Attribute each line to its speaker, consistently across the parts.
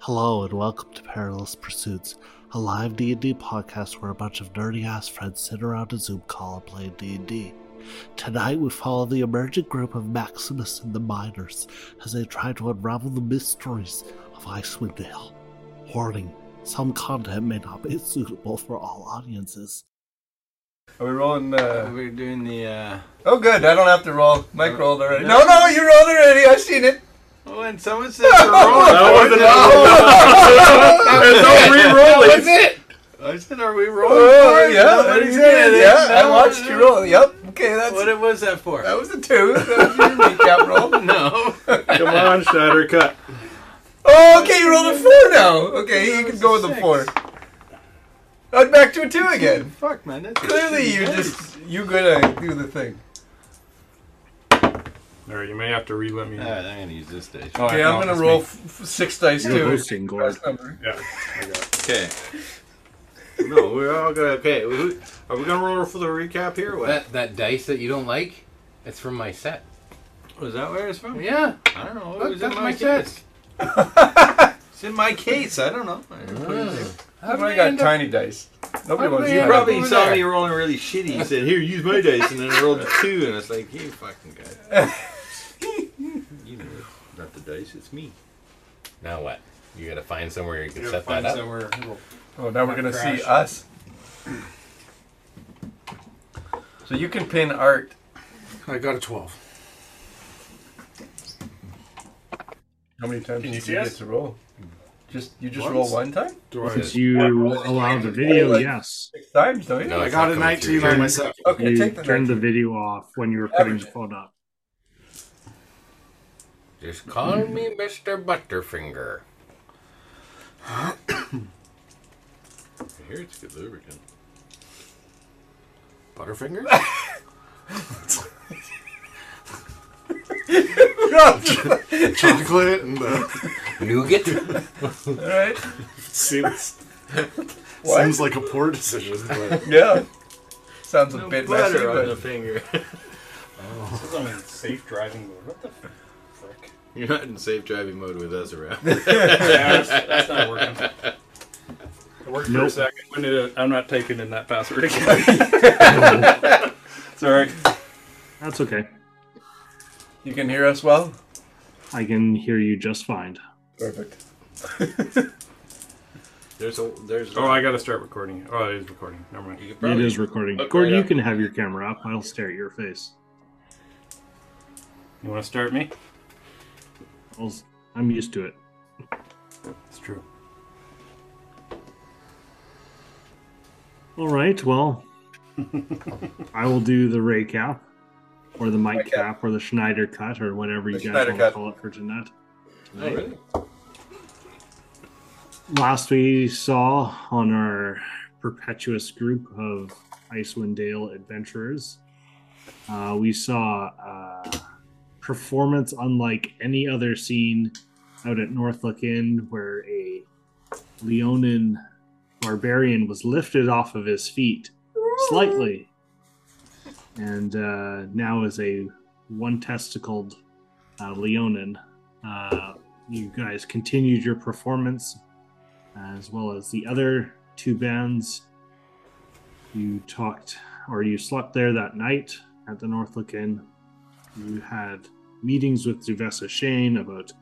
Speaker 1: Hello and welcome to Perilous Pursuits, a live D&D podcast where a bunch of nerdy-ass friends sit around a Zoom call and play D&D. Tonight we follow the emergent group of Maximus and the Miners as they try to unravel the mysteries of Icewind Dale. Warning, some content may not be suitable for all audiences.
Speaker 2: Are we rolling? Uh...
Speaker 3: We're doing the. Uh,
Speaker 2: Oh, good. I don't have to roll. Mike rolled already. No, no, you rolled already. I've seen it.
Speaker 3: when Oh, someone says to roll,
Speaker 4: That wasn't
Speaker 3: There's
Speaker 4: no
Speaker 2: That was
Speaker 4: re-rolling.
Speaker 2: it.
Speaker 3: I said, "Are we rolling?" for
Speaker 2: Oh,
Speaker 3: it?
Speaker 2: yeah.
Speaker 3: Nobody
Speaker 2: that's it.
Speaker 3: did it.
Speaker 2: Yeah,
Speaker 3: No
Speaker 2: I
Speaker 3: one
Speaker 2: watched
Speaker 3: did
Speaker 2: you
Speaker 3: it.
Speaker 2: roll. Yep. Okay, that's
Speaker 3: What it- was that for?
Speaker 2: that was the two. That was your recap roll.
Speaker 3: No.
Speaker 4: Come on, Snyder, cut.
Speaker 2: Oh, okay, you rolled a four now. Okay, you can go with the
Speaker 3: Six.
Speaker 2: four. I'm back to a two again.
Speaker 3: Fuck, man. That's
Speaker 2: Clearly, you just you gotta do the thing.
Speaker 4: All right, you may have to re-let me.
Speaker 3: All right, I'm gonna use this dice.
Speaker 2: Okay, I'm gonna roll f- f- six dice too. First number.
Speaker 4: Yeah.
Speaker 3: Okay.
Speaker 4: No, we're all good. Okay, we- are we gonna roll for the recap here? or What?
Speaker 5: That that dice that you don't like, that's from my set.
Speaker 3: Was that where it's from?
Speaker 5: Yeah,
Speaker 3: I don't know. It
Speaker 5: Look,
Speaker 3: was in
Speaker 5: that's
Speaker 3: my,
Speaker 5: my
Speaker 3: case. it's in my case. I don't know. I didn't put it there.
Speaker 5: how
Speaker 2: I got tiny dice. Nobody
Speaker 5: How
Speaker 2: wants
Speaker 5: did
Speaker 2: you.
Speaker 3: You
Speaker 5: I Yeah,
Speaker 3: probably
Speaker 5: over
Speaker 3: saw
Speaker 5: there.
Speaker 3: me rolling really shitty. You said, "Here, use my dice," and then I rolled a two, and it's like, "You fucking guy." you know, it. not the dice. It's me.
Speaker 5: Now what? You gotta find somewhere you can
Speaker 3: You gotta
Speaker 5: set
Speaker 3: find
Speaker 5: that up.
Speaker 3: somewhere-
Speaker 2: Oh, now we're gonna see us. So you can pin art.
Speaker 6: I got a 12.
Speaker 2: How many times
Speaker 6: Can
Speaker 2: did
Speaker 6: you
Speaker 2: you
Speaker 6: see
Speaker 2: get
Speaker 6: us?
Speaker 2: to roll? Just you just
Speaker 6: Once?
Speaker 2: roll one time?
Speaker 6: Do I?
Speaker 3: Yes.
Speaker 7: Since you allow the video, yes.
Speaker 2: Six times, don't you?
Speaker 5: No,
Speaker 6: I
Speaker 5: it's
Speaker 6: got
Speaker 5: not
Speaker 6: a
Speaker 5: coming
Speaker 6: 19
Speaker 5: through.
Speaker 6: on myself.
Speaker 2: Okay,
Speaker 7: You
Speaker 2: take the
Speaker 7: turned
Speaker 2: next.
Speaker 7: the video off when you were putting the phone up.
Speaker 5: Just call me Mr. Butterfinger.
Speaker 3: Here, it's good lubricant.
Speaker 6: Butterfinger? Chocolate and the.
Speaker 5: Nougat.
Speaker 2: All right.
Speaker 6: Seems,
Speaker 2: What?
Speaker 6: seems like a poor decision, but.
Speaker 2: Yeah. Sounds a
Speaker 3: No
Speaker 2: bit messy,
Speaker 3: butter on the
Speaker 2: but
Speaker 3: finger.
Speaker 6: safe driving mode. What the frick?
Speaker 3: You're not in safe driving mode with us around.
Speaker 6: that's, that's not working. It worked
Speaker 7: Nope.
Speaker 6: for a second. When did it, I'm not taking in that password again. Sorry.
Speaker 7: That's okay.
Speaker 2: you can hear us well.
Speaker 7: I can hear you just fine.
Speaker 2: Perfect.
Speaker 3: There's a there's.
Speaker 4: Oh, I gotta start recording. Oh, it is recording. Never mind.
Speaker 3: you could
Speaker 7: It
Speaker 3: probably-
Speaker 7: is recording.
Speaker 3: Look
Speaker 7: Gordon,
Speaker 3: right
Speaker 7: you
Speaker 3: up.
Speaker 7: can have your camera up. I'll stare at your face.
Speaker 4: You want to start me?
Speaker 7: I'll, I'm used to it.
Speaker 4: It's true.
Speaker 7: All right. Well, I will do the Ray cap, or the mic
Speaker 2: Mic cap.
Speaker 7: cap, or the Schneider cut, or whatever you
Speaker 2: The
Speaker 7: guys
Speaker 2: Schneider
Speaker 7: want
Speaker 2: cut.
Speaker 7: to call it for tonight.
Speaker 3: Oh, really?
Speaker 7: last we saw on our perpetuous group of Icewind Dale adventurers, uh, we saw a performance unlike any other scene out at Northlook Inn where a Leonin barbarian was lifted off of his feet slightly and uh, now is a one testicled uh, Leonin. Uh, you guys continued your performance as well as the other two bands. You talked or you slept there that night at the Northlook Inn. You had meetings with Duvessa Shane about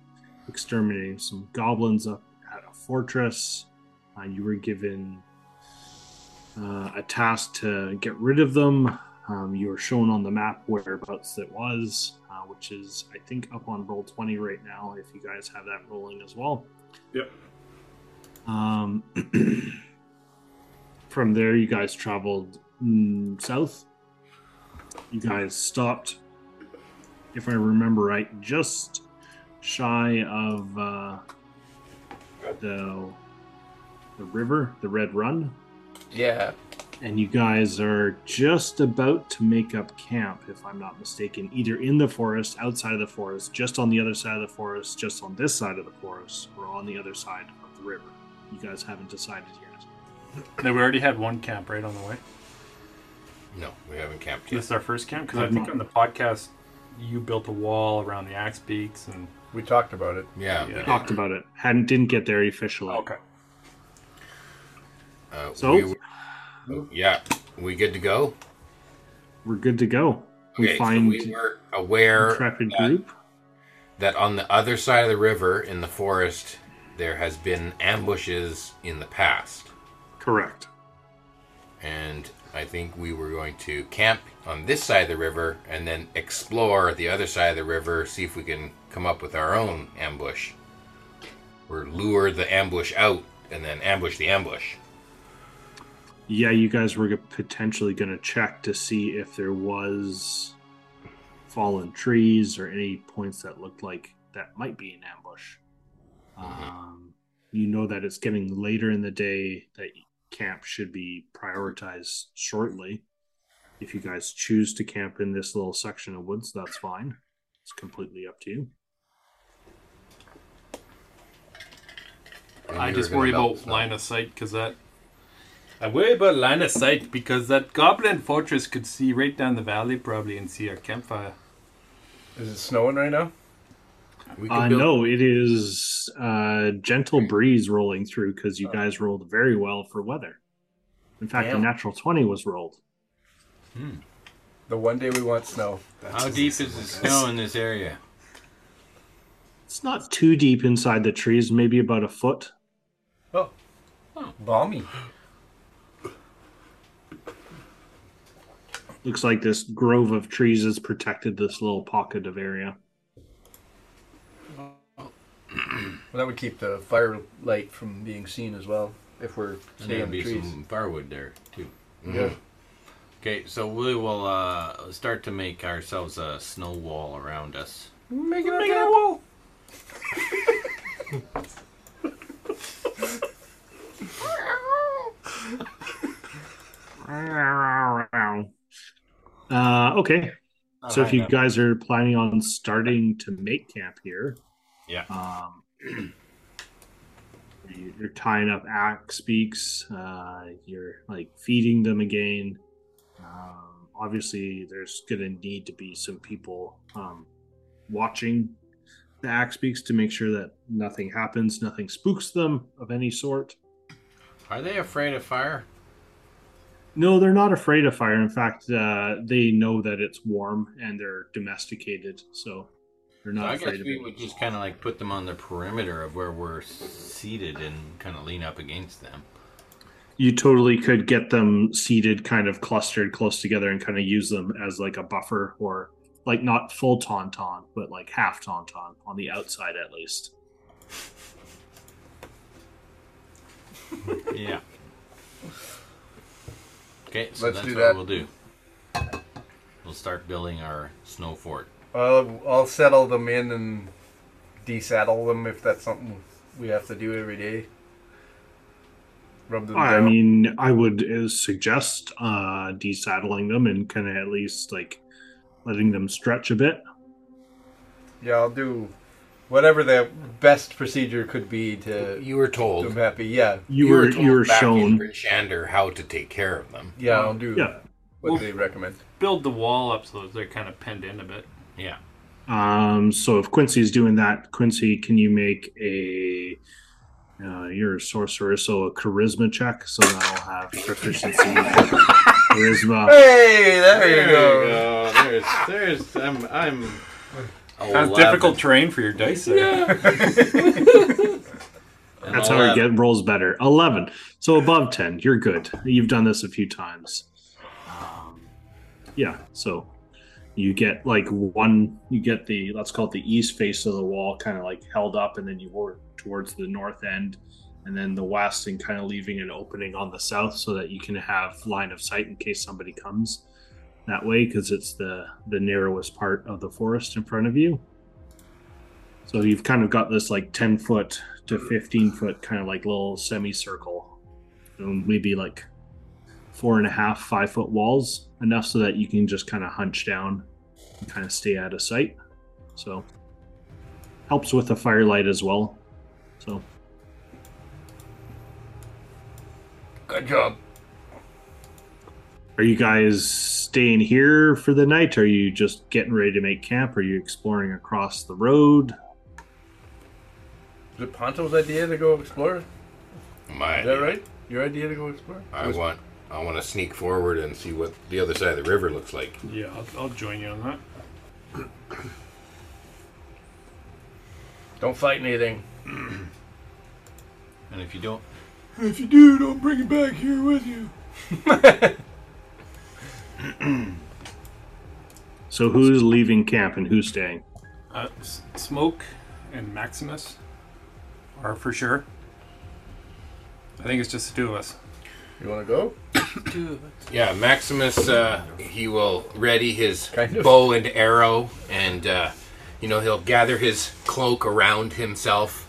Speaker 7: exterminating some goblins up at a fortress. Uh, you were given uh, a task to get rid of them. Um, you were shown on the map whereabouts it was, uh, which is, I think, up on roll 20 right now, if you guys have that rolling as well.
Speaker 4: Yep.
Speaker 7: Um, from there, you guys traveled mm, south. You guys stopped, if I remember right, just shy of uh, the the river, the Red Run,
Speaker 5: yeah.
Speaker 7: and you guys are just about to make up camp, if I'm not mistaken, either in the forest, outside of the forest, just on the other side of the forest, just on this side of the forest, or on the other side of the river. You guys haven't decided yet.
Speaker 4: No, we already had one camp right on the way.
Speaker 5: No, we haven't camped
Speaker 4: This
Speaker 5: yet.
Speaker 4: is our first camp because I think on the podcast you built a wall around the axe beaks and
Speaker 2: We talked about it.
Speaker 5: Yeah.
Speaker 7: Talked about it. Hadn't didn't get there officially.
Speaker 6: Okay.
Speaker 5: Uh,
Speaker 7: So?
Speaker 5: we were- yeah, we good to go.
Speaker 7: We're good to go. We
Speaker 5: okay, so
Speaker 7: find
Speaker 5: we were aware
Speaker 7: intrepid
Speaker 5: that-
Speaker 7: group.
Speaker 5: that on the other side of the river in the forest there has been ambushes in the past,
Speaker 7: Correct.
Speaker 5: and I think we were going to camp on this side of the river and then explore the other side of the river, see if we can come up with our own ambush, or lure the ambush out and then ambush the ambush.
Speaker 7: Yeah, you guys were potentially going to check to see if there was fallen trees or any points that looked like that might be an ambush. Um, you know that it's getting later in the day that camp should be prioritized shortly. If you guys choose to camp in this little section of woods, that's fine. It's completely up to you.
Speaker 5: And
Speaker 6: I
Speaker 5: we
Speaker 6: just
Speaker 5: were gonna
Speaker 6: worry
Speaker 5: melt
Speaker 6: about
Speaker 5: snow.
Speaker 6: line of sight because that. I worry about line of sight because that goblin fortress could see right down the valley probably and see our campfire.
Speaker 2: Is it snowing right now?
Speaker 5: We could
Speaker 7: Uh,
Speaker 5: build-
Speaker 7: no, it is uh, gentle breeze rolling through because you guys rolled very well for weather. In fact, a
Speaker 2: Damn.
Speaker 7: natural 20 was rolled.
Speaker 2: The one day we want snow.
Speaker 5: How deep is the snow in this area?
Speaker 7: It's not too deep inside the trees, maybe about a foot.
Speaker 2: Oh. Balmy.
Speaker 7: Looks like this grove of trees has protected this little pocket of area.
Speaker 2: Well, that would keep the firelight from being seen as well if we're
Speaker 5: And
Speaker 2: staying
Speaker 5: there'll
Speaker 2: in the
Speaker 5: be
Speaker 2: trees.
Speaker 5: some firewood there too.
Speaker 2: Yeah.
Speaker 3: Okay, so we will uh, start to make ourselves a snow wall around us.
Speaker 2: Make it, make it a wall.
Speaker 7: Uh, okay. So if you guys are planning on starting to make camp here,
Speaker 3: Yeah.
Speaker 7: Um, you- you're tying up axe beaks. Uh, you're like feeding them again. Um, obviously, there's gonna need to be some people um, watching the axe beaks to make sure that nothing happens, nothing spooks them of any sort.
Speaker 3: Are they afraid of fire?
Speaker 7: No, they're not afraid of fire. In fact, uh, they know that it's warm and they're domesticated, so they're
Speaker 3: So
Speaker 7: not
Speaker 3: I
Speaker 7: afraid
Speaker 3: guess
Speaker 7: of
Speaker 3: we
Speaker 7: it.
Speaker 3: would just kind of like put them on the perimeter of where we're seated and kind of lean up against them.
Speaker 7: You totally could get them seated, kind of clustered close together, and kind of use them as like a buffer, or like not full tauntaun, but like half tauntaun on the outside at least.
Speaker 3: Yeah. Okay, so
Speaker 2: Let's
Speaker 3: that's
Speaker 2: do
Speaker 3: what
Speaker 2: that.
Speaker 3: we'll do. We'll start building our snow fort.
Speaker 2: I'll, I'll settle them in and desaddle them if that's something we have to do every day. Rub them
Speaker 7: I
Speaker 2: down.
Speaker 7: mean, I would uh, suggest uh, desaddling them and kind of at least like letting them stretch a bit.
Speaker 2: yeah, I'll do whatever the best procedure could be to keep
Speaker 5: You were
Speaker 2: them
Speaker 5: told.
Speaker 2: happy. Yeah,
Speaker 7: You, were,
Speaker 5: told
Speaker 7: you were
Speaker 5: back in
Speaker 7: shown.
Speaker 5: Shander how to take care of them.
Speaker 2: yeah, I'll do
Speaker 7: Yeah.
Speaker 2: what they recommend.
Speaker 6: Build the wall up so they're kind of penned in a bit.
Speaker 3: Yeah.
Speaker 7: Um, so if Quincy's doing that, Quincy, can you make a uh, you're a sorcerer, so a charisma check? So that'll have proficiency, charisma.
Speaker 2: Hey, there, you go.
Speaker 4: go. There's, there's, I'm, I'm.
Speaker 6: That's difficult terrain for your dice there.
Speaker 7: That's how it get rolls better. Eleven, so above ten, you're good. You've done this a few times. Um, yeah, so you get like one, you get the let's call it the east face of the wall, kind of like held up, and then you work towards the north end, and then the west, and kind of leaving an opening on the south so that you can have line of sight in case somebody comes that way because it's the the narrowest part of the forest in front of you. So you've kind of got this like 10 foot to 15 foot kind of like little semicircle. And maybe like four and a half, five foot walls, enough so that you can just kind of hunch down and kind of stay out of sight. So helps with the firelight as well. So
Speaker 2: Good job.
Speaker 7: are you guys staying here for the night? Are you just getting ready to make camp? Are you exploring across the road?
Speaker 2: Is it Ponto's idea to go explore? Is
Speaker 5: My
Speaker 2: that right? Your idea to go explore?
Speaker 5: I want I want to sneak forward and see what the other side of the river looks like.
Speaker 6: Yeah, I'll, I'll join you on that.
Speaker 2: Don't fight anything.
Speaker 3: And if you don't,
Speaker 6: If you do, don't bring it back here with you.
Speaker 7: So who's leaving camp and who's staying?
Speaker 6: Uh, S- Smoke and Maximus are for sure. I think it's just the two of us.
Speaker 2: You want to go?
Speaker 5: Yeah, Maximus, uh, he will ready his
Speaker 2: Kind of.
Speaker 5: bow and arrow, and uh, you know he'll gather his cloak around himself.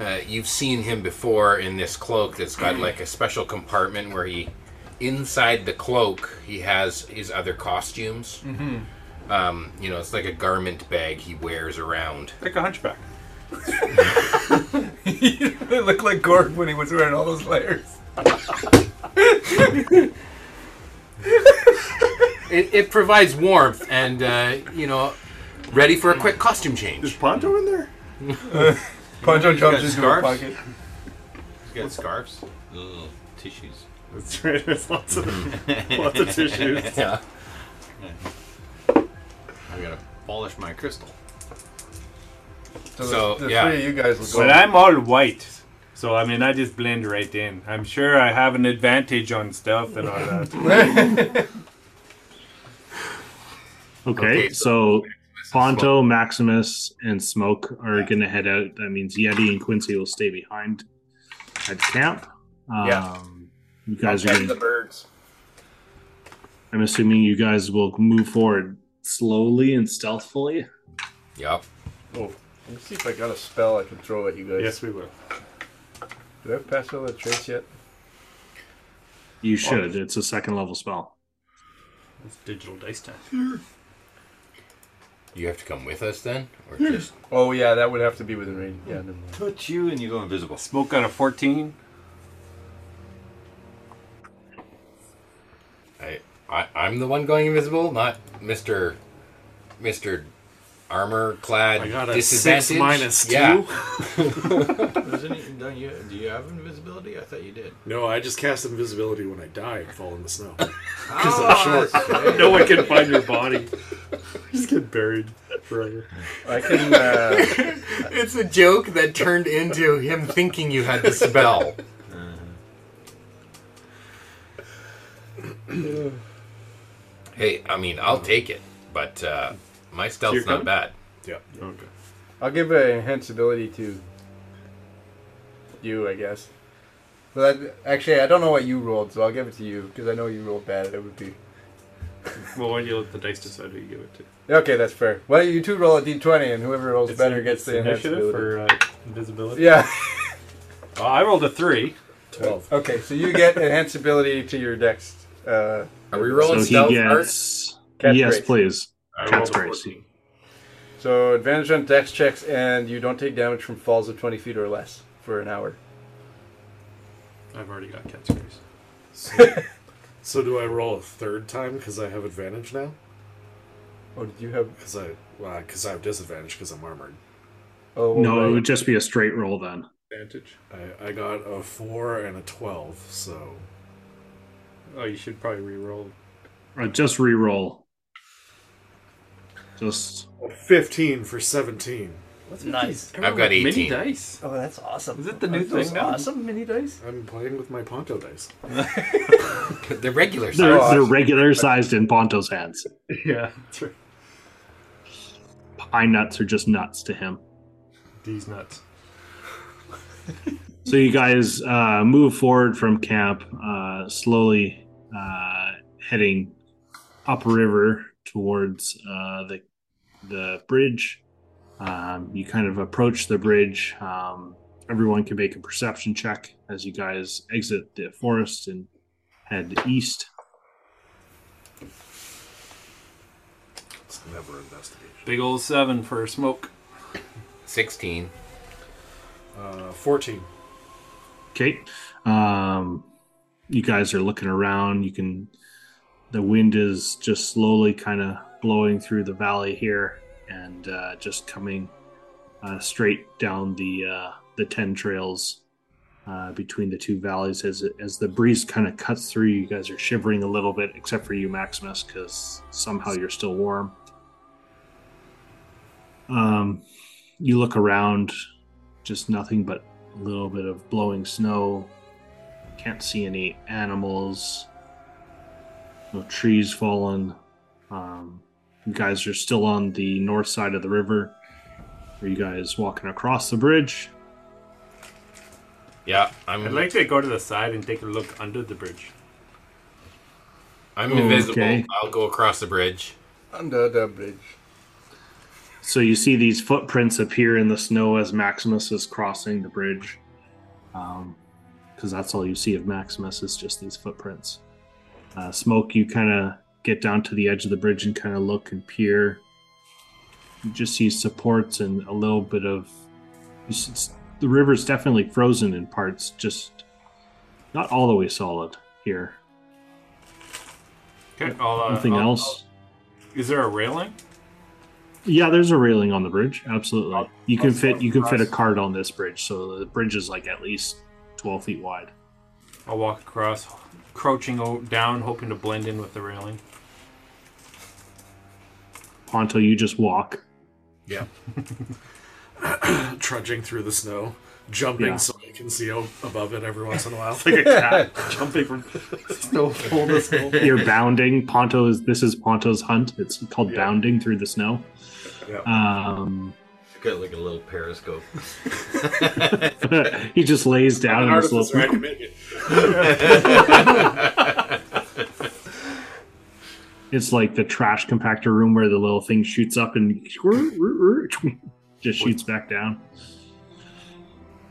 Speaker 5: Uh, you've seen him before in this cloak that's got like a special compartment where he, inside the cloak, he has his other costumes. Mm-hmm. Um, you know, it's like a garment bag he wears around.
Speaker 6: Like a hunchback.
Speaker 2: They look like Gorg when he was wearing all those layers.
Speaker 5: It, it provides warmth, and uh, you know, ready for a quick costume change.
Speaker 6: Ponto in there?
Speaker 2: Ponto jumps
Speaker 3: got
Speaker 2: into a
Speaker 3: scarves?
Speaker 2: pocket.
Speaker 3: he's got scarves, little tissues.
Speaker 7: That's right. There's lots of lots of tissues.
Speaker 5: Yeah.
Speaker 3: I gotta polish my crystal.
Speaker 2: So,
Speaker 5: So,
Speaker 2: the, the
Speaker 5: yeah.
Speaker 2: three of you guys will go.
Speaker 6: But I'm all white. So, I mean, I just blend right in. I'm sure I have an advantage on stealth and all that.
Speaker 7: Okay,
Speaker 5: Okay,
Speaker 7: so Ponto, Maximus, and Smoke are gonna head out. That means Yeti and Quincy will stay behind at camp. Um,
Speaker 2: Yeah.
Speaker 7: You guys are.
Speaker 2: Catch
Speaker 7: Gonna,
Speaker 2: birds.
Speaker 7: I'm assuming you guys will move forward slowly and stealthily.
Speaker 5: Yep.
Speaker 2: Oh, let me see if I got a spell I can throw at you guys.
Speaker 6: yes, we will.
Speaker 2: Did I pass all that trace yet?
Speaker 7: You should. It's a second level spell.
Speaker 6: It's digital dice time.
Speaker 5: You have to come with us then, or just
Speaker 2: Oh yeah, that would have to be within range. Yeah, never mind.
Speaker 3: Touch you and you go invisible.
Speaker 6: Smoke got a 14.
Speaker 5: I, I I'm the one going invisible, not Mister Mister Armor Clad
Speaker 4: I got a
Speaker 5: disadvantage.
Speaker 4: six minus two.
Speaker 5: Yeah,
Speaker 3: Isn't it, don't you, do you have invisibility? I thought you did.
Speaker 4: No, I just cast invisibility when I die and fall in the snow.
Speaker 3: Oh, that's
Speaker 4: no one can find your body. Just get buried forever.
Speaker 2: I can. Uh,
Speaker 5: it's a joke that turned into him thinking you had the spell. Uh-huh. hey, I mean, I'll take it, but uh, my stealth's
Speaker 6: you're
Speaker 5: not
Speaker 6: coming?
Speaker 5: bad.
Speaker 4: Yeah. Okay.
Speaker 2: I'll give a enhanced ability to you, I guess. But I, actually, I don't know what you rolled, so I'll give it to you because I know you rolled bad. It would be
Speaker 6: Well, why do you let the dice decide who you give it to?
Speaker 2: okay. That's fair. Why don't you two roll a d20, and whoever rolls better gets the enhanced
Speaker 6: initiative
Speaker 2: ability.
Speaker 6: or uh, invisibility?
Speaker 2: Yeah.
Speaker 6: Oh, I rolled a 3.
Speaker 4: Twelve.
Speaker 2: okay, so you get enhanced ability to your dex. Uh,
Speaker 5: Are we rolling
Speaker 7: so
Speaker 5: stealth
Speaker 7: he
Speaker 5: first?
Speaker 7: gets.
Speaker 2: Cat's
Speaker 7: yes,
Speaker 2: grace.
Speaker 7: please.
Speaker 6: I
Speaker 7: Cat's
Speaker 6: rolled a
Speaker 7: grace.
Speaker 6: 14.
Speaker 2: so advantage on dex checks, and you don't take damage from falls of 20 feet or less for an hour.
Speaker 6: I've already got cat's grace.
Speaker 4: So do I roll a third time because I have advantage now?
Speaker 2: Oh, did you have?
Speaker 4: Because I well, because I have disadvantage because I'm armored.
Speaker 2: Oh,
Speaker 7: No,
Speaker 2: right.
Speaker 7: it would just be a straight roll then.
Speaker 6: Advantage.
Speaker 4: I, I got a four and a twelve, so
Speaker 6: Oh, you should probably re-roll.
Speaker 7: Or Uh, just re-roll. Just
Speaker 4: fifteen for seventeen.
Speaker 8: Nice.
Speaker 5: I've got 18.
Speaker 6: Mini dice.
Speaker 8: Oh, that's awesome.
Speaker 6: Is it the new
Speaker 8: Aren't those
Speaker 6: thing now?
Speaker 8: Awesome mini dice.
Speaker 4: I'm playing with my Ponto dice.
Speaker 5: The regular
Speaker 7: they're,
Speaker 5: size.
Speaker 7: they're regular sized in Ponto's hands.
Speaker 6: Yeah, that's right.
Speaker 7: Pine nuts are just nuts to him.
Speaker 6: These nuts.
Speaker 7: So you guys uh, move forward from camp, uh, slowly uh, heading upriver towards uh, the the bridge. Um, you kind of approach the bridge. Um, everyone can make a perception check as you guys exit the forest and head east.
Speaker 4: It's never investigation.
Speaker 6: Big old seven for smoke.
Speaker 5: 16.
Speaker 4: Uh, fourteen.
Speaker 7: Okay. Um, you guys are looking around. You can. The wind is just slowly kind of blowing through the valley here, and uh, just coming uh, straight down the uh, the the ten trails uh, between the two valleys as as the breeze kind of cuts through. You guys are shivering a little bit, except for you, Maximus, because somehow you're still warm. Um, you look around, just nothing but a little bit of blowing snow. Can't see any animals. No trees fallen. Um, you guys are still on the north side of the river. Are you guys walking across the bridge?
Speaker 5: Yeah, I'm.
Speaker 6: I'd like to go to the side and take a look under the bridge.
Speaker 5: I'm
Speaker 7: Oh,
Speaker 5: invisible.
Speaker 7: okay.
Speaker 5: I'll go across the bridge.
Speaker 2: Under the bridge.
Speaker 7: So you see these footprints appear in the snow as Maximus is crossing the bridge. Um, because that's all you see of Maximus is just these footprints. Uh, Smoke, you kind of get down to the edge of the bridge and kind of look and peer. You just see supports and a little bit of. you s- s- the river's definitely frozen in parts, just not all the way solid here.
Speaker 6: Okay, I'll, uh,
Speaker 7: Nothing
Speaker 6: I'll-
Speaker 7: else.
Speaker 6: I'll- is there a railing?
Speaker 7: Yeah, there's a railing on the bridge. Absolutely,
Speaker 6: I'll-
Speaker 7: you can
Speaker 6: I'll
Speaker 7: fit
Speaker 6: stop
Speaker 7: you can fit a
Speaker 6: across.
Speaker 7: cart on this bridge. So the bridge is like at least twelve feet wide.
Speaker 6: I'll walk across, crouching o- down, hoping to blend in with the railing.
Speaker 7: Ponto, you just walk.
Speaker 9: Yeah. Trudging through the snow, jumping
Speaker 7: Yeah.
Speaker 9: so I can see o- above it every once in a while.
Speaker 6: Like a cat jumping from.
Speaker 7: You're bounding. Ponto is this is Ponto's hunt. It's called bounding through the snow.
Speaker 9: Yeah.
Speaker 7: Um,
Speaker 3: Got like a little periscope.
Speaker 7: he just lays down
Speaker 9: An
Speaker 7: in this
Speaker 9: artificer, I
Speaker 7: little.
Speaker 9: can make it.
Speaker 7: It's like the trash compactor room where the little thing shoots up and just shoots back down.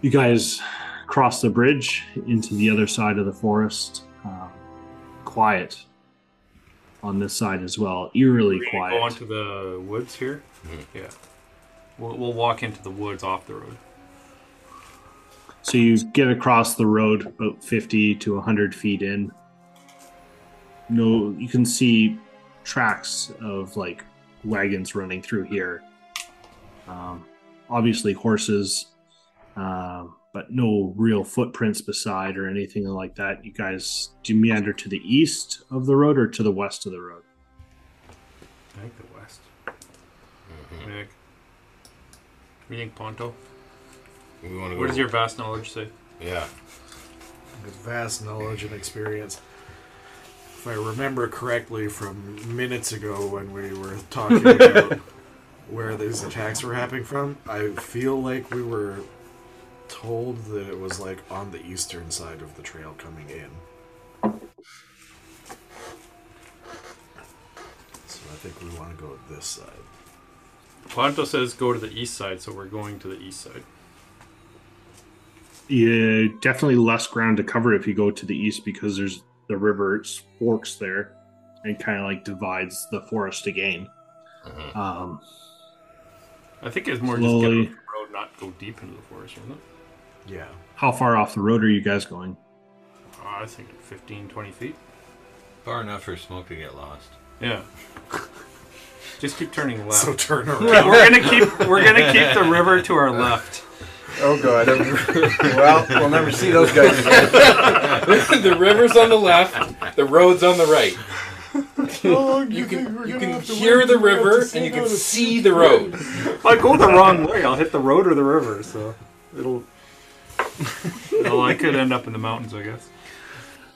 Speaker 7: You guys cross the bridge into the other side of the forest. Um, quiet on this side as well, eerily
Speaker 6: We're gonna Go
Speaker 7: quiet. Mm-hmm.
Speaker 6: into the woods here. Yeah, we'll, we'll walk into the woods off the road.
Speaker 7: So you get across the road about 50 to 100 feet in. No, you can see tracks of like wagons running through here. Um, obviously, horses, um, but no real footprints beside or anything like that. You guys, do you meander to the east of the road or to the west of the road?
Speaker 6: I think the west.
Speaker 7: Mm-hmm.
Speaker 6: Nick, what do you think, Ponto?
Speaker 5: We want to go.
Speaker 6: What does your vast knowledge say?
Speaker 5: Yeah.
Speaker 9: With vast knowledge and experience. If I remember correctly from minutes ago when we were talking about where these attacks were happening from, I feel like we were told that it was like on the eastern side of the trail coming in. So I think we want to go this side.
Speaker 6: Ponto says go to the east side, so we're going to the east side.
Speaker 7: Yeah, definitely less ground to cover if you go to the east because there's the river forks there and kind of like divides the forest again. Um,
Speaker 6: I think it's more
Speaker 7: Slowly.
Speaker 6: just get off the road, not go deep into the forest, isn't it?
Speaker 9: Yeah.
Speaker 7: how far off the road are you guys going?
Speaker 6: Oh, I was thinking 15, 20 feet.
Speaker 3: Far enough for Smoke to get lost.
Speaker 6: Yeah. Just keep turning left.
Speaker 9: So turn around.
Speaker 6: we're gonna keep we're gonna keep the river to our left.
Speaker 2: Oh god. well, we'll never see those guys again.
Speaker 5: the river's on the left. The road's on the right. Oh, You can you can hear the river and you can see the road.
Speaker 6: If I go the wrong way, I'll hit the road or the river, so it'll Well, I could end up in the mountains, I guess.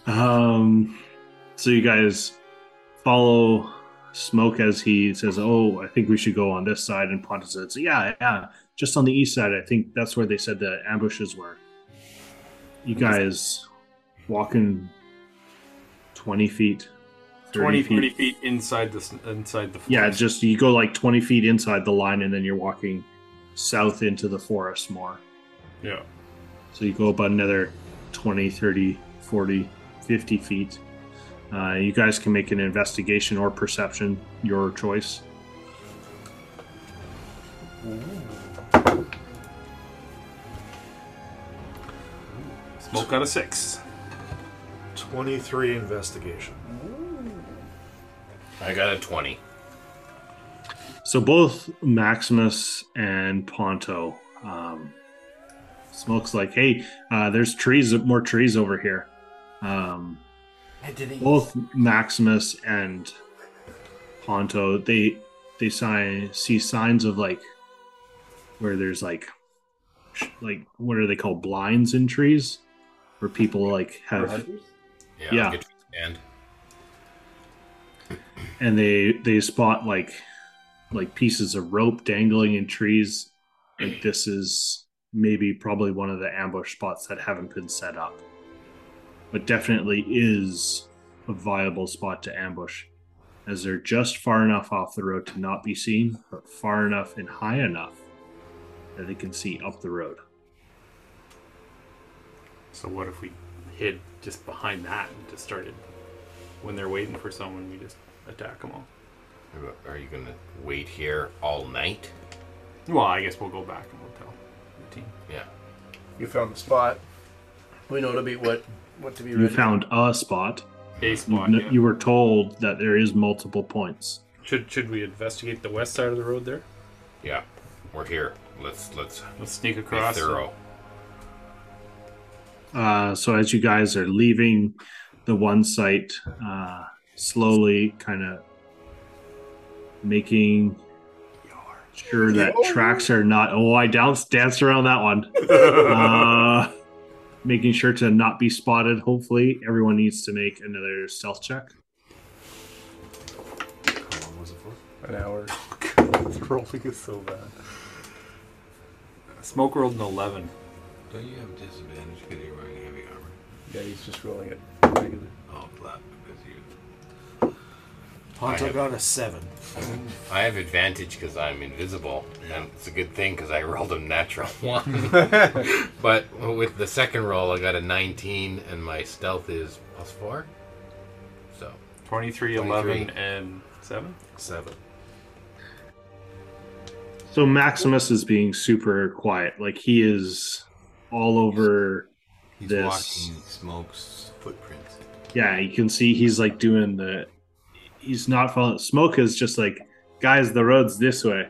Speaker 7: Um, so you guys follow Smoke as he says, "Oh, I think we should go on this side." And Ponta says, "Yeah, yeah, just on the east side. I think that's where they said the ambushes were." You guys walking twenty feet, 30
Speaker 6: 20, 30 feet inside the s- inside the forest.
Speaker 7: Yeah, just you go like twenty feet inside the line, and then you're walking south into the forest more.
Speaker 6: yeah.
Speaker 7: So you go about another 20, 30, 40, 50 feet. Uh, you guys can make an investigation or perception, your choice.
Speaker 6: Smoke out of six.
Speaker 9: 23 investigation.
Speaker 5: I got a twenty.
Speaker 7: So both Maximus and Ponto um, Smoke's like, "Hey, uh, there's trees, more trees over here." Um, both Maximus and Ponto, they they sign, see signs of like where there's like sh- like what are they called blinds in trees where people like have
Speaker 5: Yeah.
Speaker 7: Yeah.
Speaker 5: Get to expand.
Speaker 7: and they they spot like like pieces of rope dangling in trees like this is maybe probably one of the ambush spots that haven't been set up but definitely is a viable spot to ambush as they're just far enough off the road to not be seen but far enough and high enough that they can see up the road
Speaker 6: So what if we hid just behind that and just started when they're waiting for someone? We just attack them all.
Speaker 5: Are you gonna wait here all night?
Speaker 6: Well, I guess we'll go back and we'll tell the team.
Speaker 5: Yeah.
Speaker 2: You found the spot. We know to be what what to be
Speaker 7: you
Speaker 2: ready.
Speaker 7: found a spot
Speaker 6: A spot.
Speaker 7: N-
Speaker 6: yeah.
Speaker 7: you were told that there is multiple points
Speaker 6: Should should we investigate the west side of the road there?
Speaker 5: Yeah. We're here. Let's let's
Speaker 6: Let's sneak
Speaker 5: be
Speaker 6: across.
Speaker 5: thorough.
Speaker 7: Uh, so as you guys are leaving the one site, uh, slowly kind of making sure that tracks are not. Oh, I danced danced around that one. uh, making sure to not be spotted. Hopefully, everyone needs to make another stealth check.
Speaker 9: How long was it for?
Speaker 2: An hour.
Speaker 6: This rolling is so bad. Smoke rolled an eleven.
Speaker 3: Don't you have disadvantage because you're wearing heavy armor?
Speaker 2: Yeah, he's just rolling it.
Speaker 3: Oh, black because you.
Speaker 9: Ponto
Speaker 5: have-
Speaker 9: got a seven.
Speaker 5: I have advantage because I'm invisible, and it's a good thing because I rolled a natural one. but with the second roll, I got a 19, and my stealth is plus four. So
Speaker 6: 23, 11,
Speaker 5: 23.
Speaker 6: and seven.
Speaker 9: Seven.
Speaker 7: So Maximus is being super quiet. Like he is all over
Speaker 3: He's
Speaker 7: This.
Speaker 3: walking Smoke's footprints.
Speaker 7: yeah you can see he's like doing the he's not following smoke is just like guys the road's this way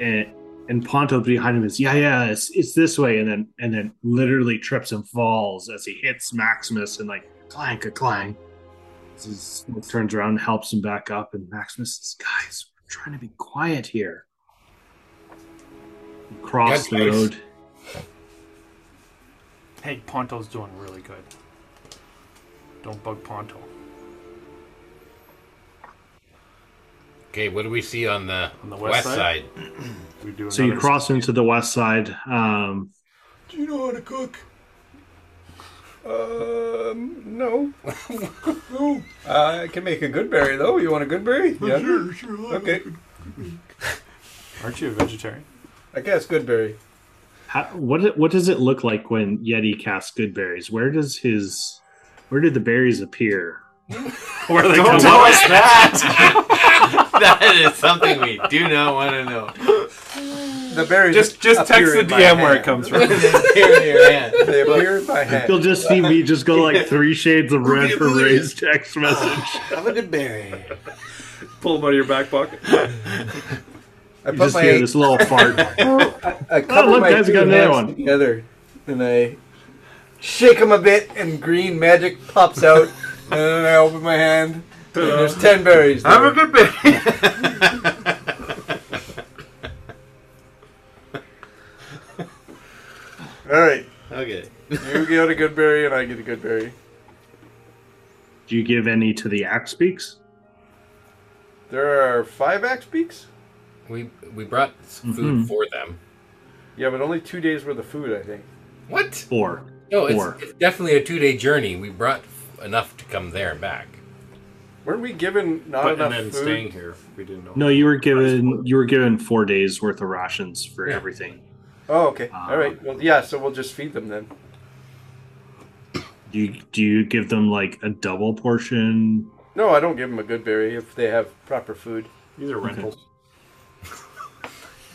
Speaker 7: and and ponto behind him is yeah yeah it's, it's this way and then and then literally trips and falls as he hits maximus and like clank a clang This is- Smoke turns around and helps him back up and maximus says guys we're trying to be quiet here He Cross
Speaker 5: Yeah,
Speaker 7: the
Speaker 5: guys.
Speaker 7: road
Speaker 6: Hey, Ponto's doing really good. Don't bug Ponto.
Speaker 5: okay, what do we see on the,
Speaker 6: On the
Speaker 5: west,
Speaker 6: west
Speaker 5: side?
Speaker 6: side? We do
Speaker 7: so you
Speaker 6: another-
Speaker 7: cross into the west side um
Speaker 3: Do you know how to cook?
Speaker 2: Um, no. no. Uh, I can make a good berry though. You want a good berry? Yeah.
Speaker 3: Sure, sure.
Speaker 2: Okay.
Speaker 6: Aren't you a vegetarian?
Speaker 2: I guess good berry.
Speaker 7: How, what what does it look like when Yeti casts good berries? Where does his where did the berries appear?
Speaker 6: Where they come
Speaker 3: Tell us that! that is something we do not want to know.
Speaker 2: The berry
Speaker 6: Just just text
Speaker 2: appear
Speaker 6: the
Speaker 2: in my
Speaker 6: DM where it
Speaker 2: hand.
Speaker 6: comes from.
Speaker 3: Here in your hand.
Speaker 2: They appear in my hand.
Speaker 7: You'll just see me just go like three shades of red for Ray's text message.
Speaker 3: Have a good berry.
Speaker 6: Pull them out of your back pocket.
Speaker 2: I
Speaker 7: You
Speaker 2: put
Speaker 7: just
Speaker 2: my
Speaker 7: hear this little fart.
Speaker 2: I cover
Speaker 7: look,
Speaker 2: my
Speaker 7: guys, we
Speaker 2: two
Speaker 7: got another
Speaker 2: hands
Speaker 7: one.
Speaker 2: together, and I shake them a bit, and green magic pops out, and then I open my hand, and there's ten berries.
Speaker 4: Have
Speaker 2: there.
Speaker 4: a good bit.
Speaker 2: All right,
Speaker 3: Okay.
Speaker 2: you get a good berry, and I get a good berry.
Speaker 7: Do you give any to the axe beaks?
Speaker 2: There are five axe beaks.
Speaker 5: We we brought food
Speaker 7: Mhm.
Speaker 5: for them.
Speaker 2: Yeah, but only two days worth of food, I think.
Speaker 5: What?
Speaker 7: Four.
Speaker 5: No,
Speaker 7: Four.
Speaker 5: it's, it's definitely a two-day journey. We brought enough to come there and back.
Speaker 2: Weren't we given not
Speaker 6: But,
Speaker 2: enough
Speaker 6: and then
Speaker 2: food?
Speaker 6: staying here, we didn't know.
Speaker 7: No, you were given you were given four days worth of rations for everything.
Speaker 2: Oh, okay. All right. Well, yeah. So we'll just feed them then.
Speaker 7: Do you, do you give them like a double portion?
Speaker 2: No, I don't give them a good berry if they have proper food.
Speaker 6: These are rentals.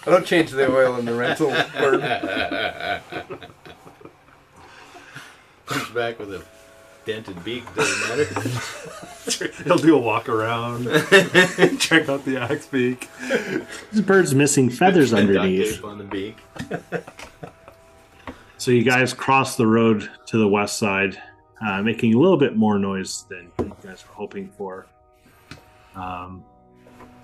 Speaker 2: I don't change the oil in the rental word.
Speaker 3: Comes back with a dented beak, doesn't matter.
Speaker 6: He'll do a walk around, check out the axe beak.
Speaker 7: This bird's missing feathers
Speaker 3: Duct
Speaker 7: underneath.
Speaker 3: tape on the beak.
Speaker 7: So you guys cross the road to the west side, uh, making a little bit more noise than you guys were hoping for. Um,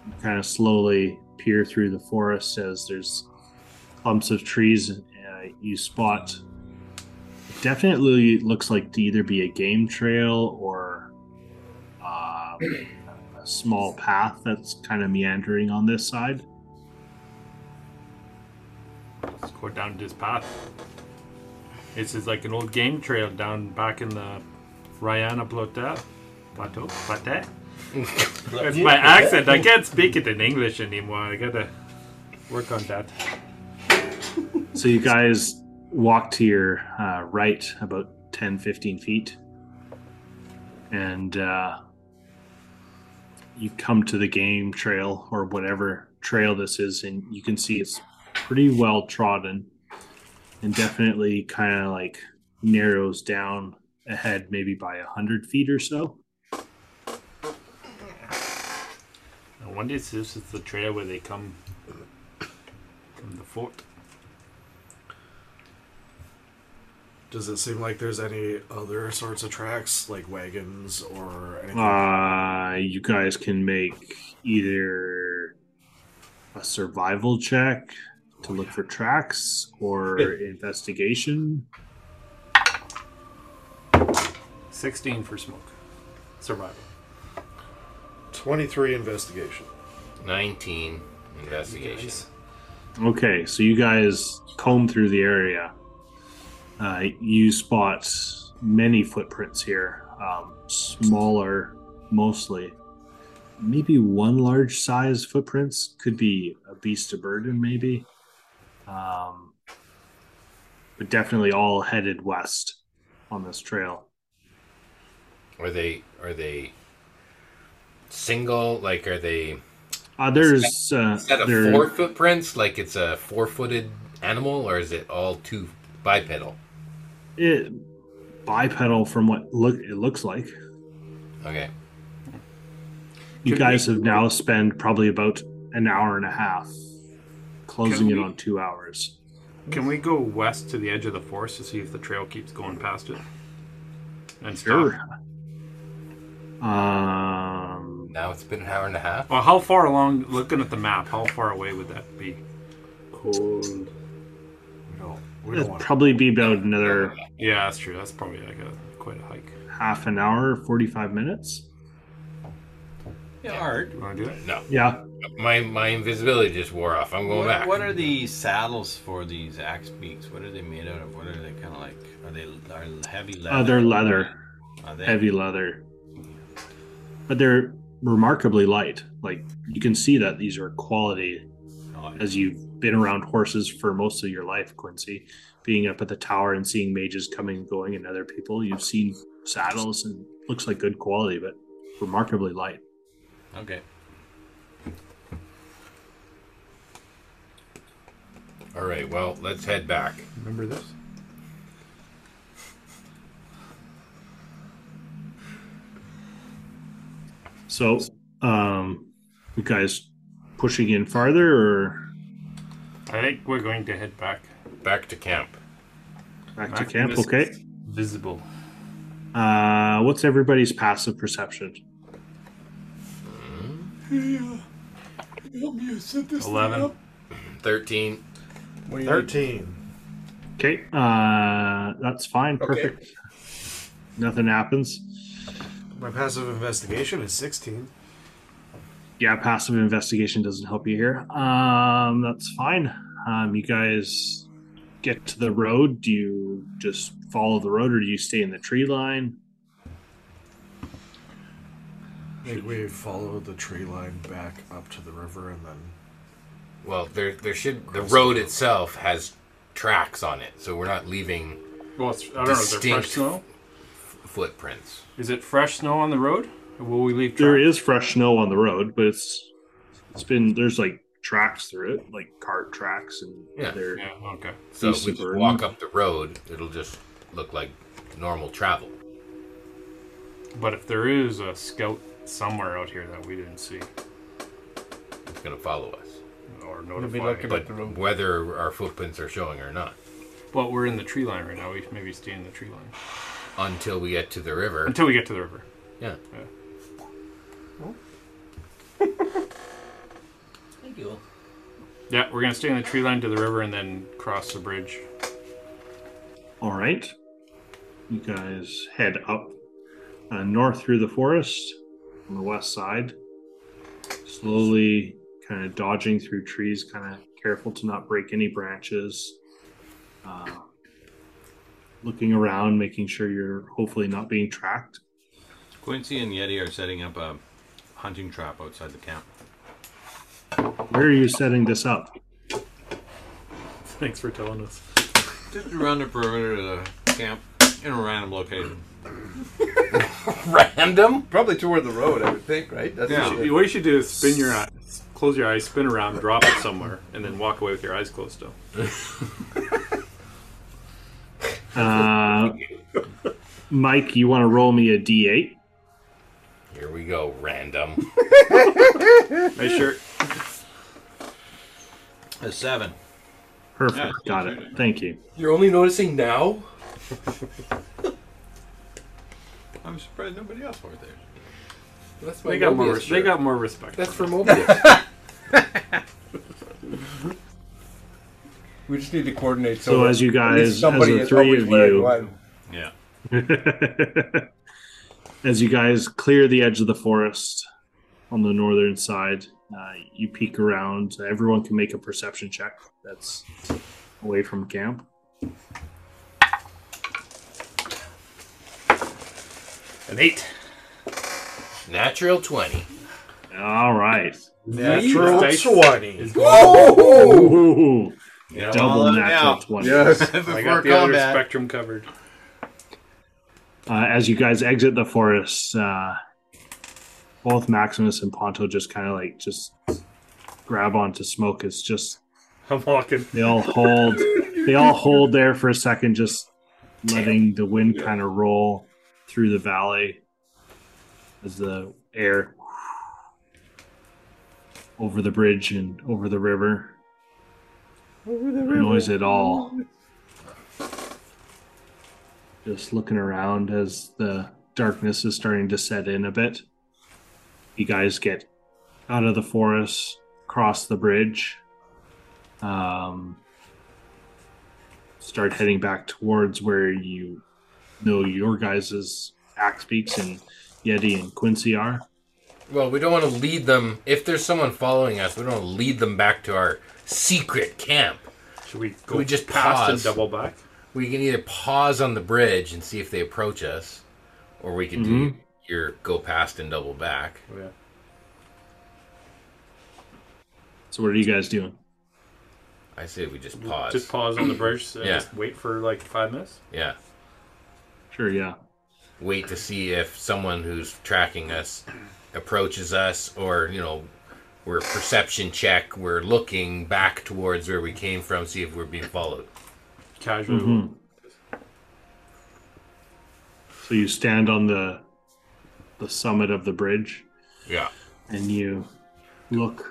Speaker 7: you kind of slowly peer through the forest as there's clumps of trees. Uh, you spot definitely looks like to either be a game trail or um, a small path that's kind of meandering on this side.
Speaker 6: Let's go down this path. This is like an old game trail down back in the Ryana Plateau. Plateau? Plateau? It's my accent. I can't speak it in English anymore. I gotta work on that.
Speaker 7: So you guys walk to your uh, right about 10, 15 feet. And uh, you come to the game trail or whatever trail this is, and you can see it's pretty well trodden and definitely kind of like narrows down ahead, maybe by 100 feet or so.
Speaker 6: I wonder if this is the trail where they come from the fort.
Speaker 9: Does it seem like there's any other sorts of tracks, like wagons or anything?
Speaker 7: Uh, you guys can make either a survival check to look for tracks or investigation.
Speaker 6: 16 for smoke. Survival.
Speaker 9: 23 investigation.
Speaker 5: 19 investigation.
Speaker 7: Okay, so you guys comb through the area. Uh, you spot many footprints here, um, smaller mostly. Maybe one large size footprints could be a beast of burden, maybe. Um, but definitely all headed west on this trail.
Speaker 5: Are they are they single? Like are they
Speaker 7: Uh, there's uh,
Speaker 5: is that a
Speaker 7: there-
Speaker 5: four footprints? Like it's a four footed animal, or is it all two bipedal?
Speaker 7: it bipedal from what look it looks like.
Speaker 5: Okay.
Speaker 7: You
Speaker 6: Could
Speaker 7: guys have now spent probably about an hour and a half, closing
Speaker 6: Can
Speaker 7: in
Speaker 6: we-
Speaker 7: on two hours.
Speaker 6: Can we go west to the edge of the forest to see if the trail keeps going past it? And stop?
Speaker 7: Um,
Speaker 5: Now it's been an hour and a half.
Speaker 6: Well, how far along, looking at the map, how far away would that be?
Speaker 9: We don't, we don't
Speaker 7: it'd
Speaker 9: want
Speaker 7: probably be about another
Speaker 6: Yeah, that's true. That's probably like a quite a hike.
Speaker 7: half an hour, forty-five minutes.
Speaker 4: Yeah, Art.
Speaker 6: You want to do it?
Speaker 5: No,
Speaker 7: Yeah,
Speaker 5: my my invisibility just wore off. I'm going
Speaker 4: What,
Speaker 5: back.
Speaker 4: what are the saddles for these axe beaks? What are they made out of? What are they kind of like? Are they are heavy leather?
Speaker 7: other Uh, leather,
Speaker 4: Are they-
Speaker 7: heavy leather, but they're remarkably light. Like you can see that these are quality
Speaker 4: Oh,
Speaker 7: as you've been around horses for most of your life, Quincy, being up at the tower and seeing mages coming and going and other people, you've seen saddles and looks like good quality, but remarkably light.
Speaker 4: okay.
Speaker 5: All right. Well, let's head back.
Speaker 6: Remember this?
Speaker 7: So, um, you guys pushing in farther or
Speaker 6: I think we're going to head back.
Speaker 5: Back to camp.
Speaker 7: back to
Speaker 6: Back to
Speaker 7: camp?
Speaker 6: this-
Speaker 7: Okay.
Speaker 6: Visible.
Speaker 7: Uh, what's everybody's passive perception?
Speaker 6: 11.
Speaker 5: Thirteen.
Speaker 9: to. 13.
Speaker 7: Okay, uh, that's fine. Perfect. Nothing happens.
Speaker 9: My passive investigation is 16.
Speaker 7: yeah passive investigation doesn't help you here um that's fine um you guys get to the road do you just follow the road or do you stay in the tree line
Speaker 9: I think we follow the tree line back up to the river and then.
Speaker 5: Well, there there should the road itself has tracks on it, so we're not leaving
Speaker 6: Well, it's, I don't know. Is there
Speaker 5: Distinct.
Speaker 6: fresh snow?
Speaker 5: footprints.
Speaker 6: Is it fresh snow on the road? Or will we leave?
Speaker 7: there
Speaker 6: tracks?
Speaker 7: is fresh snow on the road but it's it's been there's like tracks through it like cart tracks and
Speaker 5: Yeah.
Speaker 7: they're
Speaker 6: Yeah, okay.
Speaker 5: So if we
Speaker 7: East of
Speaker 5: just walk up the road, it'll just look like normal travel.
Speaker 6: But if there is a scout somewhere out here that we didn't see
Speaker 5: It's gonna follow us.
Speaker 6: or
Speaker 2: be
Speaker 6: notify,
Speaker 2: looking-
Speaker 5: But
Speaker 2: the road.
Speaker 5: whether our footprints are showing or not.
Speaker 6: Well, we're in the tree line right now. We should maybe stay in the tree line
Speaker 5: until we get to the river.
Speaker 6: until we get to the river.
Speaker 5: Yeah.
Speaker 4: Thank you.
Speaker 6: Yeah, we're gonna stay in the tree line to the river and then cross the bridge.
Speaker 7: All right. You guys head up uh, north through the forest on the west side, slowly kind of dodging through trees, kind of careful to not break any branches. Uh, looking around, making sure you're hopefully not being tracked.
Speaker 4: Quincy and Yeti are setting up a hunting trap outside the camp.
Speaker 7: Where are you setting this up?
Speaker 6: Thanks for telling us.
Speaker 4: Just around the perimeter of the camp in a random location.
Speaker 5: Random?
Speaker 2: Probably toward the road, I would think, right? That's
Speaker 4: Yeah.
Speaker 2: what
Speaker 6: What you should do is spin your eye, close your eyes, spin around, drop it somewhere, and then walk away with your eyes closed still.
Speaker 7: Uh, Mike, you want to roll me a d8?
Speaker 5: Here we go, random.
Speaker 6: Nice shirt.
Speaker 4: A seven.
Speaker 7: Perfect.
Speaker 4: Yeah,
Speaker 7: Got
Speaker 4: yeah,
Speaker 7: it.
Speaker 4: sure.
Speaker 7: Thank you.
Speaker 5: You're only noticing now?
Speaker 4: I'm surprised nobody else wore theirs.
Speaker 5: That's
Speaker 6: They got more. They got more respect.
Speaker 5: That's for Mobius.
Speaker 2: We just need to coordinate.
Speaker 7: So as you
Speaker 2: at least
Speaker 7: guys, as
Speaker 2: somebody
Speaker 7: the
Speaker 2: is
Speaker 7: three
Speaker 2: always
Speaker 7: of
Speaker 2: wearing
Speaker 7: you,
Speaker 2: one.
Speaker 4: Yeah.
Speaker 7: As you guys clear the edge of the forest on the northern side, uh, you peek around. Everyone can make a perception check that's away from camp.
Speaker 5: An eight. Natural 20.
Speaker 7: All right.
Speaker 9: Natural
Speaker 6: Dice.
Speaker 9: 20.
Speaker 6: Is going
Speaker 7: Ooh,
Speaker 4: yeah.
Speaker 7: double natural 20.
Speaker 4: Before
Speaker 6: I got the other spectrum covered.
Speaker 7: Uh, as you guys exit the forest, uh, both Maximus and Ponto just kind of like just grab onto smoke. It's just
Speaker 6: I'm walking.
Speaker 7: They all hold. they all hold there for a second, just letting the wind kind of roll through the valley as the air over the bridge and over the river. Over the river. Noise at all. Just looking around as the darkness is starting to set in a bit. You guys get out of the forest, cross the bridge um, start heading back towards where you know your guys' axe beaks and Yeti and Quincy are.
Speaker 5: Well, we don't want to lead them. If there's someone following us, we don't want to lead them back to our secret camp.
Speaker 6: Should we go
Speaker 5: we just
Speaker 6: past
Speaker 5: pause?
Speaker 6: and double back?
Speaker 5: We can either pause on the bridge and see if they approach us, or we can do your go past and double back.
Speaker 6: Oh, yeah.
Speaker 7: So what are you guys doing?
Speaker 5: I say we just pause.
Speaker 6: Just pause on the bridge and
Speaker 5: Yeah.
Speaker 6: just wait for like five minutes.
Speaker 5: Yeah.
Speaker 7: Sure, yeah.
Speaker 5: Wait to see if someone who's tracking us approaches us, or, you know, we're perception check, we're looking back towards where we came from, see if we're being followed.
Speaker 6: Casual.
Speaker 7: So you stand on the the summit of the bridge
Speaker 5: Yeah.
Speaker 7: and you look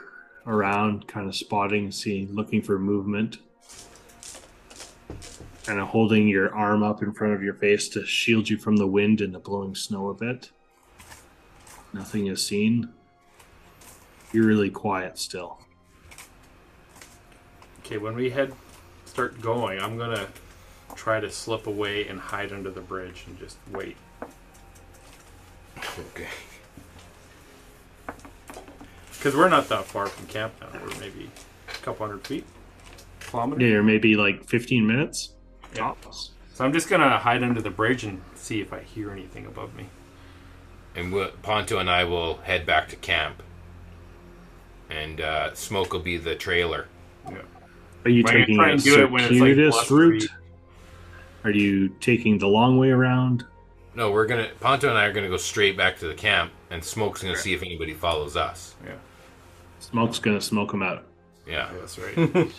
Speaker 7: around, kind of spotting, seeing, looking for movement. Kind of holding your arm up in front of your face to shield you from the wind and the blowing snow a bit. Nothing is seen. You're really quiet still.
Speaker 6: Okay, when we head start going, I'm gonna try to slip away and hide under the bridge and just wait.
Speaker 5: Okay.
Speaker 6: Because we're not that far from camp now. We're maybe a couple hundred feet. Kilometer.
Speaker 7: Yeah, maybe like 15 minutes
Speaker 6: Yeah.
Speaker 7: tops.
Speaker 6: So I'm just gonna hide under the bridge and see if I hear anything above me.
Speaker 5: and we'll, Ponto and I will head back to camp. And uh, Smoke will be the trailer.
Speaker 7: Are you
Speaker 6: We're gonna
Speaker 7: taking
Speaker 6: try
Speaker 7: a
Speaker 6: and do it when it's, like,
Speaker 7: circuitous
Speaker 6: blustery.
Speaker 7: route? Are you taking the long way around?
Speaker 5: No, we're gonna Ponto and I are gonna go straight back to the camp, and Smoke's gonna see if anybody follows us.
Speaker 6: Yeah.
Speaker 7: Smoke's gonna smoke him out.
Speaker 5: Yeah,
Speaker 9: That's right.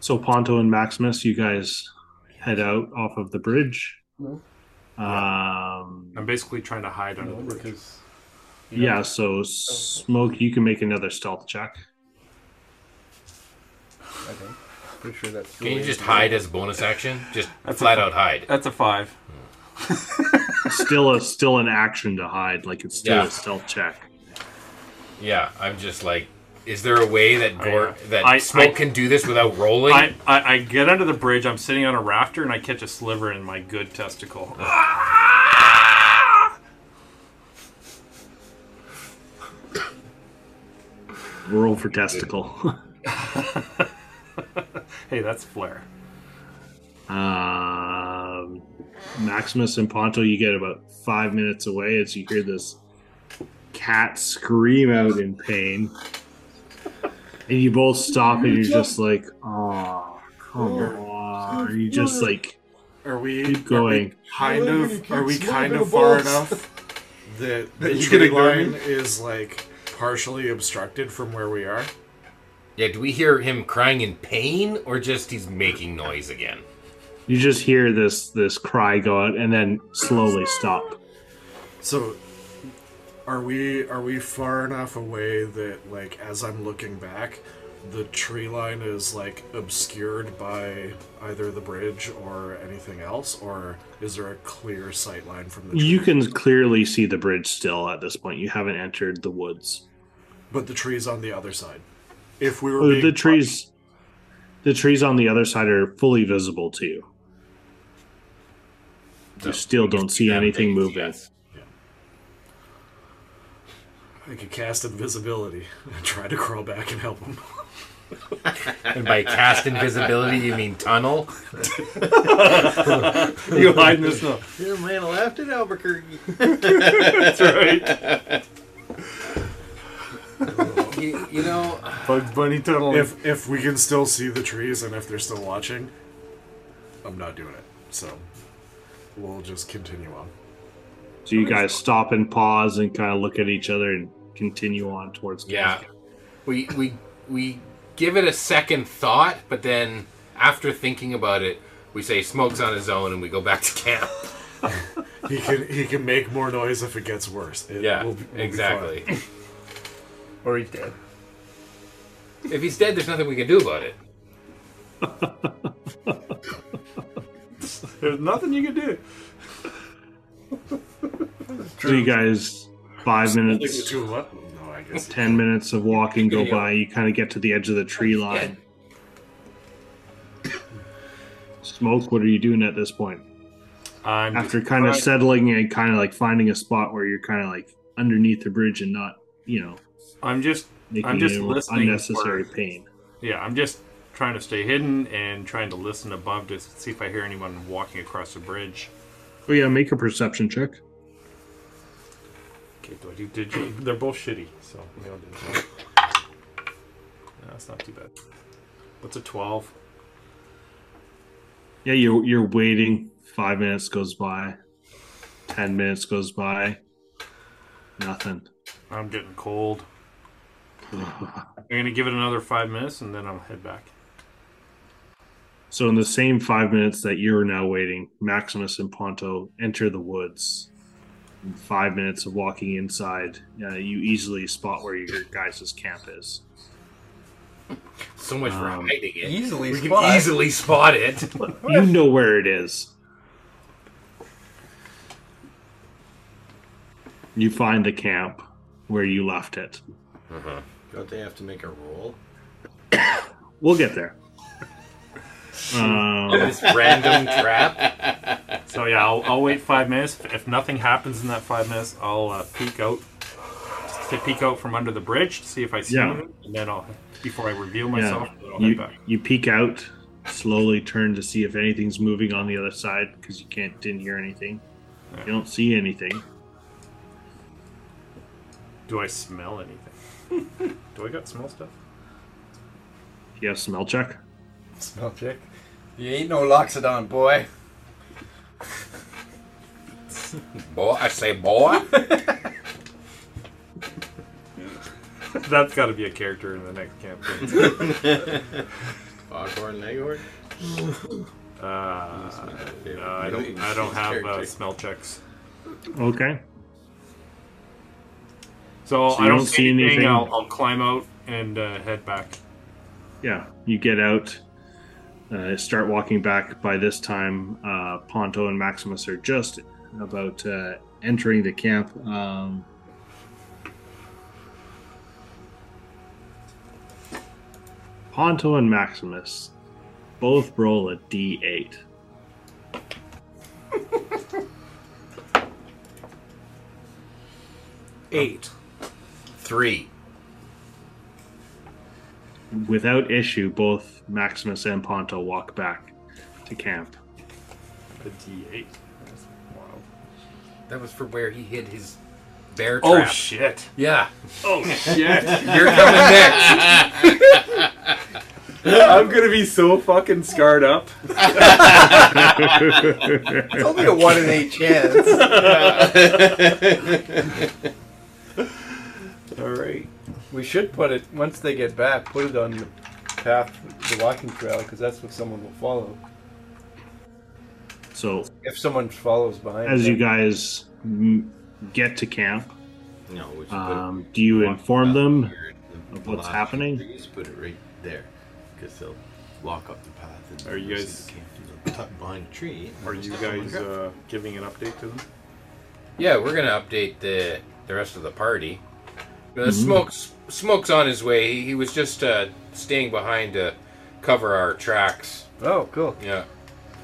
Speaker 7: So Ponto and Maximus, you guys head out off of the bridge. Um,
Speaker 6: I'm basically trying to hide under the bridge.
Speaker 2: Because You know?
Speaker 7: Yeah, so smoke, you can make another stealth check.
Speaker 2: I think. Pretty sure that's. the
Speaker 5: Can you
Speaker 2: way
Speaker 5: just
Speaker 2: it
Speaker 5: hide
Speaker 2: goes.
Speaker 5: as a bonus action? Just
Speaker 4: That's
Speaker 5: flat
Speaker 4: a-
Speaker 5: out hide.
Speaker 4: That's a five.
Speaker 7: Still a still an action to hide, like it's still
Speaker 5: Yeah.
Speaker 7: a stealth check.
Speaker 5: Yeah, I'm just like, is there a way that Gore,
Speaker 6: yeah.
Speaker 5: that
Speaker 6: I-
Speaker 5: Smoke
Speaker 6: I-
Speaker 5: can do this without rolling?
Speaker 6: I, I, I get under the bridge. I'm sitting on a rafter, and I catch a sliver in my good testicle.
Speaker 7: Roll for testicle.
Speaker 6: hey, that's flair.
Speaker 7: um, Maximus and Ponto, you get about five minutes away as you hear this cat scream out in pain, and you both stop and you're just like, "Oh, come on!" You just like
Speaker 9: Are we
Speaker 7: keep going.
Speaker 9: kind
Speaker 10: Well,
Speaker 9: of
Speaker 10: it
Speaker 9: are we
Speaker 10: keeps
Speaker 9: kind
Speaker 10: moving
Speaker 9: of far
Speaker 10: the balls.
Speaker 9: enough that the
Speaker 2: You
Speaker 9: tree
Speaker 2: can ignore
Speaker 9: line
Speaker 2: me.
Speaker 9: is like partially obstructed from where we are?
Speaker 5: yeah, do we hear him crying in pain or just he's making noise again?
Speaker 7: You just hear this this cry go out and then slowly stop.
Speaker 9: So are we are we far enough away that like as I'm looking back the tree line is like obscured by either the bridge or anything else or is there a clear sight line from the tree?
Speaker 7: You can clearly see the bridge still at this point. You haven't entered the woods.
Speaker 9: but the tree's on the other side. If we were
Speaker 7: Oh,
Speaker 9: being
Speaker 7: the trees the trees on the other side are fully visible to you. You still don't see anything moving.
Speaker 9: I could cast invisibility and try to crawl back and help him.
Speaker 5: And by cast invisibility, you mean tunnel?
Speaker 6: You hide in the snow.
Speaker 3: Your man left at Albuquerque.
Speaker 5: You, you know,
Speaker 6: Bugs Bunny tunnel.
Speaker 9: If if we can still see the trees and if they're still watching, I'm not doing it. So we'll just continue on.
Speaker 7: So you guys stop and pause and kind of look at each other and continue on towards
Speaker 5: yeah. We, we, we give it a second thought, but then after thinking about it, we say Smoke's on his own and we go back to camp.
Speaker 9: He can he can make more noise if it gets worse. It
Speaker 5: Yeah,
Speaker 9: will be- will be
Speaker 5: exactly.
Speaker 9: fine.
Speaker 2: Or he's dead.
Speaker 5: If he's dead, there's nothing we can do about it.
Speaker 6: There's nothing you can do.
Speaker 7: So you guys five
Speaker 9: The
Speaker 7: minutes
Speaker 9: two of us- No, I guess.
Speaker 7: ten minutes of walking go by, you kind of get to the edge of the tree line. Smoke, what are you doing at this point?
Speaker 6: I'm
Speaker 7: after kind of settling and kind of like finding a spot where you're kind of like underneath the bridge and not you know
Speaker 6: I'm just
Speaker 7: making
Speaker 6: I'm just
Speaker 7: it
Speaker 6: listening
Speaker 7: unnecessary
Speaker 6: for-
Speaker 7: pain
Speaker 6: yeah I'm just trying to stay hidden and trying to listen above to see if I hear anyone walking across the bridge.
Speaker 7: oh yeah make a perception check
Speaker 6: Okay, do I do digital? They're both shitty, so maybe I'll do digital. No, it's not too bad. What's a twelve?
Speaker 7: yeah you're, you're waiting five minutes goes by ten minutes goes by nothing
Speaker 6: I'm getting cold. I'm gonna give it another five minutes and then I'll head back.
Speaker 7: so in the same five minutes that you're now waiting maximus and ponto enter the woods in five minutes of walking inside uh, you easily spot where your guys' camp is
Speaker 5: So much for
Speaker 7: Um,
Speaker 5: hiding it.
Speaker 2: Easily
Speaker 5: We
Speaker 2: spot.
Speaker 5: can easily spot it.
Speaker 7: you know where it is. You find the camp where you left it.
Speaker 3: Don't they have to make a roll?
Speaker 7: We'll get there. Um,
Speaker 5: this random trap.
Speaker 6: So yeah, I'll, I'll wait five minutes. If, if nothing happens in that five minutes, I'll uh, peek out just to peek out from under the bridge to see if I see
Speaker 7: Yeah.
Speaker 6: anything, and then I'll before I reveal
Speaker 7: yeah,
Speaker 6: myself, then I'll head
Speaker 7: you,
Speaker 6: back.
Speaker 7: you peek out, slowly turn to see if anything's moving on the other side because you can't didn't hear anything. You don't see anything.
Speaker 6: Do I smell anything? Do I got smell stuff?
Speaker 7: You have smell check.
Speaker 2: Smell check.
Speaker 10: You ain't no Loxodon, boy.
Speaker 5: Boy, I say boy.
Speaker 6: That's got to be a character in the next campaign.
Speaker 3: Foghorn Leghorn?
Speaker 6: Uh, no, I don't. I don't have uh, smell checks.
Speaker 7: Okay.
Speaker 6: So,
Speaker 7: So
Speaker 6: I
Speaker 7: you
Speaker 6: don't
Speaker 7: don't
Speaker 6: see
Speaker 7: see
Speaker 6: anything.
Speaker 7: anything?
Speaker 6: I'll, I'll climb out and uh, head back.
Speaker 7: yeah, you get out, uh, start walking back. By this time, uh, Ponto and Maximus are just about uh, entering the camp. Um, Ponto and Maximus both roll a d8.
Speaker 9: Eight.
Speaker 5: Three.
Speaker 7: Without issue, both Maximus and Ponto walk back to camp.
Speaker 6: The D8.
Speaker 5: That was for where he hid his bear
Speaker 6: Oh,
Speaker 5: trap.
Speaker 6: shit.
Speaker 5: yeah.
Speaker 6: Oh, shit.
Speaker 5: You're coming next.
Speaker 6: I'm going to be so fucking scarred up.
Speaker 2: It's only a one in eight chance.
Speaker 6: All right.
Speaker 2: we should put it once they get back. Put it on the path, the walking trail, because that's what someone will follow.
Speaker 7: So,
Speaker 2: If someone follows behind,
Speaker 7: as you
Speaker 2: them.
Speaker 7: guys m- get to camp,
Speaker 4: No, we should
Speaker 7: Um,
Speaker 4: put it-
Speaker 7: do you
Speaker 4: walk
Speaker 7: inform
Speaker 4: up
Speaker 7: them
Speaker 4: here in the
Speaker 7: of what's
Speaker 4: velocity
Speaker 7: happening?
Speaker 4: trees, put it right there, because they'll walk up the path. And
Speaker 6: Are you
Speaker 4: they'll
Speaker 6: guys-
Speaker 4: see the camp, and they'll tuck behind a tree? and
Speaker 6: Are
Speaker 4: they'll
Speaker 6: you
Speaker 4: stop on the
Speaker 6: guys
Speaker 4: ground.
Speaker 6: uh, giving an update to them?
Speaker 5: yeah, we're gonna update the the rest of the party. Uh, Smokes Smokes on his way. He, he was just uh, staying behind to cover our tracks.
Speaker 2: oh, cool.
Speaker 5: Yeah.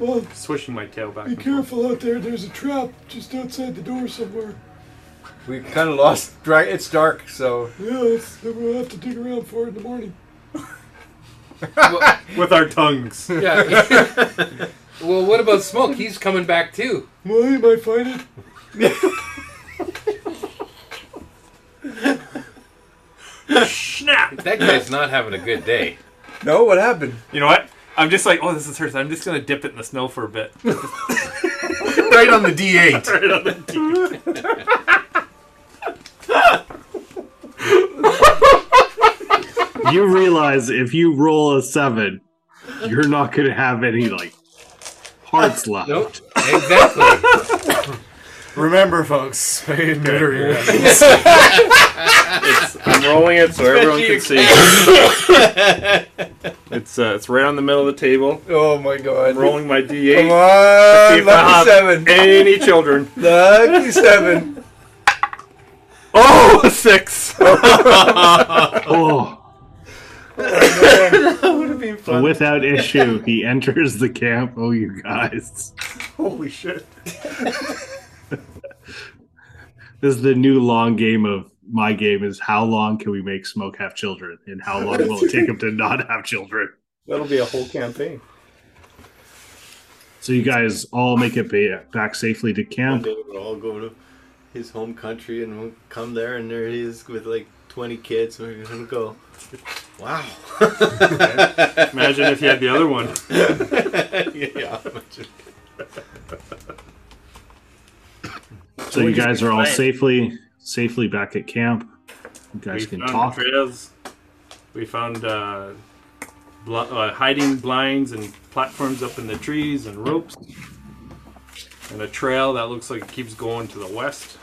Speaker 10: Oh,
Speaker 6: Swishing my tail back.
Speaker 10: be
Speaker 6: and forth.
Speaker 10: careful out there. There's a trap just outside the door somewhere.
Speaker 2: We kind of lost. Dry, it's dark, so
Speaker 10: Yeah, it's, we'll have to dig around for it in the morning.
Speaker 6: With our tongues.
Speaker 5: Yeah. well, what about Smoke? He's coming back too.
Speaker 10: Well, you might find it.
Speaker 6: Snap!
Speaker 5: That guy's not having a good day.
Speaker 2: no. What happened?
Speaker 6: You know what? I'm just like, oh, this is hers. I'm just going to dip it in the snow for a bit.
Speaker 5: Right on the D8.
Speaker 6: Right on the D.
Speaker 7: you realize if you roll a seven, you're not going to have any like hearts left.
Speaker 5: Nope. Exactly.
Speaker 9: Remember, folks, spay and neuter your animals.
Speaker 6: I'm rolling it so everyone can see. it's uh, it's right on the middle of the table.
Speaker 2: Oh my god.
Speaker 6: I'm rolling my
Speaker 2: Come
Speaker 6: D8. See
Speaker 2: on,
Speaker 6: if I have
Speaker 2: lucky seven.
Speaker 6: Any children?
Speaker 2: Lucky seven.
Speaker 6: Oh, a six.
Speaker 7: Oh. Without issue, he enters the camp. Oh, you guys.
Speaker 6: Holy shit!
Speaker 7: This is the new long game of my game is how long can we make Smoke have children? And how long will it take him to not have children?
Speaker 6: That'll be a whole campaign.
Speaker 7: So you guys all make it ba- back safely to
Speaker 4: One
Speaker 7: camp.
Speaker 4: day we'll all go to his home country and we'll come there, and there he is with like 20 kids. And we're gonna go, wow.
Speaker 6: Imagine if you had the other one.
Speaker 4: yeah.
Speaker 7: So you guys are all safely safely back at camp.
Speaker 6: We
Speaker 7: You guys can
Speaker 6: found
Speaker 7: talk.
Speaker 6: trails. We found uh, bl- uh, hiding blinds and platforms up in the trees and ropes, and a trail that looks like it keeps going to the west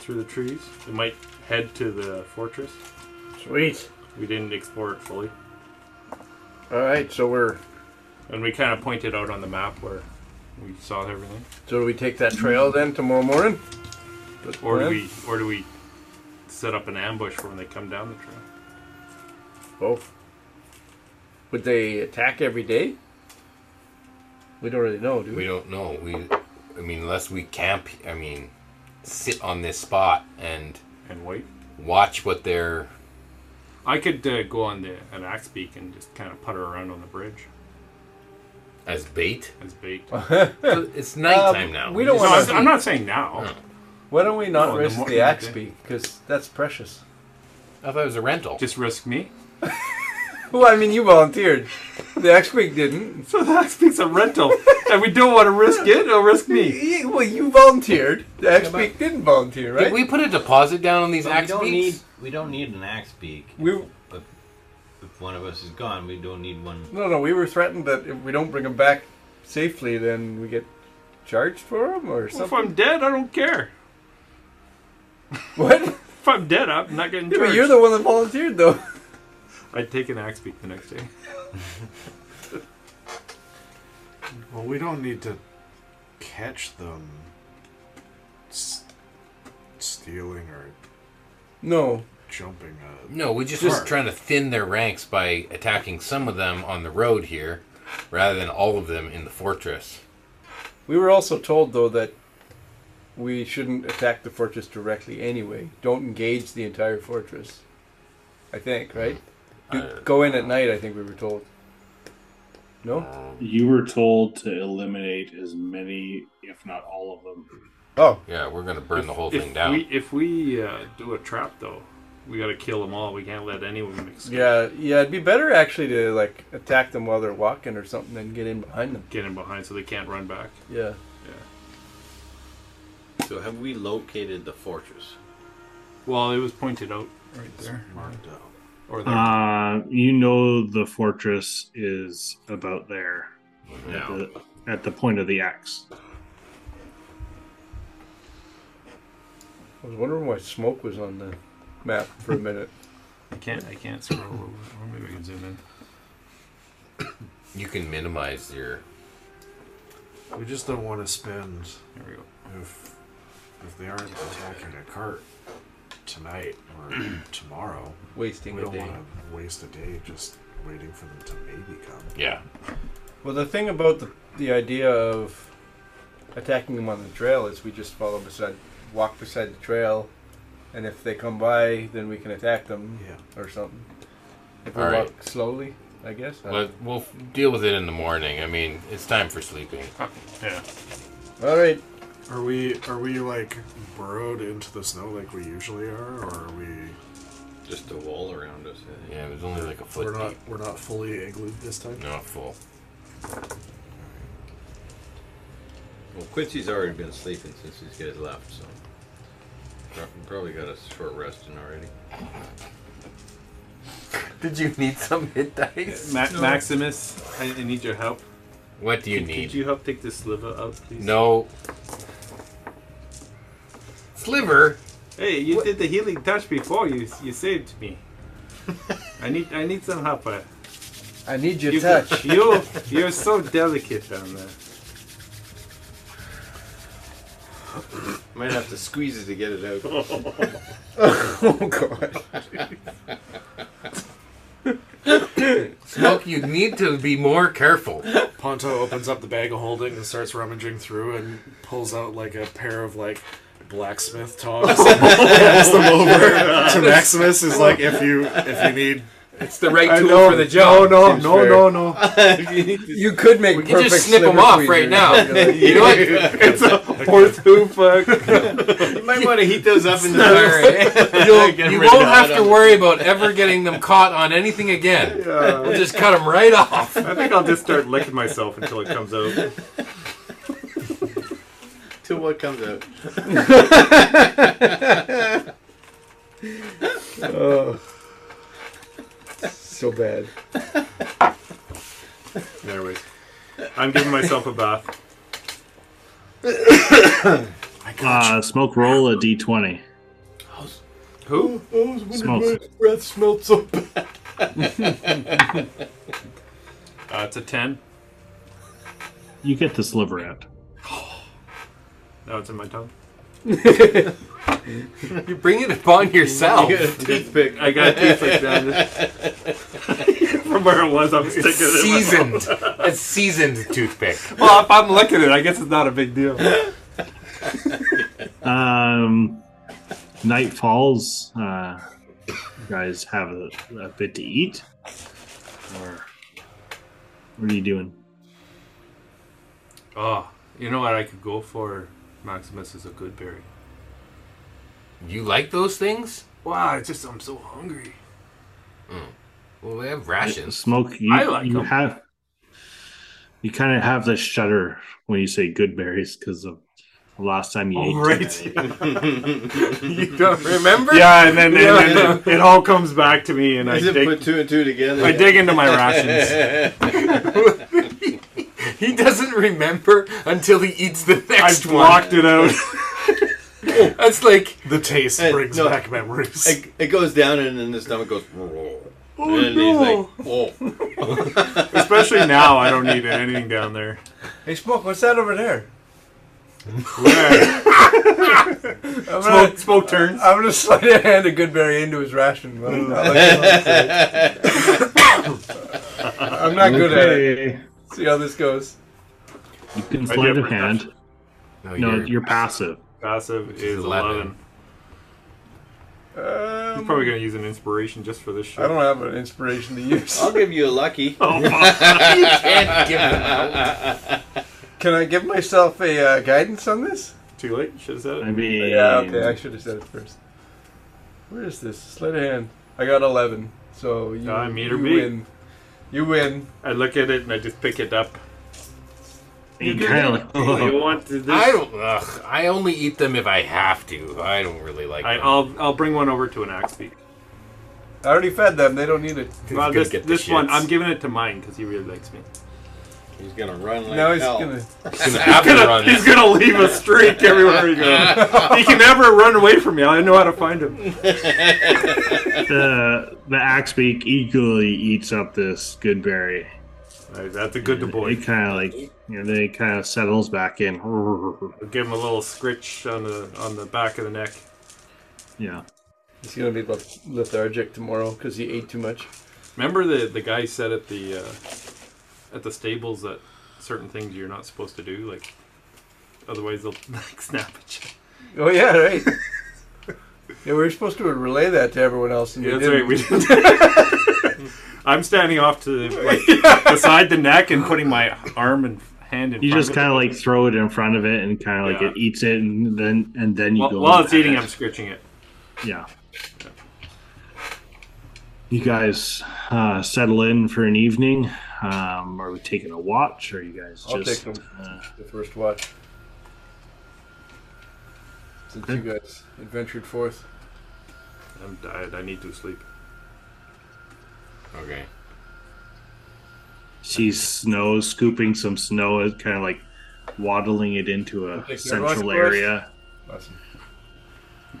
Speaker 6: through the trees. It might head to the fortress.
Speaker 8: Sweet.
Speaker 6: We didn't explore it fully,
Speaker 2: All right, so we're
Speaker 6: and we kind of pointed out on the map where we saw everything.
Speaker 2: so do we take that trail then tomorrow morning. Good
Speaker 6: Or do
Speaker 2: plan.
Speaker 6: we, or do we set up an ambush for when they come down the trail?
Speaker 2: both? Would they attack every day? We don't really know, do
Speaker 5: we
Speaker 2: we?
Speaker 5: don't know. We, I mean, unless we camp. I mean, sit on this spot and
Speaker 6: And wait.
Speaker 5: watch what they're.
Speaker 6: I could uh, go on the an axe beak and just kind of putter around on the bridge
Speaker 5: As bait,
Speaker 6: as bait.
Speaker 5: it's nighttime now.
Speaker 2: we don't
Speaker 6: No,
Speaker 2: want-
Speaker 6: I'm, I'm not saying now.
Speaker 2: Why don't we not
Speaker 6: No, the
Speaker 2: risk the,
Speaker 6: morning,
Speaker 2: axe
Speaker 6: okay.
Speaker 2: beak? Because that's precious.
Speaker 5: I thought it was a rental.
Speaker 6: Just risk me.
Speaker 2: Well, I mean, you volunteered. The axe beak didn't.
Speaker 6: So the axe beak's a rental, and we don't want to risk it. Or risk me.
Speaker 2: Yeah, Well, you volunteered. The axe beak didn't volunteer, right?
Speaker 5: Did we put a deposit down on these
Speaker 4: But we
Speaker 5: axe
Speaker 4: don't
Speaker 5: beaks?
Speaker 4: need we don't need an axe beak.
Speaker 2: We-
Speaker 4: but if one of us is gone, we don't need one.
Speaker 2: No, no, we were threatened that if we don't bring them back safely, then we get charged for them or
Speaker 6: If
Speaker 2: something.
Speaker 6: I'm dead, I don't care.
Speaker 2: What?
Speaker 6: if I'm dead, I'm not getting
Speaker 2: Yeah,
Speaker 6: charged.
Speaker 2: but you're the one that volunteered, though.
Speaker 6: I'd take an axe beat the next day.
Speaker 9: Well, we don't need to catch them s- stealing or
Speaker 2: No.
Speaker 9: jumping a
Speaker 5: No, we're just
Speaker 9: Just-
Speaker 5: trying to thin their ranks by attacking some of them on the road here, rather than all of them in the fortress.
Speaker 2: We were also told, though, that we shouldn't attack the fortress directly anyway. Don't engage the entire fortress. I think, right? Do-
Speaker 5: Uh,
Speaker 2: go in at night, I think we were told. No?
Speaker 7: You were told to eliminate as many, if not all of them.
Speaker 2: Oh.
Speaker 5: Yeah, we're gonna burn the whole
Speaker 6: if
Speaker 5: thing down.
Speaker 6: We, if we uh, do a trap, though, we gotta kill them all. We can't let anyone escape.
Speaker 2: Yeah, yeah, it'd be better actually to, like, attack them while they're walking or something than get in behind them.
Speaker 6: Get in behind so they can't run back.
Speaker 2: Yeah.
Speaker 3: So have we located the fortress?
Speaker 6: Well, it was pointed out right there.
Speaker 9: marked out.
Speaker 6: Or there.
Speaker 7: Uh, you know the fortress is about there at,
Speaker 3: No.
Speaker 7: the, at the point of the axe.
Speaker 2: I was wondering why smoke was on the map for a minute.
Speaker 6: I can't. I can't scroll over. Or maybe I can zoom in.
Speaker 5: You can minimize your.
Speaker 9: We just don't want to spend
Speaker 6: There we go.
Speaker 9: if if they aren't attacking a cart tonight or tomorrow.
Speaker 2: Wasting
Speaker 9: We
Speaker 2: a
Speaker 9: don't
Speaker 2: day.
Speaker 9: want to waste a day just waiting for them to maybe come.
Speaker 5: Yeah.
Speaker 2: Well, the thing about the, the idea of attacking them on the trail is we just follow beside, walk beside the trail, and if they come by, then we can attack them
Speaker 9: Yeah.
Speaker 2: or something. If we
Speaker 5: All right.
Speaker 2: walk slowly, I guess. I-
Speaker 5: But we'll f- deal with it in the morning. I mean, it's time for sleeping.
Speaker 6: Yeah.
Speaker 2: All right.
Speaker 9: Are we are we like burrowed into the snow like we usually are, or are we?
Speaker 3: Just a wall around us. eh?
Speaker 5: Yeah, it was only like a foot
Speaker 9: We're not
Speaker 5: deep.
Speaker 9: we're not fully iglooed this time.
Speaker 5: Not full.
Speaker 3: Well, Quincy's already been sleeping since these guys left, so Pro- probably got a short rest in already.
Speaker 5: Did you need some hit dice?
Speaker 6: Ma- Maximus, I, I need your help.
Speaker 5: What do you need?
Speaker 6: Could you help take this sliver out, please?
Speaker 5: No. Sliver?
Speaker 6: Hey, you did the healing touch before. You you saved me. I need I need some help. uh,
Speaker 2: I need your
Speaker 6: You
Speaker 2: touch.
Speaker 6: you you're so delicate down there.
Speaker 3: Might have to squeeze it to get it out.
Speaker 2: oh God.
Speaker 5: Smoke, you need to be more careful.
Speaker 9: Ponto opens up the bag of holding and starts rummaging through and pulls out like a pair of like blacksmith tongs and hands them over to Maximus. Is like if you if you need
Speaker 5: It's the right
Speaker 2: I
Speaker 5: tool
Speaker 2: know.
Speaker 5: for the job.
Speaker 2: No,
Speaker 9: no no no
Speaker 2: You could make
Speaker 5: We can
Speaker 2: perfect
Speaker 5: just snip
Speaker 2: sliver
Speaker 5: them off
Speaker 2: tweezers.
Speaker 5: right now. you know what?
Speaker 2: Horse hoof. uh,
Speaker 3: you might want to heat those up in the fire.
Speaker 5: You'll,
Speaker 3: Get
Speaker 5: you
Speaker 3: rid
Speaker 5: won't
Speaker 3: of
Speaker 5: have
Speaker 3: it.
Speaker 5: to worry about ever getting them caught on anything again. We'll just cut them right off.
Speaker 6: I think I'll just start licking myself until it comes out.
Speaker 3: Till what comes out.
Speaker 2: so bad.
Speaker 6: Anyways, I'm giving myself a bath.
Speaker 7: Uh, smoke roll a d20.
Speaker 6: Who?
Speaker 10: I was wondering why
Speaker 7: Smells.
Speaker 10: his breath smelled so bad.
Speaker 6: Uh, it's a ten.
Speaker 7: You get the sliver out.
Speaker 6: No, it's in my tongue.
Speaker 5: You bring it upon yourself.
Speaker 3: Toothpick.
Speaker 6: I got a teeth like that. From where it was, I'm sticking it. in my-
Speaker 5: Seasoned. A seasoned toothpick.
Speaker 6: Well, if I'm licking it, I guess it's not a big deal.
Speaker 7: Um, night falls. Uh, you guys have a, a bit to eat, or what are you doing?
Speaker 6: Oh, you know what I could go for? Maximus is a good berry.
Speaker 5: You like those things?
Speaker 6: Wow, it's just I'm so hungry.
Speaker 5: Well, they have rations.
Speaker 7: Smoke. You,
Speaker 6: I like
Speaker 7: you
Speaker 6: 'em.
Speaker 7: have. You kind of have this shudder when you say good berries because of the last time
Speaker 6: Oh,
Speaker 7: you ate.
Speaker 6: you don't
Speaker 5: Remember?
Speaker 6: Yeah, and then, and then it, it all comes back to me, and I
Speaker 3: Doesn't
Speaker 6: dig,
Speaker 3: put two and two together.
Speaker 6: I dig into my rations.
Speaker 5: He doesn't remember until he eats the
Speaker 6: I
Speaker 5: next one.
Speaker 6: blocked it out.
Speaker 5: That's like
Speaker 9: The taste
Speaker 3: Uh,
Speaker 9: brings
Speaker 3: no.
Speaker 9: back memories.
Speaker 3: It, it goes down and then the stomach goes. Oh,
Speaker 6: Oh,
Speaker 3: and
Speaker 6: no.
Speaker 3: he's like, oh.
Speaker 6: Especially now, I don't need anything down there.
Speaker 2: Hey, Smoke, what's that over there?
Speaker 6: Where?
Speaker 2: I'm gonna,
Speaker 6: Smoke, smoke turns.
Speaker 2: I'm gonna slide a hand of Goodberry into his ration. but I'm not like- I'm not good at it.
Speaker 7: Okay.
Speaker 2: See how this goes.
Speaker 7: You can
Speaker 6: do
Speaker 7: slide
Speaker 6: have
Speaker 7: a hand.
Speaker 6: perception.
Speaker 7: No,
Speaker 5: you're-
Speaker 7: you're passive.
Speaker 6: Passive is
Speaker 5: 11.
Speaker 6: 11.
Speaker 2: Um,
Speaker 6: He's probably going to use an inspiration just for this
Speaker 2: I
Speaker 6: shit.
Speaker 2: don't have an inspiration to use.
Speaker 3: I'll give you a lucky.
Speaker 5: can't give them out.
Speaker 2: Can I give myself a uh, guidance on this?
Speaker 6: Too late? Should have said
Speaker 7: I
Speaker 6: it.
Speaker 7: mean,
Speaker 2: Yeah, okay, I should have said it first. Where is this? Slide a hand. I got 11, so you,
Speaker 6: Ah, meter
Speaker 2: you
Speaker 6: beat.
Speaker 2: win. You win.
Speaker 6: I look at it and I just pick it up. Oh.
Speaker 7: you kind of like,
Speaker 6: you want this?
Speaker 5: I don't. Ugh, I only eat them if I have to. I don't really like.
Speaker 6: I,
Speaker 5: them.
Speaker 6: I'll, I'll bring one over to an axe feet.
Speaker 2: I already fed them, they don't need it.
Speaker 5: He's
Speaker 6: Well,
Speaker 5: gonna
Speaker 6: this
Speaker 5: get the
Speaker 6: this one,
Speaker 5: shits.
Speaker 6: I'm giving it to mine because he really likes me.
Speaker 3: He's gonna run like
Speaker 2: now he's
Speaker 3: hell.
Speaker 2: gonna.
Speaker 5: He's gonna have to run.
Speaker 6: He's gonna leave a streak everywhere he goes. he can never run away from me. I know how to find him.
Speaker 7: the the axe beak equally eats up this good berry.
Speaker 6: Like, that's a good boy.
Speaker 7: It kind of like, you know, then it kind of settles back in.
Speaker 6: Give him a little scritch on the on the back of the neck.
Speaker 7: Yeah.
Speaker 2: He's gonna be leth- lethargic tomorrow because he ate too much.
Speaker 6: Remember the the guy said at the uh, at the stables that certain things you're not supposed to do, like otherwise they'll like snap at you.
Speaker 2: Oh yeah, right. yeah, we were supposed to relay that to everyone else, and
Speaker 6: Yeah,
Speaker 2: we
Speaker 6: that's right.
Speaker 2: didn't.
Speaker 6: We did. I'm standing off to the, like, beside the neck and putting my arm and hand in.
Speaker 7: You
Speaker 6: front
Speaker 7: just
Speaker 6: it.
Speaker 7: kind of like throw it in front of it and kind of like
Speaker 6: Yeah.
Speaker 7: it eats it and then and then you
Speaker 6: While,
Speaker 7: go.
Speaker 6: while it's
Speaker 7: at
Speaker 6: eating,
Speaker 7: it.
Speaker 6: I'm scritching it.
Speaker 7: Yeah. You guys uh, settle in for an evening. Um, are we taking a watch? Or are you guys
Speaker 2: I'll
Speaker 7: just
Speaker 2: take them. The first watch. Since you guys adventured forth,
Speaker 6: I'm tired. I need to sleep.
Speaker 5: Okay.
Speaker 7: see snow scooping some snow and kind of like waddling it into a
Speaker 2: take the rock
Speaker 7: central
Speaker 2: first.
Speaker 7: area?
Speaker 2: awesome.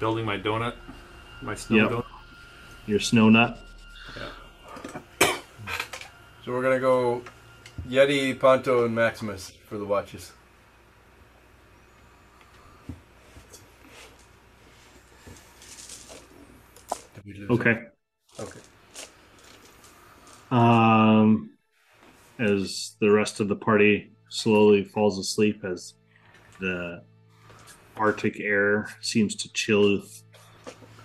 Speaker 6: Building my donut, my snow
Speaker 7: Yep.
Speaker 6: donut.
Speaker 7: Your snow nut.
Speaker 2: So we're gonna go Yeti, Ponto, and Maximus for the watches. Did we lose him?
Speaker 7: Okay.
Speaker 2: Okay.
Speaker 7: Um, as the rest of the party slowly falls asleep, as the Arctic air seems to chill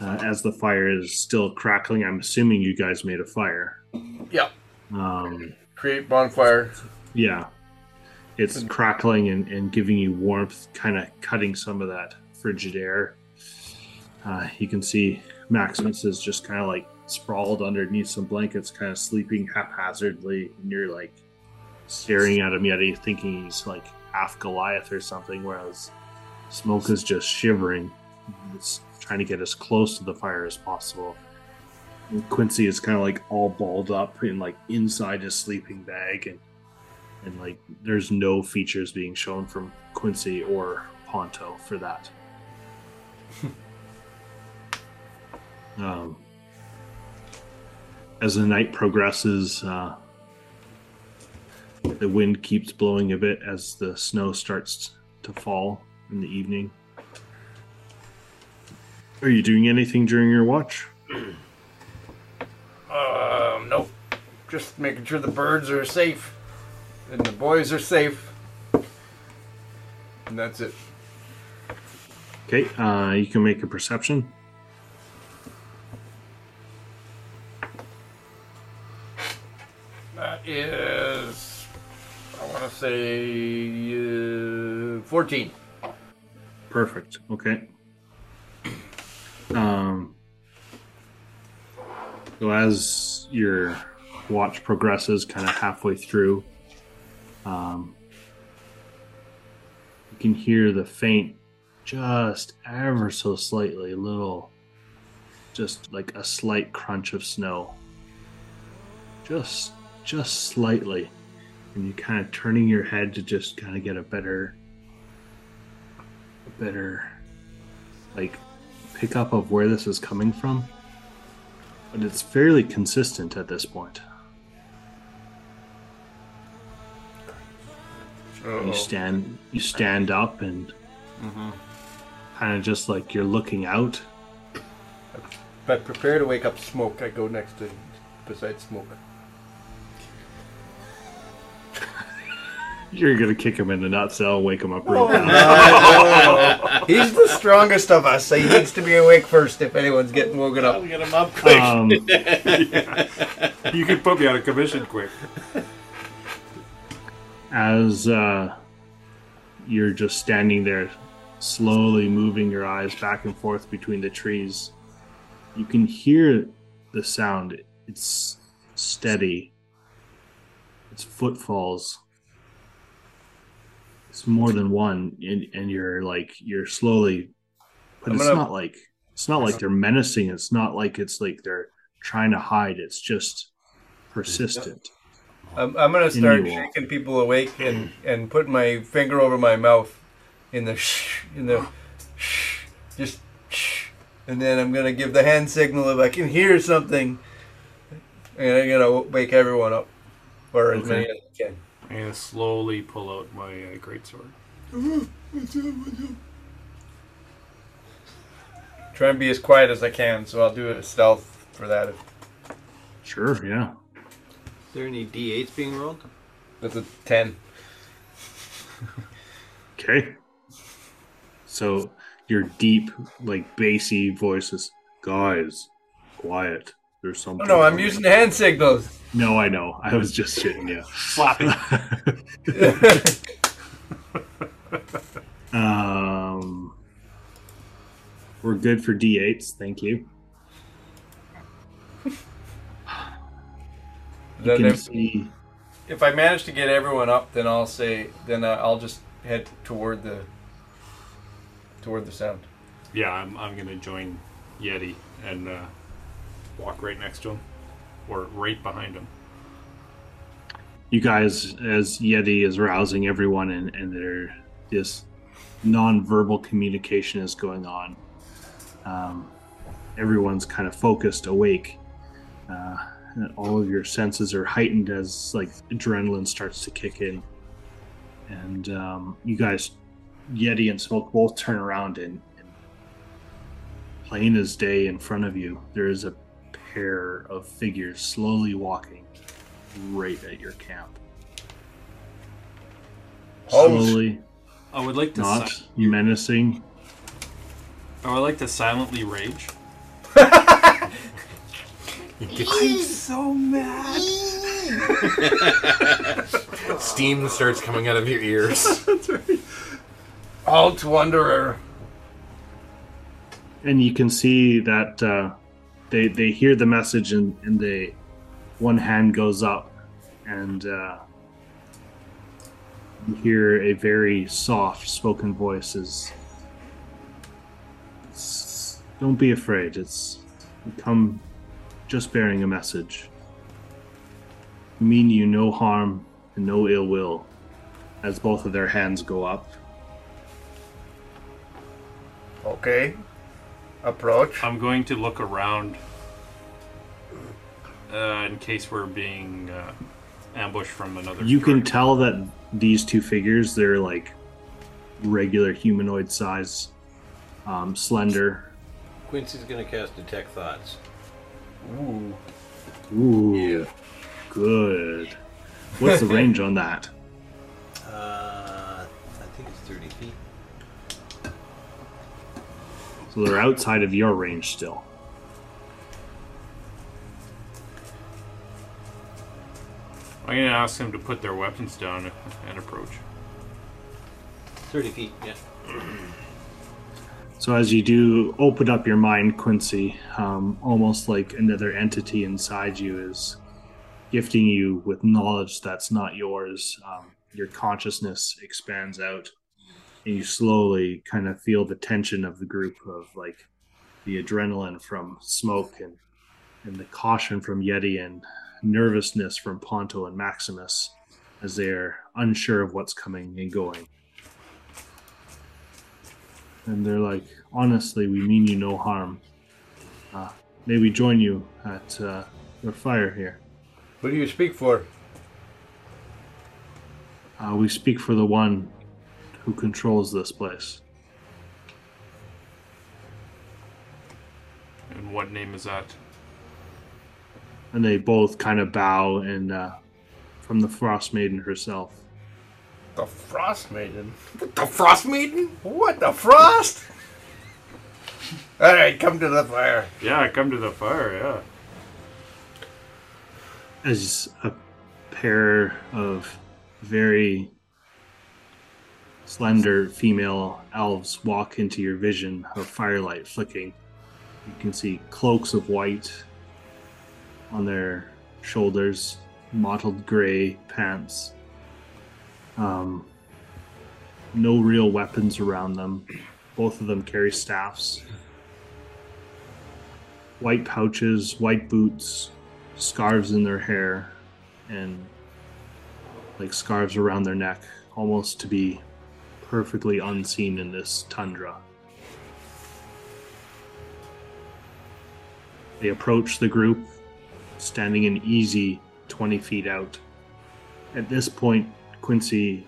Speaker 7: uh, as the fire is still crackling. I'm assuming you guys made a fire.
Speaker 2: Yeah.
Speaker 7: Um,
Speaker 2: Create bonfire.
Speaker 7: yeah. It's crackling and, and giving you warmth, kind of cutting some of that frigid air. Uh, you can see Maximus is just kind of like sprawled underneath some blankets, kind of sleeping haphazardly. And you're like staring at him, yet he's thinking he's like half Goliath or something, whereas Smoke is just shivering. It's trying to get as close to the fire as possible. And Quincy is kind of like all balled up and like inside his sleeping bag and and like there's no features being shown from Quincy or Ponto for that. um, as the night progresses, uh, the wind keeps blowing a bit as the snow starts to fall in the evening. Are you doing anything during your watch?
Speaker 2: Um, nope. Just making sure the birds are safe and the boys are safe. And that's it.
Speaker 7: Okay, uh, you can make a perception.
Speaker 2: That is, I want to say, uh, 14.
Speaker 7: Perfect. Okay. Um, so as your watch progresses, kind of halfway through, um, you can hear the faint, just ever so slightly, little, just like a slight crunch of snow. Just, just slightly, and you kind of turning your head to just kind of get a better better like pickup of where this is coming from, but it's fairly consistent at this point. You stand, you stand up, and kind of just like you're looking out.
Speaker 2: But prepare to wake up smoke. I go next to beside smoke.
Speaker 7: You're gonna kick him in the nutsack and wake him up real fast.
Speaker 2: He's the strongest of us, so he needs to be awake first if anyone's getting woken up.
Speaker 3: Get him up quick.
Speaker 7: Um,
Speaker 6: You could put me out of commission quick.
Speaker 7: as uh, you're just standing there, slowly moving your eyes back and forth between the trees, you can hear the sound. It's steady, it's footfalls. It's more than one, and, and you're like, you're slowly, but
Speaker 2: I'm
Speaker 7: it's
Speaker 2: gonna-
Speaker 7: not like. It's not like they're menacing. It's not like it's like they're trying to hide. It's just persistent.
Speaker 2: I'm, I'm gonna start
Speaker 7: you all.
Speaker 2: shaking people awake and and put my finger over my mouth in the shh in the shh just shh and then I'm gonna give the hand signal if I can hear something and I'm gonna wake everyone up or as many as I can.
Speaker 6: I'm gonna slowly pull out my uh, greatsword.
Speaker 2: Try and be as quiet as I can, so I'll do it stealth for that.
Speaker 7: Sure, yeah.
Speaker 4: Is there any D8s being rolled?
Speaker 2: That's a ten.
Speaker 7: Okay. So your deep, like bassy voices, guys, quiet. There's something.
Speaker 2: Oh, no, I'm
Speaker 7: coming."
Speaker 2: using hand signals.
Speaker 7: No, I know. I was just shitting you.
Speaker 6: Slapping.
Speaker 7: Um, we're good for D8s. Thank you. You
Speaker 2: Then
Speaker 7: can
Speaker 2: if,
Speaker 7: see.
Speaker 2: if I manage to get everyone up, then I'll say then uh, I'll just head toward the toward the sound.
Speaker 6: Yeah, I'm, I'm gonna join Yeti and uh, walk right next to him, or right behind him.
Speaker 7: you guys as yeti is rousing everyone and, and their this non-verbal communication is going on um, everyone's kind of focused awake uh, and all of your senses are heightened as like adrenaline starts to kick in and um, you guys yeti and smoke both turn around and, and plain as day in front of you there is a pair of figures slowly walking right at your camp.
Speaker 2: Oh.
Speaker 7: Slowly,
Speaker 6: I would like to.
Speaker 7: not
Speaker 6: si-
Speaker 7: menacing.
Speaker 6: I would like to silently rage.
Speaker 5: Steam starts coming out of your ears.
Speaker 2: Alt Wanderer.
Speaker 7: And you can see that uh, they they hear the message and, and they one hand goes up and uh, you hear a very soft spoken voice is "It's- don't be afraid it's you come just bearing a message We mean you no harm and no ill will as both of their hands go up
Speaker 2: Okay. Approach.
Speaker 6: I'm going to look around uh, in case we're being uh, ambushed from another.
Speaker 7: You can
Speaker 6: direction.
Speaker 7: tell that these two figures, they're like regular humanoid size, um, slender.
Speaker 3: Quincy's gonna cast detect thoughts.
Speaker 2: Ooh.
Speaker 7: Ooh, good. What's the range on that?
Speaker 4: Uh, I think it's 30 feet.
Speaker 7: So they're outside of your range still.
Speaker 6: I'm gonna ask them to put their weapons down and approach.
Speaker 4: 30 feet, yeah.
Speaker 7: So as you do open up your mind, Quincy, um, almost like another entity inside you is gifting you with knowledge that's not yours. Um, your consciousness expands out, and you slowly kind of feel the tension of the group of like the adrenaline from smoke and and the caution from Yeti and nervousness from Ponto and Maximus as they're unsure of what's coming and going. and they're like, honestly, we mean you no harm. Uh, may we join you at uh, your fire here?
Speaker 2: Who do you speak for?
Speaker 7: Uh, we speak for the one who controls this place.
Speaker 6: And what name is that?
Speaker 7: And they both kind of bow, and uh, from the Frost Maiden herself.
Speaker 2: The Frost Maiden.
Speaker 5: The Frost Maiden?
Speaker 2: What the frost? All right, come to the fire.
Speaker 6: Yeah, come to the fire, yeah.
Speaker 7: as a pair of very slender female elves walk into your vision of firelight flicking. You can see cloaks of white on their shoulders, mottled gray pants. Um, no real weapons around them. Both of them carry staffs. White pouches, white boots, scarves in their hair and like scarves around their neck, almost to be perfectly unseen in this tundra. They approach the group, standing an easy 20 feet out. At this point, Quincy,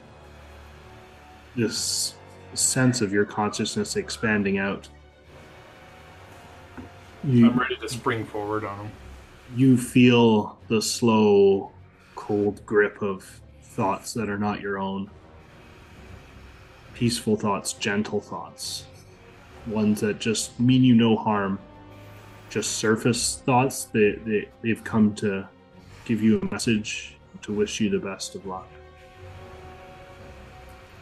Speaker 7: this sense of your consciousness expanding out, you,
Speaker 6: I'm ready to spring forward on him.
Speaker 7: you feel the slow, cold grip of thoughts that are not your own. Peaceful thoughts, gentle thoughts. Ones that just mean you no harm. Just surface thoughts that they, they've come to give you a message to wish you the best of luck.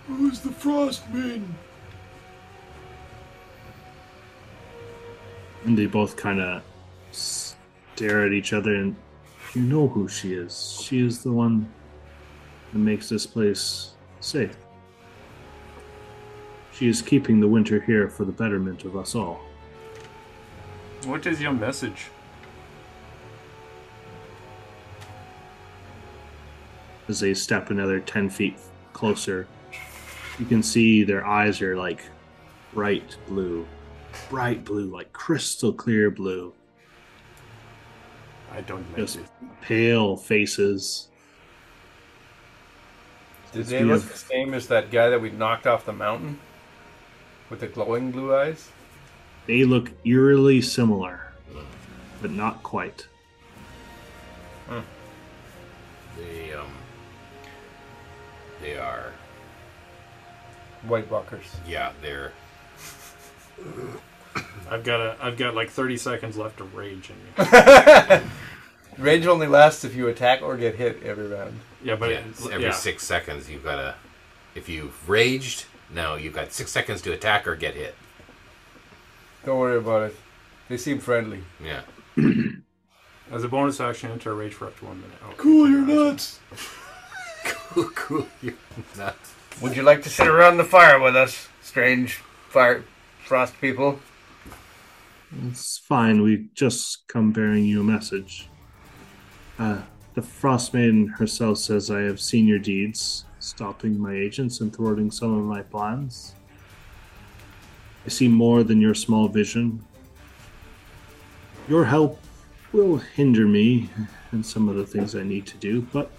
Speaker 10: Who's the frost maiden?
Speaker 7: And they both kind of stare at each other and you know who she is. She is the one that makes this place safe. She is keeping the winter here for the betterment of us all.
Speaker 6: What is your message?
Speaker 7: As they step another 10 feet closer, you can see their eyes are like bright blue. Bright blue, like crystal clear blue.
Speaker 6: I don't like
Speaker 7: Just
Speaker 6: it.
Speaker 7: pale faces.
Speaker 2: Did they look the same as that guy that we knocked off the mountain with the glowing blue eyes?
Speaker 7: They look eerily similar, but not quite.
Speaker 5: They um, they are.
Speaker 2: White Walkers.
Speaker 5: Yeah, they're.
Speaker 6: I've got a I've got like thirty seconds left of rage in me.
Speaker 2: Rage only lasts if you attack or get hit every round.
Speaker 6: Yeah, but
Speaker 5: yeah,
Speaker 6: it-
Speaker 5: it's every
Speaker 6: yeah.
Speaker 5: six seconds you've got to. If you've raged, no, you've got six seconds to attack or get hit.
Speaker 2: Don't worry about it. They seem friendly.
Speaker 5: Yeah.
Speaker 6: As a bonus action, enter rage for up to one minute. Oh, Okay,
Speaker 10: Cool your
Speaker 6: gotcha.
Speaker 10: nuts.
Speaker 5: cool, cool. You're nuts.
Speaker 2: Would you like to sit around the fire with us, strange fire frost people?
Speaker 7: It's fine. We just come bearing you a message. Uh, the Frost Maiden herself says, I have seen your deeds, stopping my agents and thwarting some of my plans. I see more than your small vision. Your help will hinder me and some of the things I need to do, but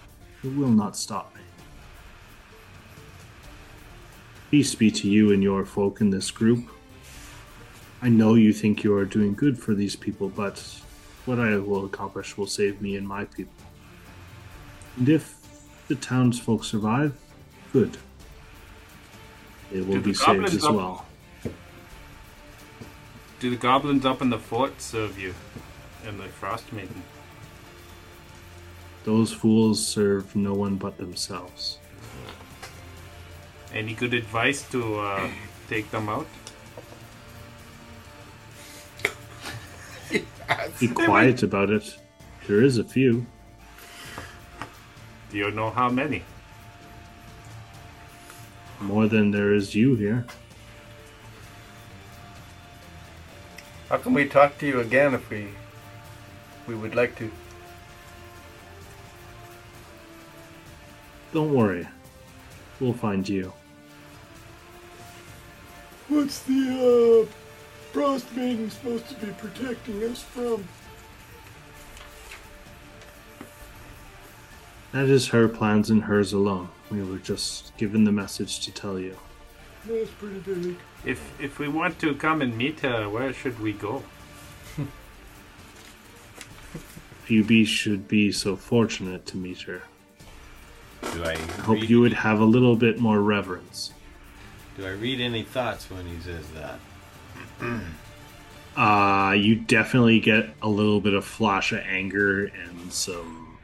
Speaker 7: it will not stop me. Peace be to you and your folk in this group. I know you think you are doing good for these people, but what I will accomplish will save me and my people. And if the townsfolk survive, good. They will
Speaker 6: Do the
Speaker 7: be saved
Speaker 6: goblins
Speaker 7: as
Speaker 6: up-
Speaker 7: well.
Speaker 6: Do the goblins up in the fort serve you? And the frost maiden.
Speaker 7: Those fools serve no one but themselves.
Speaker 6: Any good advice to uh, take them out?
Speaker 7: Be quiet about it. There is a few.
Speaker 6: Do you know how many?
Speaker 7: More than there is you here.
Speaker 2: How can we talk to you again if we we would like to?
Speaker 7: Don't worry. We'll find you.
Speaker 10: What What's the uh, frost maiden supposed to be protecting us from?
Speaker 7: That is her plans and hers alone. We were just given the message to tell you.
Speaker 10: That's pretty big.
Speaker 6: If if we want to come and meet her, where should we go?
Speaker 7: You be should be so fortunate to meet her.
Speaker 3: Do I
Speaker 7: I hope
Speaker 3: read-
Speaker 7: you would have a little bit more reverence.
Speaker 3: Do I read any thoughts when he says that?
Speaker 7: Uh, you definitely get a little bit of flash of anger and some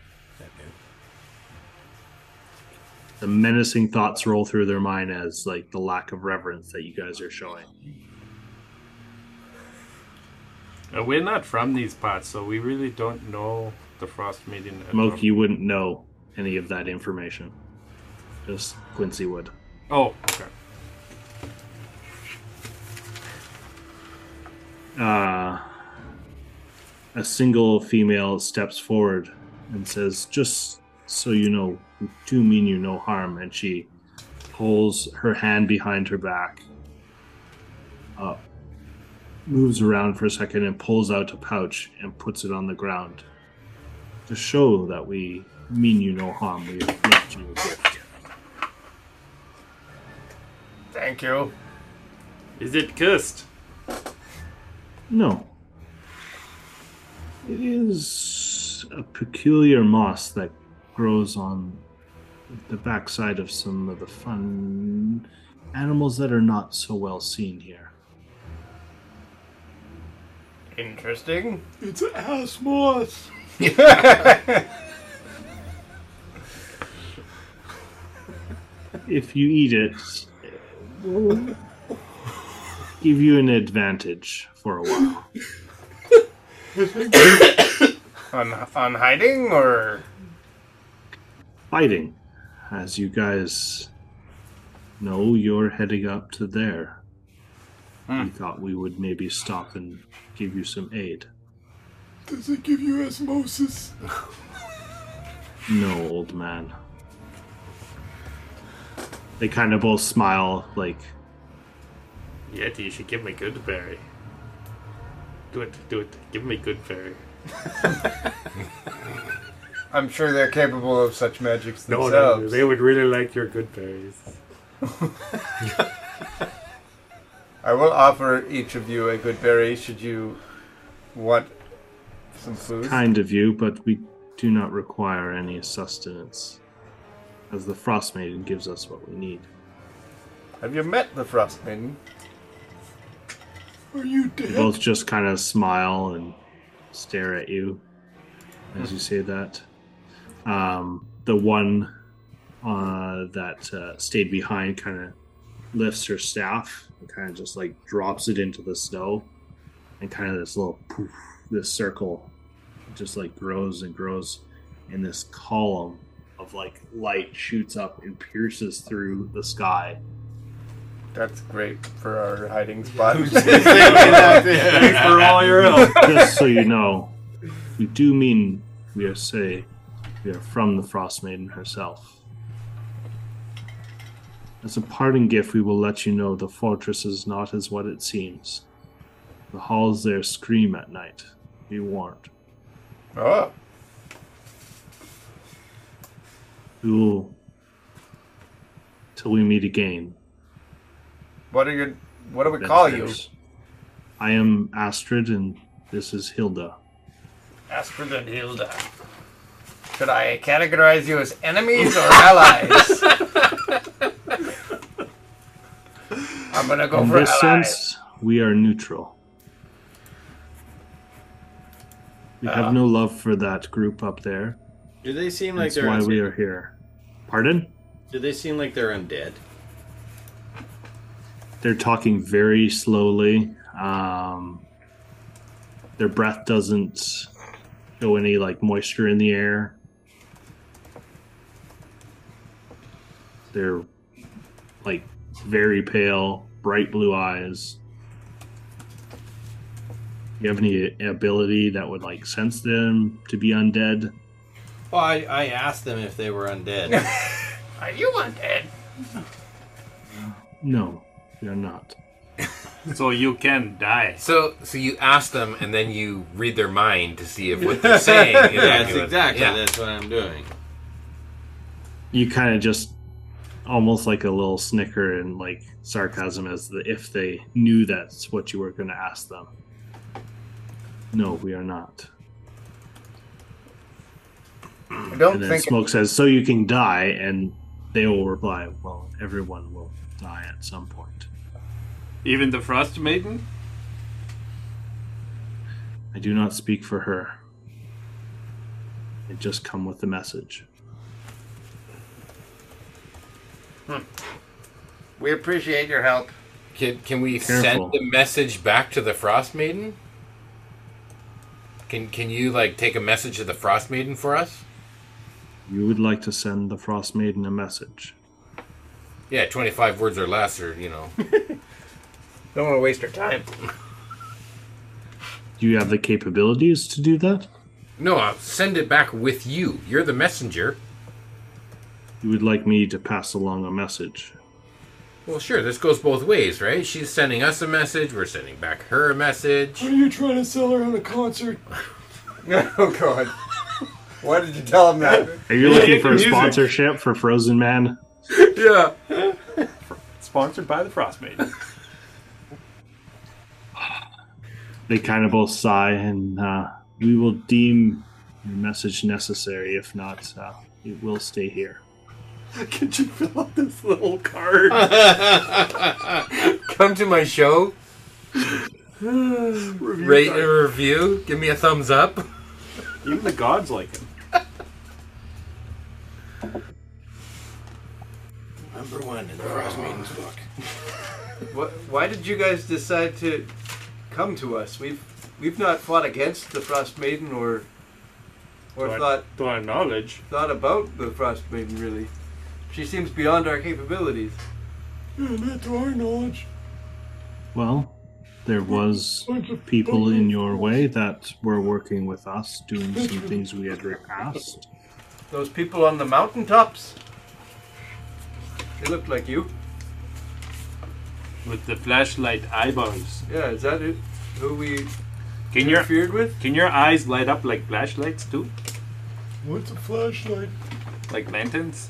Speaker 7: the menacing thoughts roll through their mind as like the lack of reverence that you guys are showing.
Speaker 6: Uh, we're not from these parts, so we really don't know the Frost Maiden. at all.
Speaker 7: Moke, you wouldn't know any of that information. Just Quincy would.
Speaker 6: Oh, okay.
Speaker 7: uh, a single female steps forward and says, "Just so you know, we do mean you no harm." And she pulls her hand behind her back, up, moves around for a second, and pulls out a pouch and puts it on the ground to show that we mean you no harm. We have left you a gift.
Speaker 2: Thank you.
Speaker 6: Is it cursed?
Speaker 7: No. It is a peculiar moss that grows on the backside of some of the fun animals that are not so well seen here.
Speaker 2: Interesting.
Speaker 10: It's a house moss.
Speaker 7: If you eat it, it will give you an advantage for a while.
Speaker 2: On on hiding or
Speaker 7: Fighting, as you guys know, you're heading up to there. We thought we would maybe stop and give you some aid.
Speaker 10: Does it give you osmosis?
Speaker 7: No, old man. They kind of both smile, like,
Speaker 6: Yeti, you should give me good berry. Do it, do it. Give me good berry.
Speaker 2: I'm sure they're capable of such magics
Speaker 6: No,
Speaker 2: themselves.
Speaker 6: no, they would really like your good berries.
Speaker 2: I will offer each of you a good berry should you want some food.
Speaker 7: kind of you, but we do not require any sustenance, as the Frost Maiden gives us what we need.
Speaker 2: Have you met the Frost Maiden?
Speaker 10: Are you
Speaker 7: They
Speaker 10: dead?
Speaker 7: both just kind of smile and stare at you as you say that. Um, the one uh, that uh, stayed behind kind of lifts her staff and kind of just like drops it into the snow, and kind of this little poof, this circle just like grows and grows, and this column of like light shoots up and pierces through the sky.
Speaker 2: That's great for our hiding spot.
Speaker 6: Thanks for all your help.
Speaker 7: just so you know, we do mean we are say we are from the Frost Maiden herself. As a parting gift, we will let you know the fortress is not as what it seems. The halls there scream at night. Be warned.
Speaker 2: oh,
Speaker 7: We will till we meet again.
Speaker 2: what are your what do we call you?
Speaker 7: adventurers. I am Astrid, and this is Hilda.
Speaker 2: Astrid and Hilda. Should I categorize you as enemies or allies? I'm gonna go
Speaker 7: In
Speaker 2: for
Speaker 7: this
Speaker 2: allies.
Speaker 7: sense, we are neutral. We have no love for that group up there.
Speaker 3: Do they seem like
Speaker 7: That's
Speaker 3: they're
Speaker 7: why
Speaker 3: uns-
Speaker 7: we are here. Pardon?
Speaker 3: Do they seem like they're undead?
Speaker 7: They're talking very slowly. Um, their breath doesn't show any like moisture in the air. They're like very pale, bright blue eyes. You have any ability that would like sense them to be undead?
Speaker 3: Well, I, I asked them if they were undead.
Speaker 2: Are you undead?
Speaker 7: No, they're not.
Speaker 6: so you can die.
Speaker 5: So, so you ask them, and then you read their mind to see if what they're saying. is
Speaker 3: yes,
Speaker 5: accurate.
Speaker 3: exactly.
Speaker 5: Yeah.
Speaker 3: That's what I'm doing.
Speaker 7: You kind of just almost like a little snicker and like sarcasm as the, if they knew that's what you were going to ask them. No, we are not.
Speaker 2: I don't
Speaker 7: And then
Speaker 2: think
Speaker 7: Smoke says, "So you can die," and they will reply, "Well, everyone will die at some point."
Speaker 6: Even the Frost Maiden?
Speaker 7: I do not speak for her. I just come with the message.
Speaker 5: We appreciate your help. Can, can we
Speaker 7: Careful.
Speaker 5: send the message back to the Frost Maiden? Can Can you like take a message to the Frost Maiden for us?
Speaker 7: You would like to send the Frost Maiden a message.
Speaker 5: Yeah, twenty five words or less, or you know.
Speaker 2: don't want to waste our time.
Speaker 7: Do you have the capabilities to do that?
Speaker 5: No, I'll send it back with you. You're the messenger.
Speaker 7: You would like me to pass along a message.
Speaker 5: Well, sure. This goes both ways, right? She's sending us a message. We're sending back her a message.
Speaker 10: What are you trying to sell her on a concert?
Speaker 2: oh God! Why did you tell him that?
Speaker 7: Are you looking for a sponsorship for Frozen Man?
Speaker 5: Yeah.
Speaker 6: Sponsored by the Frost Maiden.
Speaker 7: They kind of both sigh, and uh, we will deem your message necessary. If not, uh, it will stay here.
Speaker 10: Could you fill out this little card?
Speaker 9: Uh.
Speaker 5: Come to my show. Rate and review. Give me a thumbs up.
Speaker 6: Even the gods like him.
Speaker 3: Number one in the Frost Maiden's book.
Speaker 2: What, why did you guys decide to come to us? We've we've not fought against the Frost Maiden or or
Speaker 6: Right.
Speaker 2: thought
Speaker 6: To our knowledge,
Speaker 2: thought about the Frost Maiden really. She seems beyond our capabilities.
Speaker 10: yeah, not to our knowledge.
Speaker 7: Well, there was
Speaker 10: Bunch of
Speaker 7: people in your way that were working with us, doing some things we had asked.
Speaker 2: Those people on the mountaintops. They look like you.
Speaker 6: with the flashlight eyeballs.
Speaker 2: Yeah, is that it? Who we
Speaker 6: Can your
Speaker 2: interfered with?
Speaker 6: can your eyes light up like flashlights too?
Speaker 10: What's a flashlight?
Speaker 6: Like lanterns?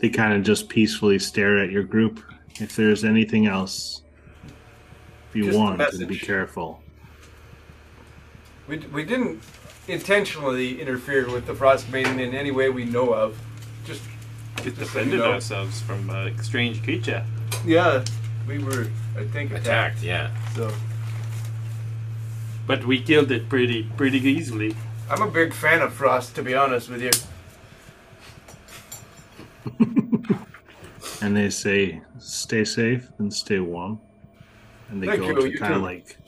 Speaker 7: They kind of just peacefully stare at your group. If there's anything else, be
Speaker 2: Just the
Speaker 7: warned and be
Speaker 2: message.
Speaker 7: careful.
Speaker 2: We, d- we didn't intentionally interfere with the Frost Maiden in any way we know of. Just
Speaker 6: It
Speaker 2: Just so
Speaker 6: defended
Speaker 2: you know.
Speaker 6: ourselves from a strange creature.
Speaker 2: yeah, we were I think attacked.
Speaker 5: Attacked. Yeah.
Speaker 2: So
Speaker 6: But we killed it pretty pretty easily.
Speaker 2: I'm a big fan of Frost, to be honest with you.
Speaker 7: And they say, "Stay safe and stay warm." And they
Speaker 2: Thank
Speaker 7: go
Speaker 2: you,
Speaker 7: to
Speaker 2: you
Speaker 7: kind of
Speaker 2: too.
Speaker 7: like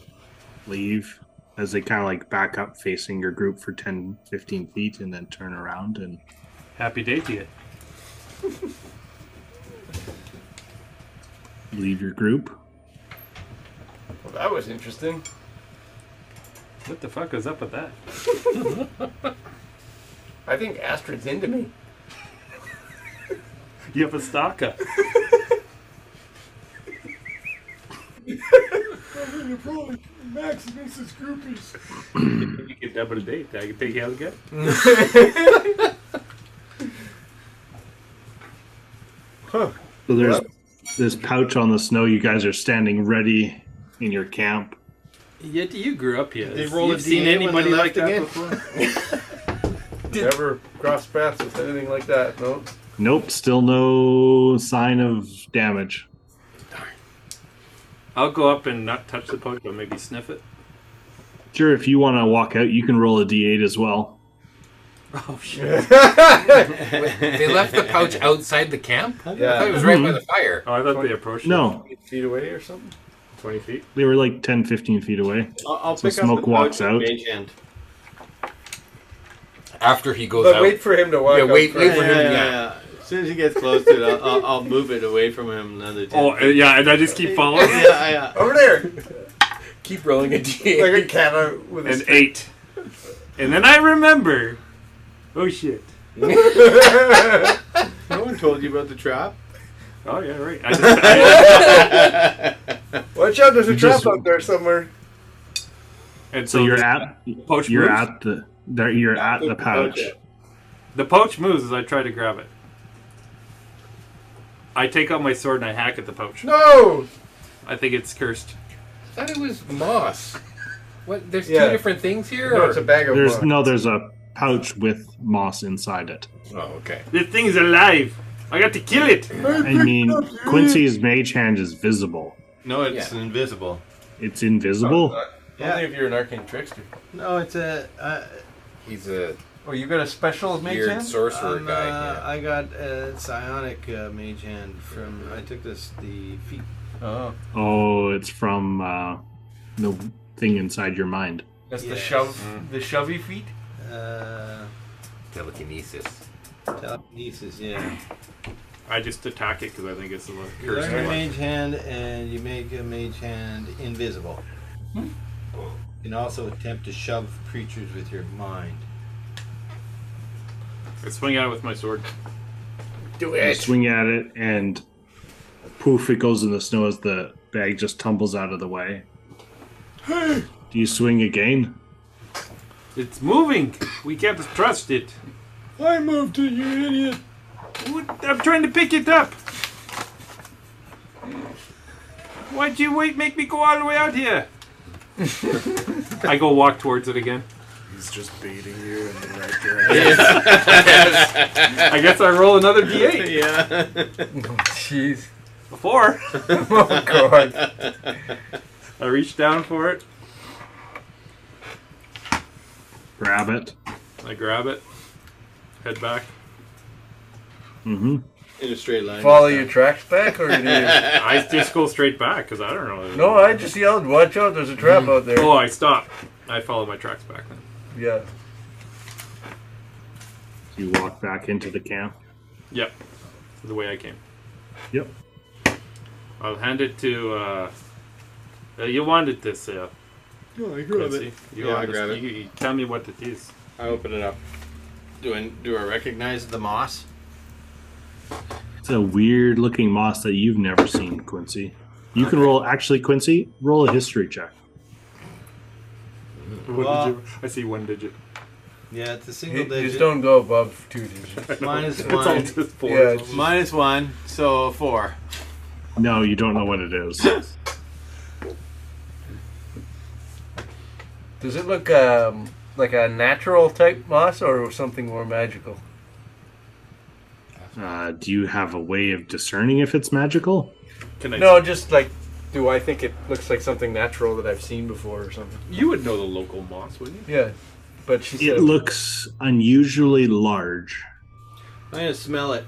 Speaker 7: leave as they kind of like back up facing your group for 10 15 feet and then turn around and
Speaker 6: Happy day to you.
Speaker 7: leave your group
Speaker 2: Well, that was interesting.
Speaker 6: What the fuck is up with that?
Speaker 2: I think Astrid's into me.
Speaker 6: You have a stalker.
Speaker 10: You're probably Maximus is groupies.
Speaker 6: you can double date. I can take you out again.
Speaker 7: So there's this pouch on the snow. You guys are standing ready in your camp.
Speaker 6: Yet you grew up here.
Speaker 3: They roll a D8 when they left again.
Speaker 2: Never crossed paths with anything like that. No.
Speaker 7: Nope, still no sign of damage.
Speaker 6: I'll go up and not touch the poke, but maybe sniff it.
Speaker 7: Sure, if you want to walk out, you can roll a d8 as well.
Speaker 6: Oh,
Speaker 5: They left the pouch outside the camp. I thought it
Speaker 2: Yeah.
Speaker 5: was right by the fire.
Speaker 6: Oh, I thought they approached.
Speaker 7: No,
Speaker 2: Feet away or something.
Speaker 6: it. twenty feet.
Speaker 7: they were like 10, 15 feet away.
Speaker 4: I'll, I'll
Speaker 7: So
Speaker 4: pick
Speaker 7: smoke
Speaker 4: up the
Speaker 7: walks
Speaker 4: pouch
Speaker 7: out.
Speaker 4: with Mage hand.
Speaker 5: After he goes
Speaker 2: But
Speaker 5: out.
Speaker 2: wait for him to walk.
Speaker 5: Yeah,
Speaker 2: up
Speaker 5: wait-
Speaker 2: first.
Speaker 5: wait for him. Yeah.
Speaker 4: As soon as he gets close to it, I'll, I'll, I'll move it away from him another ten.
Speaker 6: Oh uh, yeah, and I just keep following.
Speaker 4: yeah, uh, yeah.
Speaker 2: Over there,
Speaker 5: Keep rolling a d8.
Speaker 2: like a cat out with a
Speaker 6: An eight. And then I remember. Oh shit.
Speaker 4: No one told you about the trap.
Speaker 6: Oh yeah, right. I just, I-
Speaker 2: Watch out, there's a
Speaker 7: You
Speaker 2: trap
Speaker 7: just-
Speaker 2: out there somewhere.
Speaker 6: and
Speaker 7: So you're
Speaker 6: the-
Speaker 7: at
Speaker 6: poach
Speaker 7: you're
Speaker 6: moves.
Speaker 7: at the there you're at the pouch.
Speaker 6: The poach moves as I try to grab it. I take out my sword and I hack at the poach.
Speaker 2: No!
Speaker 6: I think it's cursed.
Speaker 5: thought it was moss. What? There's
Speaker 2: Yeah.
Speaker 5: two different things here.
Speaker 2: No,
Speaker 5: or-
Speaker 2: it's a bag of
Speaker 7: There's
Speaker 2: moss.
Speaker 7: no there's a pouch with moss inside it.
Speaker 5: oh, okay.
Speaker 6: This thing's alive. I got to kill it.
Speaker 7: I mean Quincy's mage hand is visible.
Speaker 3: No, it's invisible.
Speaker 7: It's invisible.
Speaker 2: Only if you're an arcane trickster.
Speaker 4: No, it's a. Uh,
Speaker 5: He's a
Speaker 2: Oh, you got a special mage
Speaker 5: weird
Speaker 2: hand?
Speaker 5: sorcerer
Speaker 3: Um,
Speaker 4: I'm,
Speaker 5: guy.
Speaker 4: uh,
Speaker 5: yeah.
Speaker 4: I got a psionic uh, mage hand from. I took this the feet.
Speaker 2: Oh,
Speaker 7: Oh, it's from uh, the thing inside your mind.
Speaker 2: that's the
Speaker 4: Yes.
Speaker 2: shove, the shovey feet.
Speaker 4: Uh,
Speaker 5: Telekinesis.
Speaker 4: telekinesis, yeah.
Speaker 6: I just attack it because I think it's the most
Speaker 4: You
Speaker 6: cursed
Speaker 4: learn your
Speaker 6: one.
Speaker 4: mage hand and you make a mage hand invisible. Hmm. You can also attempt to shove creatures with your mind.
Speaker 6: I swing out with my sword.
Speaker 5: Do
Speaker 7: You
Speaker 5: it.
Speaker 7: swing at it, and poof, it goes in the snow as the bag just tumbles out of the way. Do you swing again?
Speaker 6: It's moving. We can't trust it.
Speaker 10: I moved it, you idiot.
Speaker 6: What- I'm trying to pick it up. Why'd you wait? Make me go all the way out here. I go walk towards it again.
Speaker 9: He's just baiting you in the right direction.
Speaker 6: I guess I roll another d8.
Speaker 3: Yeah.
Speaker 2: Jeez.
Speaker 6: Before
Speaker 2: Oh God.
Speaker 6: I reach down for it,
Speaker 7: Grab it.
Speaker 6: I grab it, head back.
Speaker 7: Mm-hmm.
Speaker 4: In a straight line.
Speaker 2: Follow your tracks back, or do you?
Speaker 6: I just go straight back because I don't know.
Speaker 2: No, I just yelled, "Watch out! There's a trap out there."
Speaker 6: Oh, I stop. I follow my tracks back then.
Speaker 2: Yeah.
Speaker 7: You walk back into the camp.
Speaker 6: Yep, the way I came.
Speaker 7: Yep.
Speaker 6: I'll hand it to. Uh, uh, you wanted this, uh,
Speaker 4: I
Speaker 6: Quincy. You
Speaker 3: Yeah, I
Speaker 6: wanted
Speaker 3: grab
Speaker 6: this.
Speaker 3: it.
Speaker 6: You, you tell me what it is.
Speaker 3: I open it up.
Speaker 4: Do I, do I recognize the moss?
Speaker 7: It's a weird looking moss that you've never seen, Quincy. You can roll, actually, Quincy, roll a history check.
Speaker 6: One
Speaker 4: Well-
Speaker 6: digit. I see one digit.
Speaker 4: Yeah, it's a single
Speaker 2: You
Speaker 4: digit.
Speaker 2: just don't go above two digits.
Speaker 4: Minus
Speaker 6: It's all
Speaker 4: one.
Speaker 6: just four.
Speaker 2: Yeah, it's-
Speaker 4: Minus one, so four.
Speaker 7: No, you don't know what it is.
Speaker 2: Does it look um, like a natural type moss or something more magical?
Speaker 7: Uh, do you have a way of discerning if it's magical?
Speaker 6: Can I?
Speaker 2: No, just like, do I think it looks like something natural that I've seen before or something?
Speaker 6: You would know the local moss, wouldn't you?
Speaker 2: Yeah, but she said
Speaker 7: It looks unusually large.
Speaker 4: I'm gonna smell it.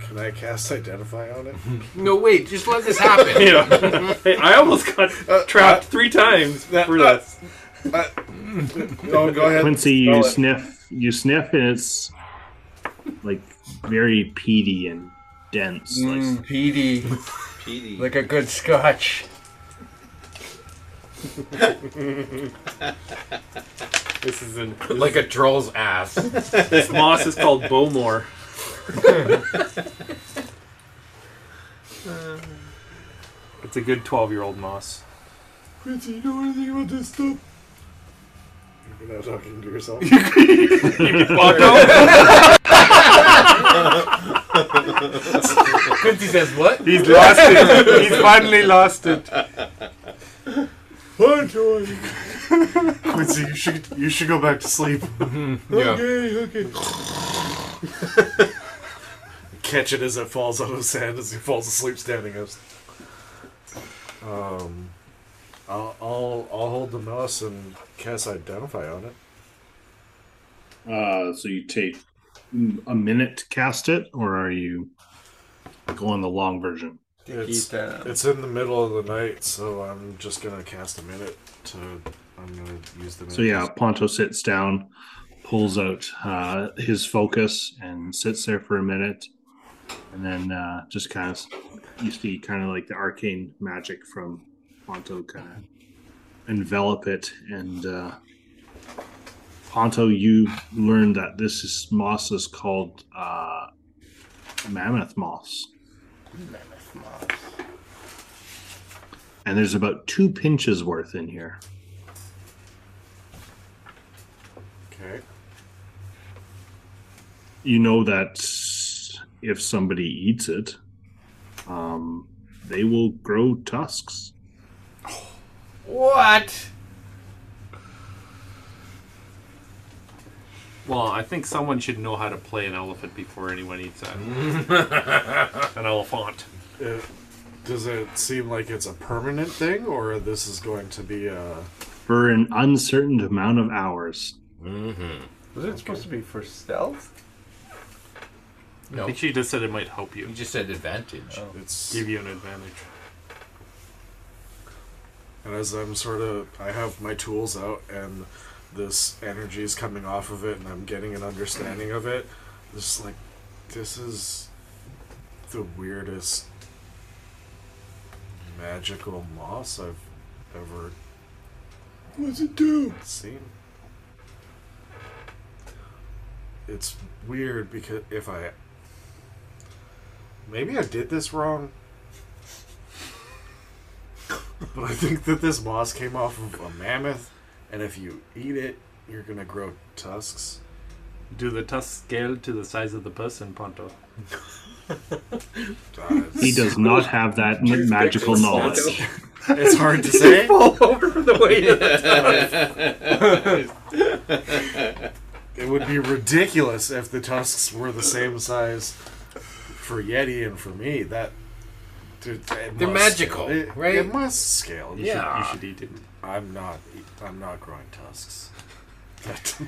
Speaker 9: Can I cast Identify on it?
Speaker 5: No, wait. Just let this happen.
Speaker 6: Yeah. hey, I almost got trapped three times for less.
Speaker 9: No, go ahead.
Speaker 7: Quincy,
Speaker 9: Smell
Speaker 7: you
Speaker 9: it.
Speaker 7: sniff, you sniff, and it's like very peaty and dense. like-
Speaker 2: mm, peaty,
Speaker 4: PD.
Speaker 2: like a good scotch.
Speaker 6: This is an
Speaker 5: like a troll's ass.
Speaker 6: this moss is called Bowmore. it's a good twelve-year-old moss.
Speaker 10: Quincy, you know anything about this stuff?
Speaker 9: You're not talking to yourself.
Speaker 5: Quincy says what?
Speaker 6: He's lost it. He's finally lost it.
Speaker 10: Fun toy.
Speaker 9: Quincy, you should you should go back to sleep.
Speaker 5: Yeah.
Speaker 10: Okay, okay.
Speaker 9: Catch it as it falls out of his hand as he falls asleep standing up. Um, I'll I'll, I'll hold the mouse and cast Identify on it.
Speaker 7: Uh, so you take a minute to cast it, or are you going the long version?
Speaker 9: It's, it's in the middle of the night, so I'm just gonna cast a minute to. I'm gonna use the minute.
Speaker 7: So yeah, Ponto sits down, pulls out uh, his focus, and sits there for a minute, and then uh, just kind of you see kind of like the arcane magic from Ponto kind of envelop it, and uh, Ponto, you learn that this is, moss is called uh, mammoth moss.
Speaker 8: Mammoth moss.
Speaker 7: and there's about two pinches worth in here.
Speaker 9: Okay.
Speaker 7: You know that if somebody eats it, um, they will grow tusks.
Speaker 5: What?
Speaker 6: Well, I think someone should know how to play an elephant before anyone eats it. an elephant.
Speaker 9: Uh, does it seem like it's a permanent thing, or this is going to be a?
Speaker 7: For an uncertain amount of hours,
Speaker 2: Was it supposed to be for stealth?
Speaker 6: I
Speaker 5: No,
Speaker 6: think she just said it might help you,
Speaker 5: you just said advantage.
Speaker 9: It's
Speaker 6: give you an advantage.
Speaker 9: and as I'm sort of, I have my tools out, and this energy is coming off of it, and I'm getting an understanding of it. This is like, this is the weirdest magical moss I've ever
Speaker 10: What's it do?
Speaker 9: seen. It's weird because if I. Maybe I did this wrong. But I think that this moss came off of a mammoth, and if you eat it, you're gonna grow tusks.
Speaker 6: Do the tusks scale to the size of the person, Ponto?
Speaker 9: Uh,
Speaker 7: he
Speaker 9: it's,
Speaker 7: does not have that n- magical knowledge.
Speaker 9: it's hard to say. It would be ridiculous if the tusks were the same size for Yeti and for me. That. Dude, it
Speaker 5: They're
Speaker 9: must
Speaker 5: magical,
Speaker 9: scale. It-
Speaker 5: right?
Speaker 9: It must scale. You should-
Speaker 5: Yeah.
Speaker 6: You should eat it.
Speaker 9: I'm not. I'm not growing tusks. That-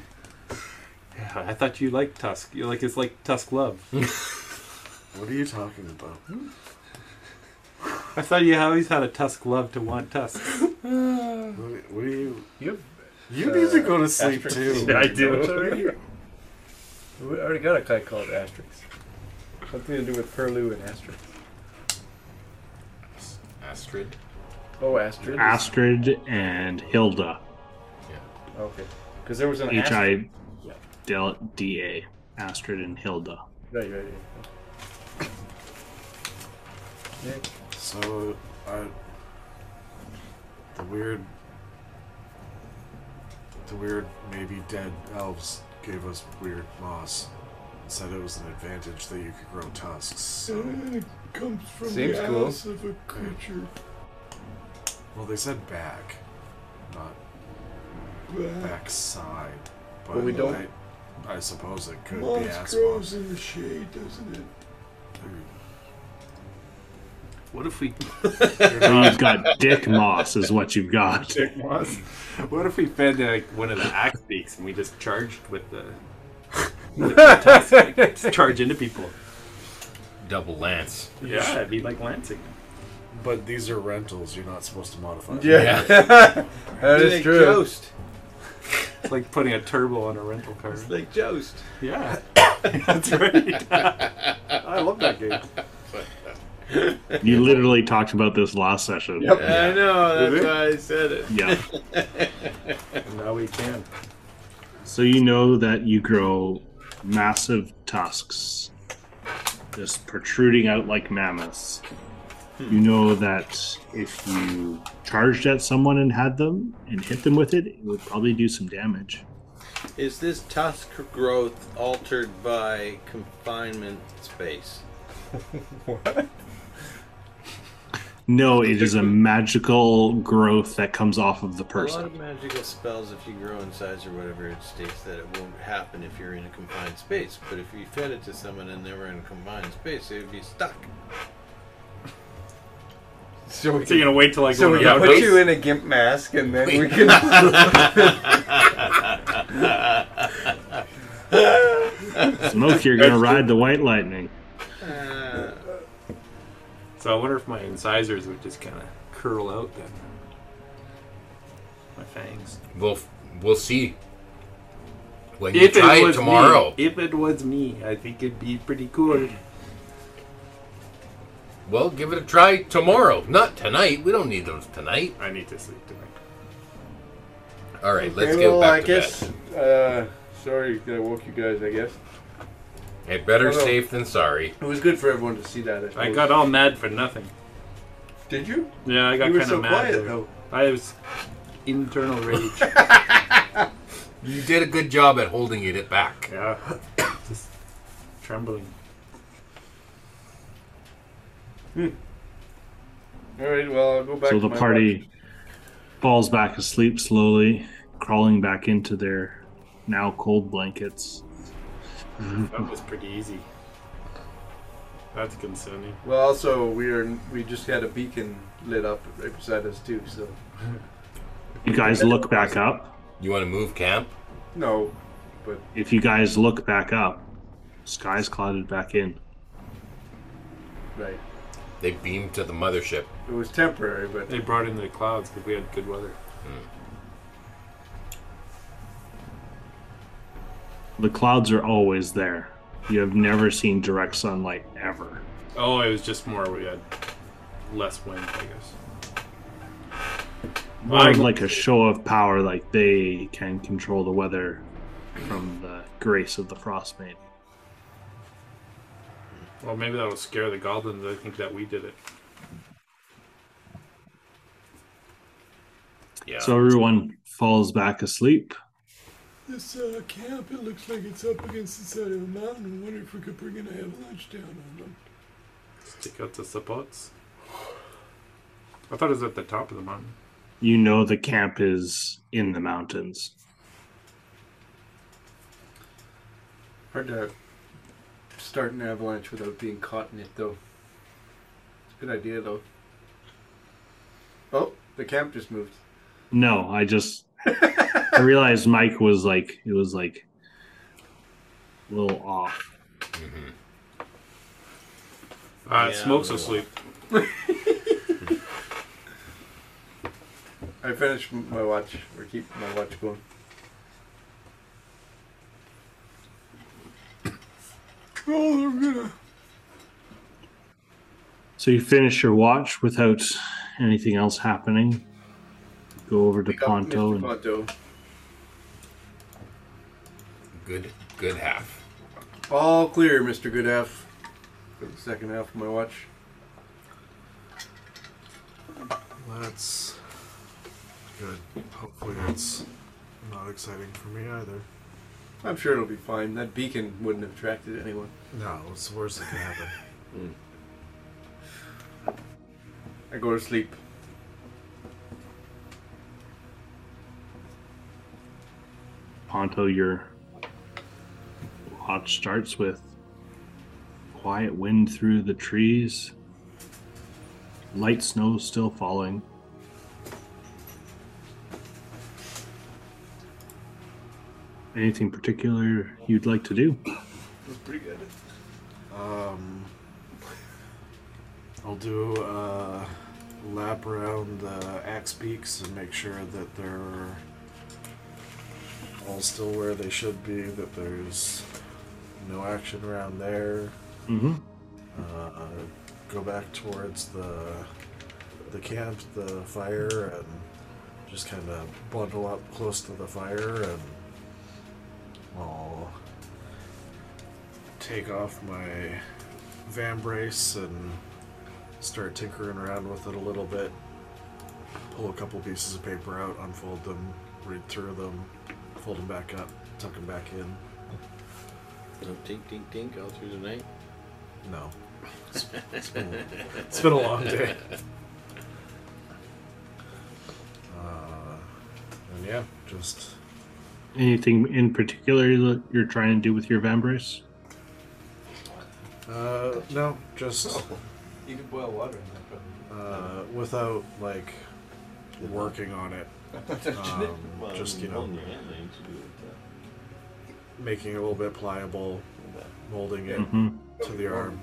Speaker 6: Yeah, I thought you liked Tusk. You like it's like Tusk love.
Speaker 9: what are you talking about?
Speaker 6: I thought you always had a Tusk love to want Tusks.
Speaker 9: What, what are you?
Speaker 2: You
Speaker 9: You need to go to sleep
Speaker 2: asterisk.
Speaker 9: too.
Speaker 6: I
Speaker 2: have already. We already got a guy called Asterix. Something to do with Perlu and Asterix.
Speaker 5: Astrid.
Speaker 2: Oh, Astrid.
Speaker 7: Astrid and Hilda,
Speaker 2: okay. Because there was an
Speaker 7: H
Speaker 2: Astrid.
Speaker 7: I del- D A, Astrid and Hilda.
Speaker 2: Right, right, right. Yeah.
Speaker 9: So, I. The weird. The weird, maybe dead elves gave us weird moss. Said it was an advantage that you could grow tusks. So,
Speaker 10: And it comes from
Speaker 2: Seems
Speaker 10: the
Speaker 2: cool.
Speaker 10: ass of a creature.
Speaker 9: well, they said back, not
Speaker 10: Black
Speaker 9: backside. But,
Speaker 2: But we don't-
Speaker 9: I, I suppose it could be
Speaker 10: moss
Speaker 9: ass
Speaker 10: grows
Speaker 9: moss.
Speaker 10: in the shade, doesn't it?
Speaker 6: What if we
Speaker 7: So you've got dick moss, is what you've got.
Speaker 6: dick moss? What if we fed like one of the axe beaks and we just charged with the, with the Tusk? Like, just charge into people.
Speaker 5: Double lance.
Speaker 6: Yeah, it'd be like lancing.
Speaker 9: But these are rentals. You're not supposed to modify. them.
Speaker 2: Yeah. that is true.
Speaker 4: Joust.
Speaker 6: It's like putting a turbo on a rental car.
Speaker 4: It's like Joust.
Speaker 6: Yeah, that's right. I love that game.
Speaker 7: You literally talked about this last session.
Speaker 2: Yep.
Speaker 4: I know.
Speaker 6: Did
Speaker 4: That's
Speaker 6: we?
Speaker 4: why I said it.
Speaker 7: Yeah.
Speaker 6: Now we can.
Speaker 7: So you know that you grow massive tusks, just protruding out like mammoths.
Speaker 6: Hmm.
Speaker 7: You know that if you charged at someone and had them and hit them with it, it would probably do some damage.
Speaker 4: Is this tusk growth altered by confinement space?
Speaker 7: No, it is a magical growth that comes off of the
Speaker 4: A lot of
Speaker 7: person.
Speaker 4: magical spells, if you grow in size or whatever, it states that it won't happen if you're in a confined space. But if you fed it to someone and they were in a confined space, they would be stuck.
Speaker 2: So we
Speaker 6: So you're
Speaker 2: can,
Speaker 6: gonna wait till I go
Speaker 2: so we
Speaker 6: to
Speaker 2: can
Speaker 6: the
Speaker 2: put
Speaker 6: house?
Speaker 2: you in a gimp mask and then we can.
Speaker 7: Smoke, you're gonna ride the white lightning.
Speaker 4: Uh,
Speaker 6: So I wonder if my incisors would just kind of curl out then. My fangs.
Speaker 5: We'll we'll see. When you try it tomorrow,
Speaker 6: me, if it was me, I think it'd be pretty cool.
Speaker 5: well, give it a try tomorrow. Not tonight. We don't need those tonight.
Speaker 6: I need to sleep tonight.
Speaker 5: All right, let's
Speaker 2: Okay,
Speaker 5: get
Speaker 2: well, I
Speaker 5: back to
Speaker 2: guess,
Speaker 5: bed.
Speaker 2: Uh, sorry that I woke you guys. I guess.
Speaker 5: Hey, better
Speaker 2: Although-
Speaker 5: safe than sorry.
Speaker 2: It was good for everyone to see that.
Speaker 6: I got all mad for nothing.
Speaker 2: Did you?
Speaker 6: Yeah, I got
Speaker 2: You were
Speaker 6: kind of
Speaker 2: so
Speaker 6: mad.
Speaker 2: quiet,
Speaker 6: there.
Speaker 2: though.
Speaker 6: I was internal rage.
Speaker 5: You did a good job at holding it back.
Speaker 6: yeah, just trembling.
Speaker 2: All right. Well, I'll go back.
Speaker 7: So
Speaker 2: to
Speaker 7: the
Speaker 2: my
Speaker 7: party falls back asleep slowly, crawling back into their now cold blankets.
Speaker 6: That was pretty easy. That's concerning.
Speaker 2: Well, also we are we just had a beacon lit up right beside us too. So
Speaker 7: You guys look back up.
Speaker 5: You want to move camp?
Speaker 2: no,
Speaker 7: If you guys look back up, sky's clouded back in.
Speaker 2: right.
Speaker 5: They beamed to the mothership.
Speaker 2: It was temporary, but
Speaker 6: They brought in the clouds because we had good weather.
Speaker 7: The clouds are always there. You have never seen direct sunlight ever.
Speaker 6: Oh, it was just more we had less wind, I guess.
Speaker 7: More of
Speaker 6: I-
Speaker 7: like a show of power, like they can control the weather from the grace of the frost maiden.
Speaker 6: Well, maybe that'll scare the goblins. I think that we did it.
Speaker 5: Yeah.
Speaker 7: So everyone falls back asleep.
Speaker 10: This uh, camp, it looks like it's up against the side of a mountain. I wonder if we could bring an avalanche down on them.
Speaker 6: Stick out the supports. I thought it was at the top of the mountain.
Speaker 7: You know the camp is in the mountains.
Speaker 2: hard to start an avalanche without being caught in it, though. It's a good idea, though. Oh, the camp just moved.
Speaker 7: No, I just I realized Mike was like it was like a little off.
Speaker 6: Uh, it
Speaker 4: Yeah,
Speaker 6: smokes
Speaker 4: well.
Speaker 6: asleep.
Speaker 2: I finished m- my watch, or keep my watch going.
Speaker 10: Oh, I'm gonna.
Speaker 7: So you finish your watch without anything else happening. Go over to
Speaker 2: Pick up
Speaker 7: Ponto
Speaker 2: Mr.
Speaker 7: and
Speaker 2: Ponto.
Speaker 5: Good, good half.
Speaker 2: All clear, Mr. Good F. For the second half of my watch.
Speaker 9: That's good. Hopefully that's not exciting for me either.
Speaker 2: I'm sure it'll be fine. That beacon wouldn't have attracted anyone.
Speaker 9: No, it's the worst that can happen.
Speaker 2: I go to sleep.
Speaker 7: Ponto your watch starts with quiet wind through the trees, light snow still falling. Anything particular you'd like to do?
Speaker 9: Um, I'll do a lap around the axe peaks and make sure that they're all still where they should be, that there's no action around there.
Speaker 7: Mm-hmm.
Speaker 9: Uh, go back towards the the camp, the fire, and just kind of bundle up close to the fire, and I'll take off my van brace and start tinkering around with it a little bit. Pull a couple pieces of paper out, unfold them, read through them, fold them back up, tuck them back in.
Speaker 4: No, Oh, tink, tink, tink all through the night.
Speaker 9: No. It's been, it's been a long day. Uh, and yeah, just
Speaker 7: Anything in particular that you're trying to do with your Vambrace?
Speaker 9: uh, no, just
Speaker 2: You could boil water in that, but
Speaker 9: uh, without like working on it, um, just you know
Speaker 4: holding your hand, I used to do it
Speaker 9: making it a little bit pliable,
Speaker 4: with that.
Speaker 9: molding it
Speaker 7: Mm-hmm.
Speaker 9: to the arm,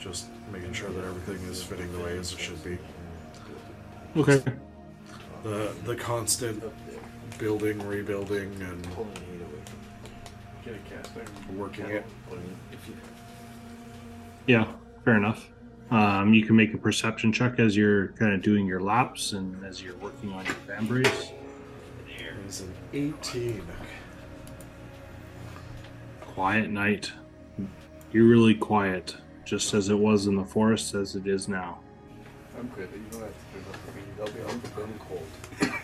Speaker 9: just making sure that everything is fitting the way as it should be.
Speaker 7: Okay.
Speaker 9: The the constant building, rebuilding, and
Speaker 4: Pulling your hand away from
Speaker 2: get a cast iron.
Speaker 9: working it.
Speaker 4: pulling- if you
Speaker 7: Yeah, fair enough. Um, you can make a perception check as you're kind of doing your laps and as you're working on your Vambrace.
Speaker 9: It's an 18.
Speaker 7: Quiet night. eerily quiet, just as it was in the forest as it is now.
Speaker 2: I'm good. You don't have to turn up for me. They'll be on for them cold.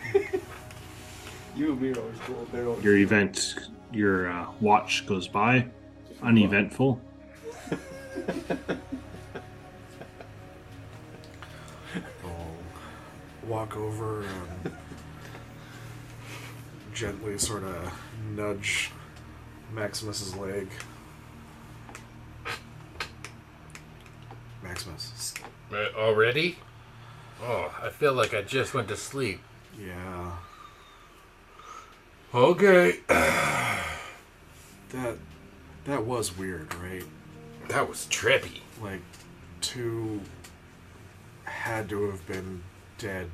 Speaker 9: You and me are always cool. They're always
Speaker 7: Your event, your uh, watch goes by, uneventful.
Speaker 9: I'll walk over and gently sort of nudge Maximus's leg. Maximus.
Speaker 5: Uh, already? Oh, I feel like I just went to sleep.
Speaker 9: Yeah.
Speaker 5: Okay.
Speaker 9: That that was weird, right?
Speaker 5: That was trippy.
Speaker 9: Like two had to have been dead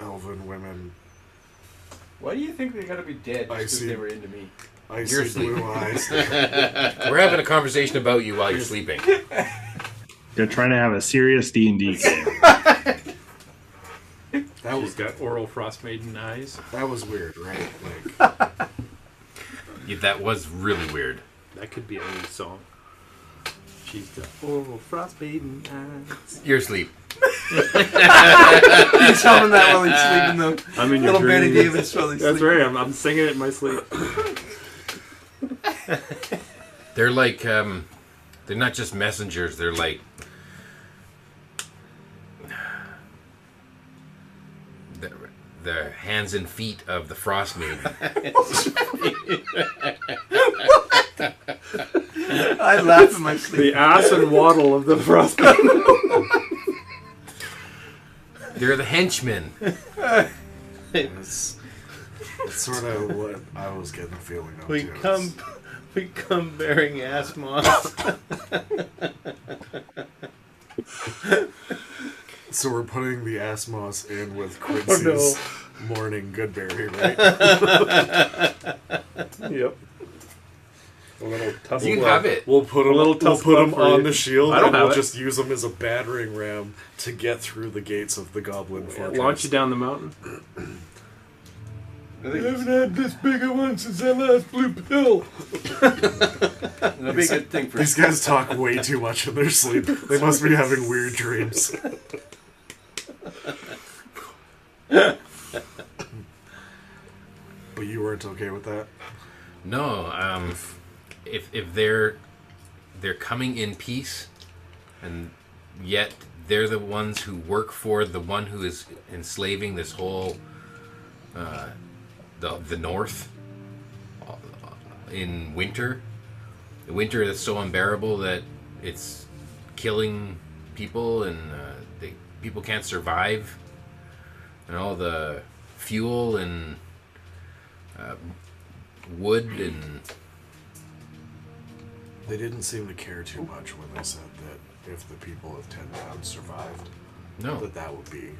Speaker 9: elven women.
Speaker 2: Why do you think they gotta be dead
Speaker 9: I
Speaker 2: just because
Speaker 9: see.
Speaker 2: they were into me?
Speaker 9: Icy
Speaker 5: You're asleep.
Speaker 9: blue eyes.
Speaker 5: We're having a conversation about you while you're sleeping.
Speaker 7: They're trying to have a serious D and D game.
Speaker 9: That
Speaker 6: He's
Speaker 9: was
Speaker 6: got oral frost maiden eyes.
Speaker 9: that was weird, right? Like
Speaker 5: Yeah, that was really weird.
Speaker 6: That could be a new song. She's got oral frost maiden eyes.
Speaker 5: You're asleep.
Speaker 2: He's humming that while he's sleeping, though.
Speaker 6: I'm in your
Speaker 2: Little Betty
Speaker 6: dreams.
Speaker 2: Davis while he's
Speaker 6: That's
Speaker 2: sleeping.
Speaker 6: right. I'm, I'm singing it in my sleep.
Speaker 5: They're like, um, they're not just messengers. They're like, the, the hands and feet of the frost maiden.
Speaker 2: I laugh in my sleep.
Speaker 6: The ass and waddle of the frost maiden.
Speaker 5: They're the henchmen.
Speaker 9: it's, it's sort of what I was getting the feeling of.
Speaker 4: We
Speaker 9: too. It's-
Speaker 4: come, we come bearing ass moss.
Speaker 9: So we're putting the Asmos in with
Speaker 6: Oh,
Speaker 9: Quincy's morning Goodberry, right?
Speaker 6: Yep. A little tussle.
Speaker 5: You can have it.
Speaker 9: We'll put them.
Speaker 6: little
Speaker 9: We'll
Speaker 6: tough
Speaker 9: put
Speaker 6: spot
Speaker 9: 'em
Speaker 6: for
Speaker 9: on
Speaker 6: you.
Speaker 9: the shield,
Speaker 6: I don't
Speaker 9: and
Speaker 6: have
Speaker 9: we'll
Speaker 6: it.
Speaker 9: just use them as a battering ram to get through the gates of the Goblin Fortress.
Speaker 6: Launch you down the mountain.
Speaker 10: I haven't had this big a one since I last blew pill.
Speaker 2: That'd be a good thing for
Speaker 9: These guys talk way too much in their sleep. They must be having weird dreams. but you weren't okay with that.
Speaker 5: No, um, if if they're they're coming in peace, and yet they're the ones who work for the one who is enslaving this whole uh, the the North uh, in winter, the winter that's so unbearable that it's killing people and uh, they, people can't survive, and all the fuel and wood and
Speaker 9: They didn't seem to care too much when they said that if the people of Ten Towns survived,
Speaker 5: no,
Speaker 9: that that would be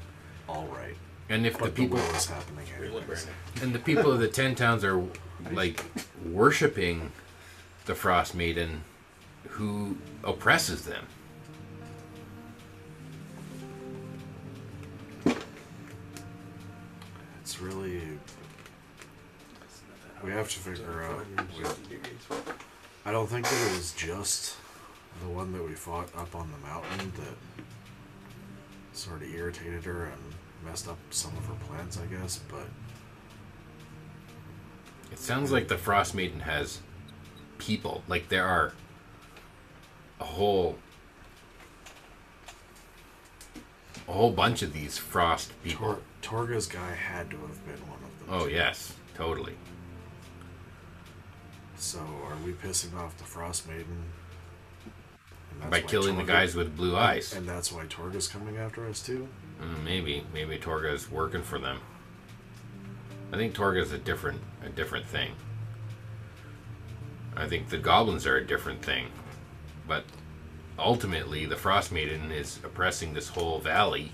Speaker 9: all right.
Speaker 5: and if the
Speaker 9: But the
Speaker 5: people
Speaker 9: war is happening anyways.
Speaker 5: And the people of the Ten Towns are like worshiping the Frost Maiden who oppresses them.
Speaker 9: It's really. We have to figure out. we- I don't think that it was just the one that we fought up on the mountain that sort of irritated her and messed up some of her plans, I guess. But
Speaker 5: It sounds like the Frost Maiden has people. Like there are a whole a whole bunch of these frost people.
Speaker 9: Tor- Torga's guy had to have been one of them.
Speaker 5: Oh
Speaker 9: too.
Speaker 5: yes, totally.
Speaker 9: So are we pissing off the Frost Maiden? And that's
Speaker 5: By
Speaker 9: why
Speaker 5: killing the
Speaker 9: Torga-
Speaker 5: guys with blue eyes.
Speaker 9: And that's why Torga's coming after us too?
Speaker 5: Mm, Maybe, maybe Torga's working for them. I think Torga's a different, a different thing. I think the goblins are a different thing, but ultimately, the Frost Maiden is oppressing this whole valley.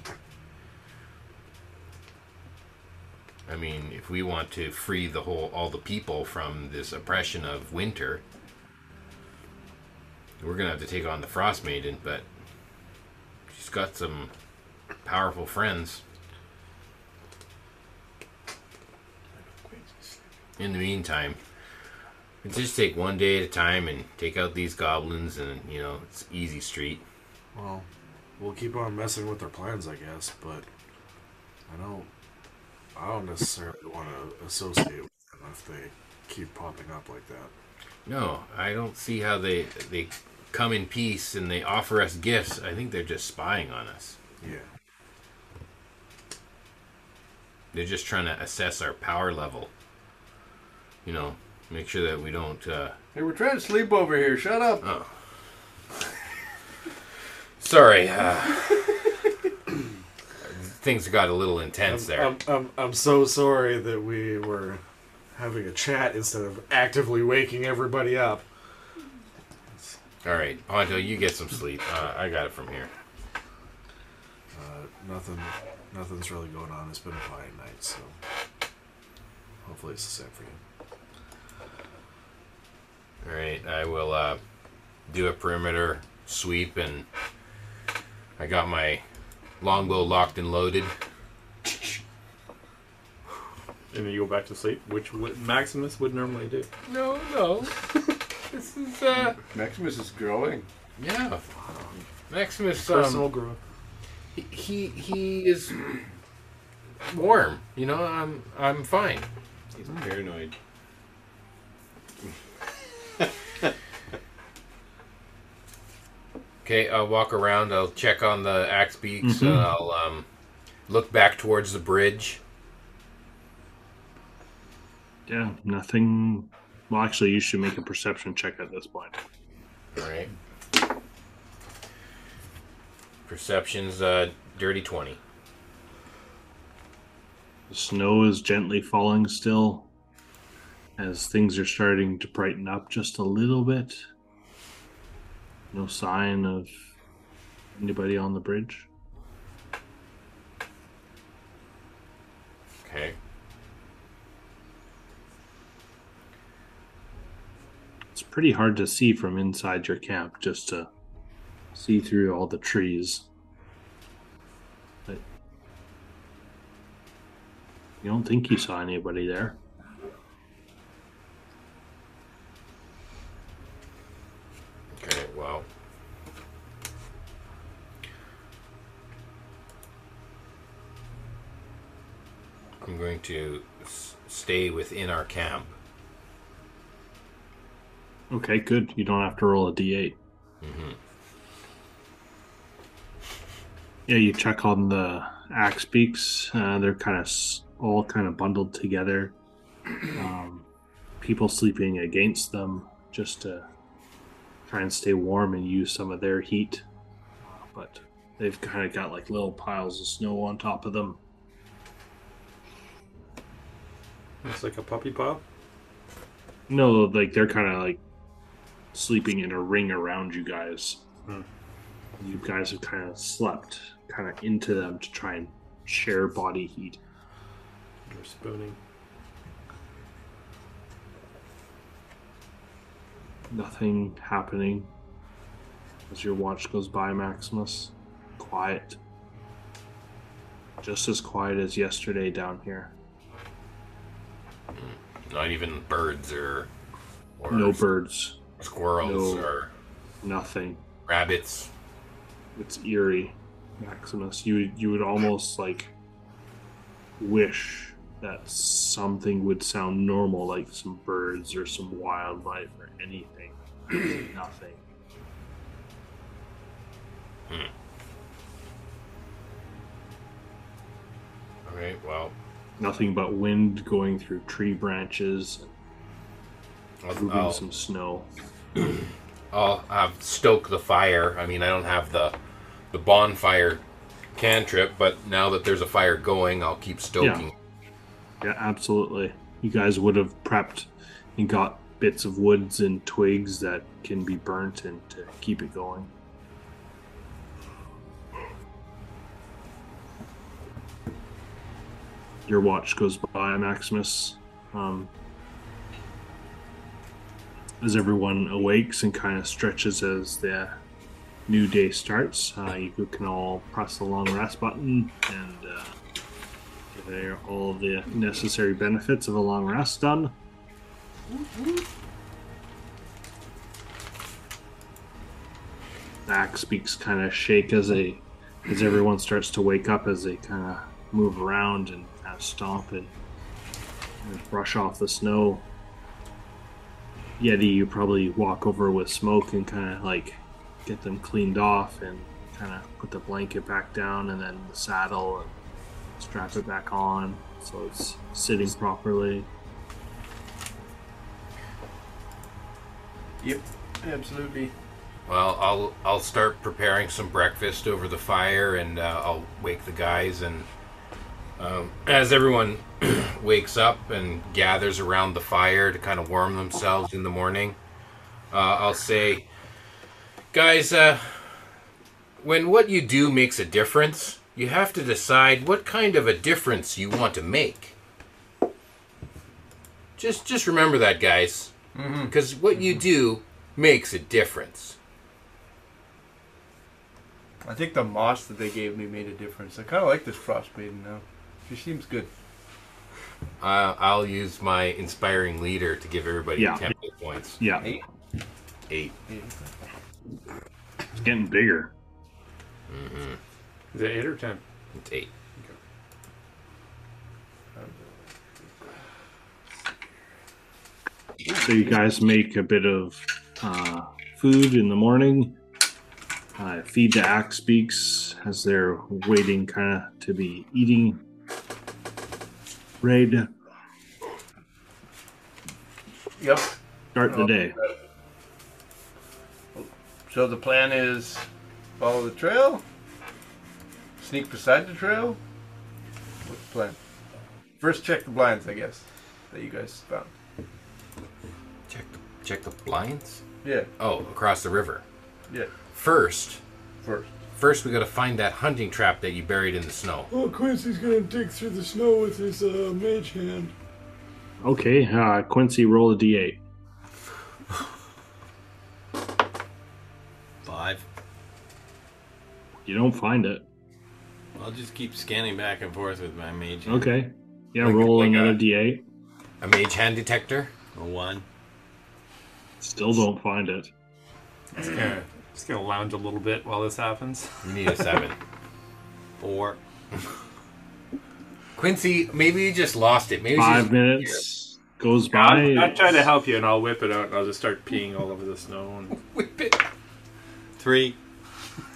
Speaker 5: I mean, if we want to free the whole, all the people from this oppression of winter, we're gonna have to take on the Frost Maiden. But she's got some powerful friends. In the meantime, And just take one day at a time and take out these goblins, and you know it's easy street.
Speaker 9: Well, we'll keep on messing with their plans, I guess, but I don't I don't necessarily want to associate with them if they keep popping up like that.
Speaker 5: No, I don't see how they they come in peace and they offer us gifts. I think they're just spying on us.
Speaker 9: Yeah.
Speaker 5: They're just trying to assess our power level. You know, make sure that we don't. Uh,
Speaker 2: Hey, we're trying to sleep over here. Shut up.
Speaker 5: oh. Sorry. Uh, things got a little intense
Speaker 4: Um,
Speaker 5: there.
Speaker 9: I'm, I'm, I'm so sorry that we were having a chat instead of actively waking everybody up.
Speaker 5: All right, Honto, you get some sleep. Uh, I got it from here.
Speaker 9: Nothing, nothing's really going on. It's been a quiet night, so hopefully it's the same for you.
Speaker 5: All right, I will uh, do a perimeter sweep, and I got my longbow locked and loaded.
Speaker 6: And then you go back to sleep, which would- Maximus would normally do.
Speaker 4: No, no. this is uh.
Speaker 2: Maximus is growing.
Speaker 5: Yeah, Maximus.
Speaker 6: Personal
Speaker 5: Um,
Speaker 6: growth.
Speaker 5: he he is warm. You know, I'm I'm fine.
Speaker 4: He's paranoid.
Speaker 5: Okay, I'll walk around. I'll check on the axe beaks. And I'll um, look back towards the bridge.
Speaker 7: Yeah, nothing. Well, actually, you should make a perception check at this point.
Speaker 5: All right. Perception's uh, dirty twenty.
Speaker 7: The snow is gently falling still as things are starting to brighten up just a little bit. No sign of anybody on the bridge.
Speaker 5: Okay.
Speaker 7: It's pretty hard to see from inside your camp just to see through all the trees. But you don't think you saw anybody there.
Speaker 5: Okay, well. I'm going to s- stay within our camp.
Speaker 7: Okay, good. You don't have to roll a d8. Yeah, you check on the axe beaks. Uh, they're kind of all kind of bundled together. Um, people sleeping against them just to try and stay warm and use some of their heat. Uh, but they've kind of got like little piles of snow on top of them.
Speaker 6: It's like a puppy pile.
Speaker 7: No, like they're kind of like sleeping in a ring around you guys.
Speaker 6: Hmm.
Speaker 7: You guys have kind of slept kind of into them to try and share body heat.
Speaker 6: Or spooning.
Speaker 7: Nothing happening as your watch goes by, Maximus. Quiet. Just as quiet as yesterday down here.
Speaker 5: Not even birds or, or
Speaker 7: No
Speaker 5: s-
Speaker 7: birds,
Speaker 5: squirrels
Speaker 7: no.
Speaker 5: or
Speaker 7: nothing.
Speaker 5: rabbits.
Speaker 7: it's eerie, Maximus. You you would almost like wish that something would sound normal, like some birds or some wildlife or anything. Nothing.
Speaker 5: All right, well,
Speaker 7: Nothing but wind going through tree branches,
Speaker 5: I'll,
Speaker 7: moving
Speaker 5: I'll,
Speaker 7: some snow.
Speaker 5: I'll, i stoke the fire. I mean, I don't have the the bonfire cantrip, but now that there's a fire going, I'll keep stoking.
Speaker 7: Yeah, absolutely. You guys would have prepped and got bits of woods and twigs that can be burnt and to keep it going. Your watch goes by, Maximus. Um, as everyone awakes and kind of stretches as the new day starts, uh, you can all press the long rest button and. Uh, there are all the necessary benefits of a long rest done. back beaks kind of shake as they, as everyone starts to wake up as they kind of move around and kind of stomp and, and brush off the snow. Yeti, you probably walk over with smoke and kind of like get them cleaned off and kind of put the blanket back down and then the saddle and strap it back on so it's sitting properly.
Speaker 2: Yep, absolutely.
Speaker 5: Well, I'll I'll start preparing some breakfast over the fire, and uh, I'll wake the guys. And um, as everyone wakes up and gathers around the fire to kind of warm themselves in the morning, uh, I'll say, guys, uh, when what you do makes a difference, you have to decide what kind of a difference you want to make. Just just remember that, guys, because what you do makes a difference.
Speaker 2: I think the moss that they gave me made a difference. I kind of like this frost maiden now. She seems good.
Speaker 5: Uh, I'll use my inspiring leader to give everybody
Speaker 7: Yeah.
Speaker 5: ten hit points.
Speaker 7: Yeah,
Speaker 2: Eight.
Speaker 5: Eight.
Speaker 7: it's getting bigger.
Speaker 6: Is it eight or ten?
Speaker 5: It's eight.
Speaker 7: So you guys make a bit of uh, food in the morning. Uh, feed the axe beaks as they're waiting, kind of to be eating. Ready to
Speaker 2: Yep.
Speaker 7: start the day.
Speaker 2: So the plan is follow the trail, sneak beside the trail. What's the plan? First, check the blinds, I guess, that you guys found.
Speaker 5: Check the check the blinds.
Speaker 2: Yeah,
Speaker 5: Oh, across the river.
Speaker 2: yeah.
Speaker 5: First,
Speaker 2: First,
Speaker 5: first we got to find that hunting trap that you buried in the snow.
Speaker 10: Oh, Quincy's gonna dig through the snow with his uh, mage hand.
Speaker 7: Okay, uh, Quincy, roll a d8.
Speaker 4: Five.
Speaker 7: You don't find it.
Speaker 4: I'll just keep scanning back and forth with my mage.
Speaker 7: Okay. Yeah,
Speaker 5: Like-
Speaker 7: roll
Speaker 5: like
Speaker 7: another
Speaker 5: a-
Speaker 7: d8.
Speaker 5: A mage hand detector.
Speaker 4: A one.
Speaker 7: Still don't find it.
Speaker 6: Just gonna lounge a little bit while this happens.
Speaker 5: You need a seven.
Speaker 4: Four.
Speaker 5: Quincy, maybe you just lost it. Maybe
Speaker 7: Five
Speaker 5: she's-
Speaker 7: minutes goes by.
Speaker 6: I'll, I'll try to help you, and I'll whip it out, and I'll just start peeing all over the snow. And
Speaker 5: Whip it.
Speaker 4: Three.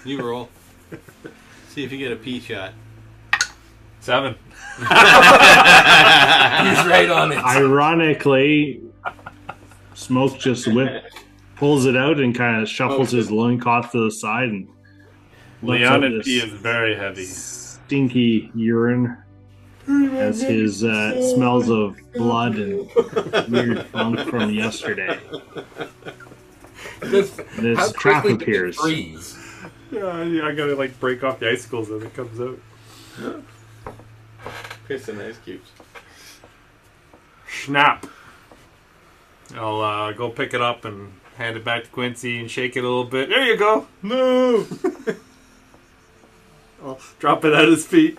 Speaker 4: You roll. See if you get a pee shot.
Speaker 6: seven.
Speaker 5: He's right on it.
Speaker 7: Ironically, Smoke just whip, pulls it out and kind of shuffles his loincloth to the side and lets out
Speaker 6: Leonid
Speaker 7: this
Speaker 6: pee is very heavy.
Speaker 7: stinky urine as his uh, smells of blood and weird funk from yesterday.
Speaker 5: This,
Speaker 7: This
Speaker 5: how
Speaker 7: trap
Speaker 5: quickly did it
Speaker 7: appears.
Speaker 5: freeze?
Speaker 6: Yeah, Uh, yeah, I gotta like break off the icicles as it comes out.
Speaker 4: Piss and ice cubes.
Speaker 6: Snap. I'll uh, go pick it up and hand it back to Quincy and shake it a little bit. There you go. No. I'll drop it at his feet.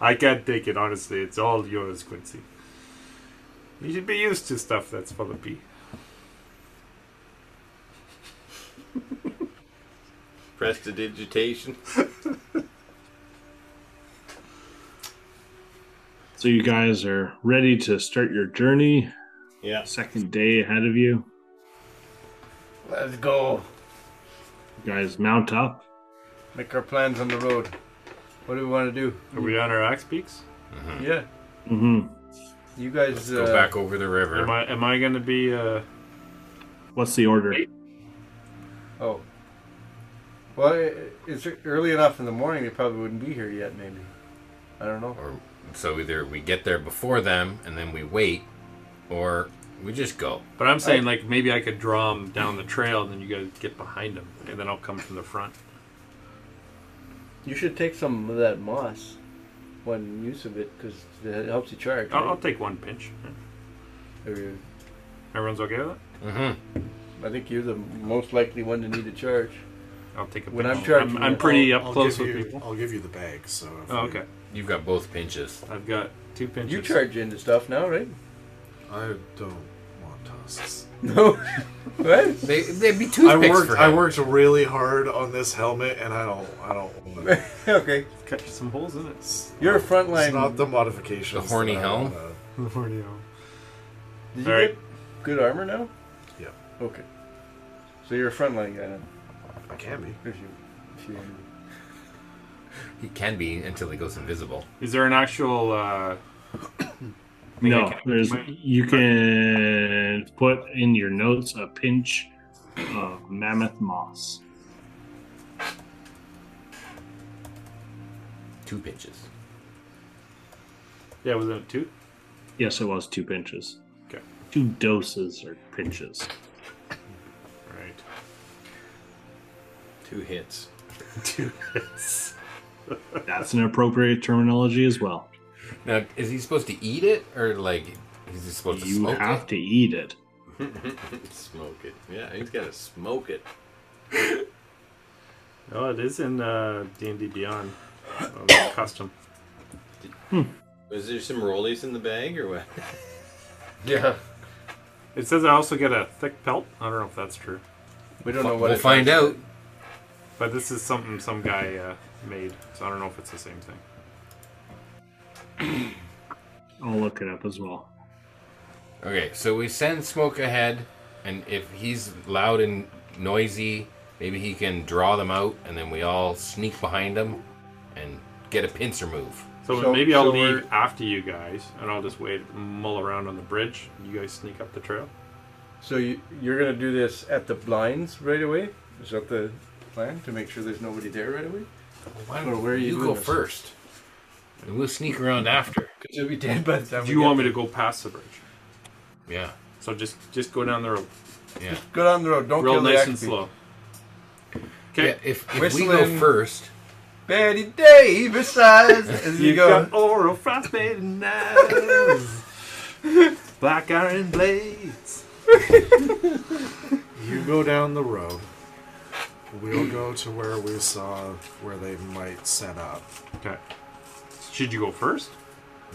Speaker 6: I can't take it, honestly. It's all yours, Quincy. You should be used to stuff that's full of pee.
Speaker 4: Prestidigitation.
Speaker 7: So you guys are ready to start your journey.
Speaker 4: Yeah.
Speaker 7: Second day ahead of you.
Speaker 2: let's go.
Speaker 7: You guys mount up.
Speaker 2: Make our plans on the road. What do we want to do?
Speaker 6: Are we on our axe peaks?
Speaker 2: Yeah,
Speaker 7: hmm
Speaker 2: you guys. uh,
Speaker 5: Mm-hmm. Go back over the
Speaker 6: Am
Speaker 5: river.
Speaker 6: I am I gonna be uh
Speaker 7: What's the order?
Speaker 2: Oh. Well, i- it's early enough in the morning. They probably wouldn't be here yet. Maybe. I don't know.
Speaker 5: Or so either we get there before them and then we wait, or we just go.
Speaker 6: but I'm saying like maybe I could draw him down the trail and then you guys get behind him and then I'll come from the front.
Speaker 2: You should take some of that moss, one use of it, because it helps you charge.
Speaker 6: I'll, I'll
Speaker 2: right?
Speaker 6: take one pinch.
Speaker 2: Or-
Speaker 6: Everyone's okay with it?
Speaker 5: Mm-hmm.
Speaker 2: I think you're the most likely one to need to charge.
Speaker 6: I'll take a
Speaker 2: When
Speaker 6: pinch.
Speaker 2: I'm charging
Speaker 6: I'm,
Speaker 2: you,
Speaker 6: pretty
Speaker 9: I'll-
Speaker 6: up
Speaker 9: I'll
Speaker 6: close
Speaker 9: give
Speaker 6: with
Speaker 9: you-
Speaker 6: people.
Speaker 9: I'll give you the bag. So if
Speaker 6: Oh,
Speaker 9: you-
Speaker 6: okay.
Speaker 5: You've got both pinches.
Speaker 6: I've got two pinches.
Speaker 2: You charge into stuff now, right?
Speaker 9: I don't want tosses.
Speaker 2: No. what?
Speaker 5: They, they'd be
Speaker 9: I
Speaker 5: toothpicks
Speaker 9: worked.
Speaker 5: for him.
Speaker 9: I worked really hard on this helmet, and I don't. I don't. want it.
Speaker 2: okay.
Speaker 6: Cut you some holes in it.
Speaker 2: You're a
Speaker 9: It's
Speaker 2: frontline.
Speaker 9: not the modifications.
Speaker 5: The horny
Speaker 9: that I
Speaker 5: helm?
Speaker 9: wanna-
Speaker 2: Did you
Speaker 6: All right.
Speaker 2: get good armor now?
Speaker 9: Yep.
Speaker 2: Okay. So you're a frontline guy now.
Speaker 9: I can be.
Speaker 2: If you, if you want
Speaker 5: He can be until he goes invisible.
Speaker 6: Is there an actual? Uh, thing I
Speaker 7: No,
Speaker 6: can-
Speaker 7: there's you can put in your notes a pinch of mammoth moss.
Speaker 5: Two pinches.
Speaker 6: Yeah, was it a tooth?
Speaker 7: Yes, it was two pinches.
Speaker 6: Okay.
Speaker 7: Two doses or pinches.
Speaker 6: Right.
Speaker 4: Two hits.
Speaker 7: That's an appropriate terminology as well.
Speaker 5: Now, is he supposed to eat it or like is he supposed to
Speaker 7: You
Speaker 5: smoke
Speaker 7: have
Speaker 5: it?
Speaker 7: to eat it.
Speaker 4: Smoke it. Yeah, he's got to smoke it.
Speaker 6: Oh, it is in D and D Beyond um, custom.
Speaker 4: Is there some rollies in the bag or what?
Speaker 2: Yeah.
Speaker 6: It says I also get a thick pelt. I don't know if that's true,
Speaker 2: We don't know what.
Speaker 5: we'll
Speaker 2: it
Speaker 5: find
Speaker 2: does.
Speaker 5: out.
Speaker 6: but this is something some guy uh, made, so I don't know if it's the same thing.
Speaker 7: I'll look it up as well.
Speaker 5: Okay, so we send smoke ahead, and if he's loud and noisy, maybe he can draw them out, and then we all sneak behind him and get a pincer move.
Speaker 6: So,
Speaker 2: So-
Speaker 6: maybe I'll
Speaker 2: so
Speaker 6: leave
Speaker 2: we're-
Speaker 6: after you guys, and I'll just wait, mull around on the bridge. You guys sneak up the trail.
Speaker 2: So you, you're gonna do this at the blinds right away? Is that the plan to make sure there's nobody there right away?
Speaker 5: Why
Speaker 2: Or where are you
Speaker 5: you go
Speaker 2: doing this?
Speaker 5: first, and we'll sneak around after.
Speaker 2: Because you'll be dead by the time.
Speaker 6: Do you want me to go past the bridge?
Speaker 5: Yeah,
Speaker 6: So just just go down the road,
Speaker 5: yeah.
Speaker 2: Go down the road. Don't
Speaker 6: roll
Speaker 2: kill the
Speaker 6: nice and
Speaker 2: Axie.
Speaker 6: slow.
Speaker 5: yeah
Speaker 6: Okay,
Speaker 5: if if we go
Speaker 2: Whistling.
Speaker 5: first,
Speaker 2: Betty Davis eyes as you,
Speaker 6: You
Speaker 2: go.
Speaker 6: got oral frostbite knives, black iron blades.
Speaker 9: You go down the road. We'll go to where we saw where they might set up.
Speaker 6: Okay. Should you go first?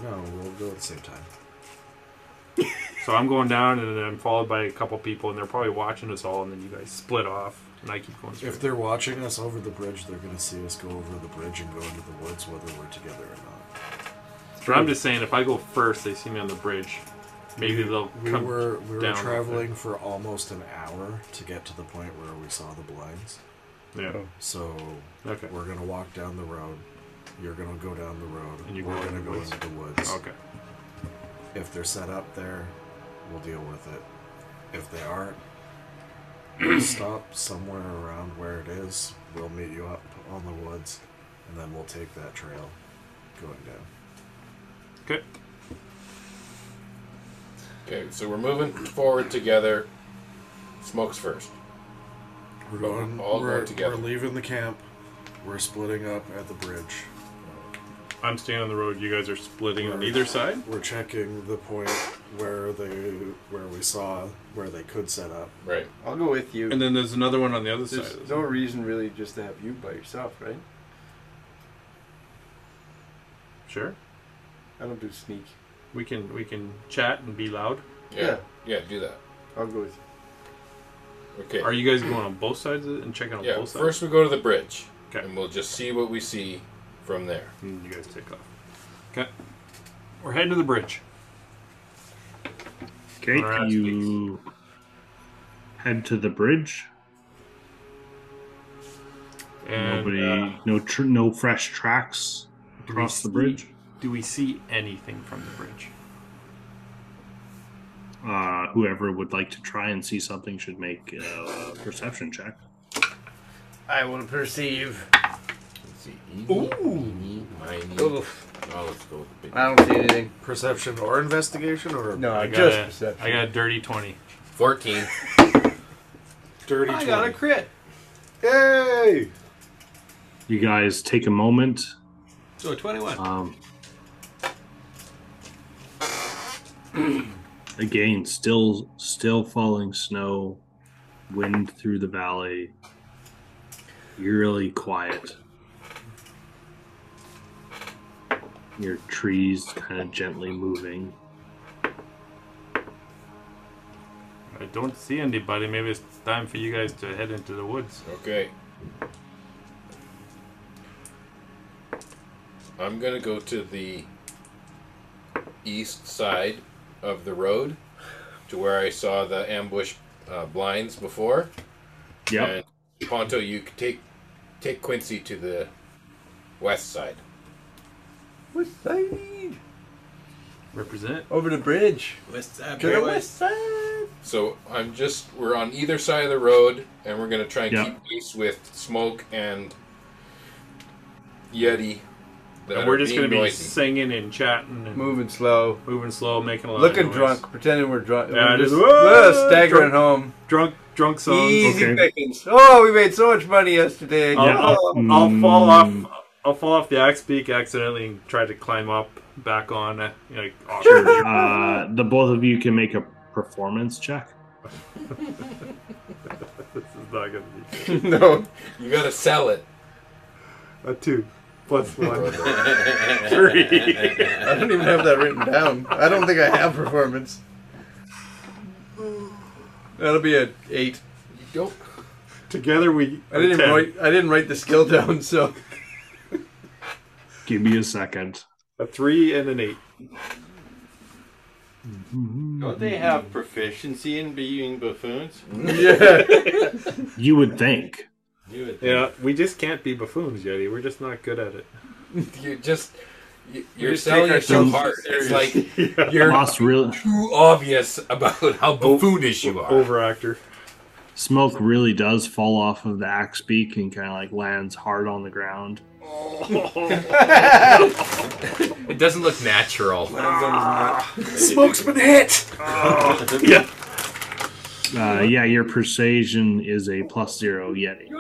Speaker 9: No, we'll go at the same time.
Speaker 6: So I'm going down, and then I'm followed by a couple people, and they're probably watching us all, and then you guys split off, and I keep going straight.
Speaker 9: If they're watching us over the bridge, they're going to see us go over the bridge and go into the woods, whether we're together or not.
Speaker 6: But I'm just saying, if I go first, they see me on the bridge. Maybe they'll
Speaker 9: We
Speaker 6: come
Speaker 9: were we were
Speaker 6: down with
Speaker 9: traveling for almost an hour to get to the point where we saw the blinds.
Speaker 6: it. Yeah.
Speaker 9: So
Speaker 6: Okay.
Speaker 9: we're going to walk down the road. You're going to go down the road.
Speaker 6: And you
Speaker 9: we're
Speaker 6: go
Speaker 9: going to
Speaker 6: in the
Speaker 9: go
Speaker 6: woods.
Speaker 9: into the woods.
Speaker 6: Okay.
Speaker 9: If they're set up there, we'll deal with it. If they aren't, stop somewhere around where it is. We'll meet you up on the woods, and then we'll take that trail going down.
Speaker 6: Okay.
Speaker 5: okay. So we're moving forward together. Smokes first.
Speaker 9: We're
Speaker 5: But
Speaker 9: going.
Speaker 5: all
Speaker 9: we're,
Speaker 5: going together.
Speaker 9: we're leaving the camp. We're splitting up at the bridge.
Speaker 6: I'm staying on the road. You guys are splitting on either side.
Speaker 9: We're checking the point where they where we saw where they could set up.
Speaker 5: Right.
Speaker 2: I'll go with you.
Speaker 6: And then there's another one on the other side.
Speaker 2: There's no reason really just to have you by yourself, right?
Speaker 6: Sure.
Speaker 2: I don't do sneak.
Speaker 6: We can we can chat and be loud.
Speaker 5: Yeah. Yeah. do that.
Speaker 2: I'll go with
Speaker 5: Okay.
Speaker 6: Are you guys going on both sides of it and checking on
Speaker 5: yeah.
Speaker 6: both sides?
Speaker 5: First we go to the bridge,
Speaker 6: Okay.
Speaker 5: and we'll just see what we see from there.
Speaker 6: And you guys take off. Okay. We're heading to the bridge.
Speaker 7: Okay,
Speaker 6: Alright.
Speaker 7: you head to the bridge.
Speaker 6: And
Speaker 7: Nobody,
Speaker 6: uh,
Speaker 7: no, tr- no fresh tracks
Speaker 6: do we
Speaker 7: across the
Speaker 6: see-
Speaker 7: bridge.
Speaker 6: Do we see anything from the bridge?
Speaker 7: Uh, whoever would like to try and see something should make uh, a perception check.
Speaker 2: you. I will perceive.
Speaker 5: Let's see. Ooh. Oh, let's go with the big.
Speaker 2: I don't see anything.
Speaker 9: Perception or investigation or
Speaker 2: No,
Speaker 6: I
Speaker 2: I
Speaker 6: got
Speaker 2: just
Speaker 6: a,
Speaker 2: perception.
Speaker 6: I got a dirty twenty.
Speaker 5: Fourteen.
Speaker 9: dirty.
Speaker 2: I got a
Speaker 9: 20.
Speaker 2: crit.
Speaker 9: Yay!
Speaker 7: You guys take a moment.
Speaker 4: So 21.
Speaker 7: Um, again, still, still falling snow, wind through the valley. Eerily quiet. Your trees kind of gently moving.
Speaker 6: I I don't see anybody. Maybe it's time for you guys to head into the woods.
Speaker 5: Okay. I'm gonna go to the east side of the road to where I saw the ambush uh, blinds before.
Speaker 7: Yep.
Speaker 5: And Ponto, you c- take take Quincy to the west side.
Speaker 2: West side.
Speaker 6: Represent.
Speaker 2: Over the bridge.
Speaker 4: West side,
Speaker 2: To the
Speaker 4: boy.
Speaker 2: west side.
Speaker 5: So I'm just we're on either side of the road, and we're gonna try and
Speaker 7: Yeah.
Speaker 5: keep pace with smoke and Yeti. that
Speaker 6: And
Speaker 5: are
Speaker 6: we're just
Speaker 5: being
Speaker 6: going to be
Speaker 5: noisy.
Speaker 6: singing and chatting and
Speaker 2: Moving slow.
Speaker 6: moving slow, making a lot
Speaker 2: Looking
Speaker 6: of noise.
Speaker 2: drunk, pretending we're drunk.
Speaker 6: Yeah,
Speaker 2: We're
Speaker 6: just-
Speaker 2: uh, staggering
Speaker 6: drunk.
Speaker 2: home.
Speaker 6: drunk, drunk songs.
Speaker 2: Easy
Speaker 7: okay.
Speaker 2: pickings. Oh, we made so much money yesterday.
Speaker 6: I'll,
Speaker 2: Oh,
Speaker 6: I'll, I'll fall off. I'll fall off the axe peak accidentally and try to climb up back on. uh, Like, awkwardly.
Speaker 7: Uh, the both of you can make a performance check.
Speaker 6: this is not gonna be
Speaker 5: no, you gotta sell it.
Speaker 6: a two plus one three.
Speaker 2: I don't even have that written down. I don't think I have performance. That'll be an eight.
Speaker 5: You don't.
Speaker 6: Together we.
Speaker 2: I didn't even
Speaker 6: ten.
Speaker 2: write. I didn't write the skill down. So
Speaker 7: Give me a second.
Speaker 6: a three and an eight.
Speaker 4: Don't they have proficiency in being buffoons?
Speaker 2: yeah,
Speaker 7: You would think.
Speaker 4: You would think.
Speaker 6: Yeah, we just can't be buffoons, Yeti. We're just not good at it.
Speaker 5: You just you, you're
Speaker 2: just
Speaker 5: selling
Speaker 2: take
Speaker 5: yourself
Speaker 2: ourselves
Speaker 5: hard. It's like you're
Speaker 7: Moss really,
Speaker 5: too obvious about how buffoonish you are.
Speaker 6: Overactor.
Speaker 7: smoke really does fall off of the axe beak and kind of like lands hard on the ground.
Speaker 5: It doesn't look natural.
Speaker 9: Smoke's been hit.
Speaker 6: Yeah.
Speaker 7: Uh, yeah, your persuasion is a plus zero Yeti.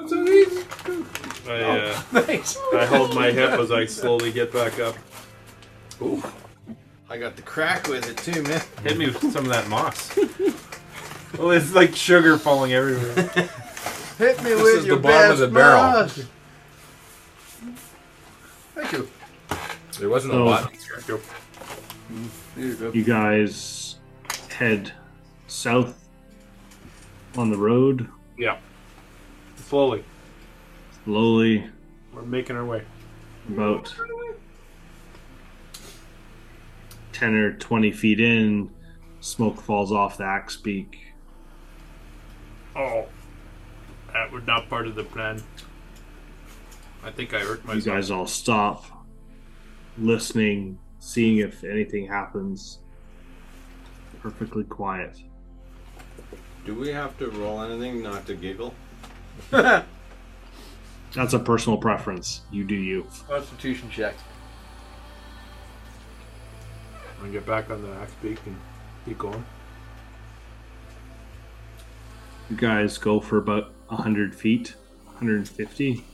Speaker 6: I, uh,
Speaker 2: nice.
Speaker 6: I hold my hip as I slowly get back up.
Speaker 4: I got the crack with it too, man.
Speaker 6: Hit me with some of that moss. well, it's like sugar falling everywhere.
Speaker 2: Hit me
Speaker 5: This
Speaker 2: with
Speaker 5: is the
Speaker 2: your
Speaker 5: bottom of
Speaker 2: best
Speaker 5: the barrel.
Speaker 2: mask. Thank you.
Speaker 5: There wasn't a
Speaker 7: Oh.
Speaker 5: lot.
Speaker 2: There you go.
Speaker 7: You guys head south on the road
Speaker 6: Yeah. Slowly.
Speaker 7: slowly,
Speaker 6: We're making our way.
Speaker 7: about 10 or 20 feet in. Smoke falls off the axe beak.
Speaker 6: Oh. That was not part of the plan. I think I hurt
Speaker 7: You
Speaker 6: myself.
Speaker 7: guys all stop, listening, seeing if anything happens. Perfectly quiet.
Speaker 4: Do we have to roll anything not to giggle?
Speaker 7: That's a personal preference. You do you.
Speaker 2: Constitution check.
Speaker 6: I'm gonna get back on the axe beak and keep going.
Speaker 7: You guys go for about 100 feet, 150.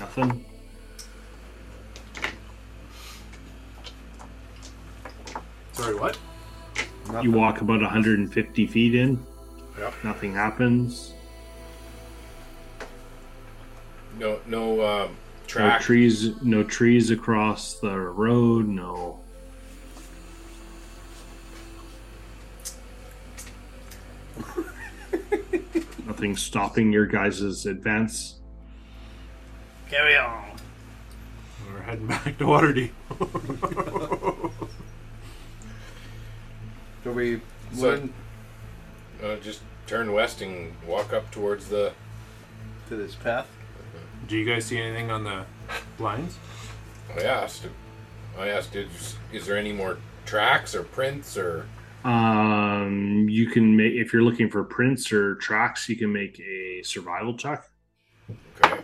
Speaker 7: Nothing.
Speaker 6: Sorry, what?
Speaker 7: You walk about 150 feet in.
Speaker 6: Yep.
Speaker 7: Nothing happens.
Speaker 5: No, no um,
Speaker 7: No
Speaker 5: track.
Speaker 7: trees, no trees across the road. No. Nothing stopping your guys' advance.
Speaker 8: Carry on.
Speaker 6: We're heading back to Waterdeep.
Speaker 2: So we
Speaker 5: So-
Speaker 2: went
Speaker 5: Uh, just turn west and walk up towards the.
Speaker 4: To this path?
Speaker 6: Do you guys see anything on the blinds?
Speaker 5: I asked. I asked. Is, is there any more tracks or prints or?
Speaker 7: Um, you can make if you're looking for prints or tracks, you can make a survival check.
Speaker 5: Okay.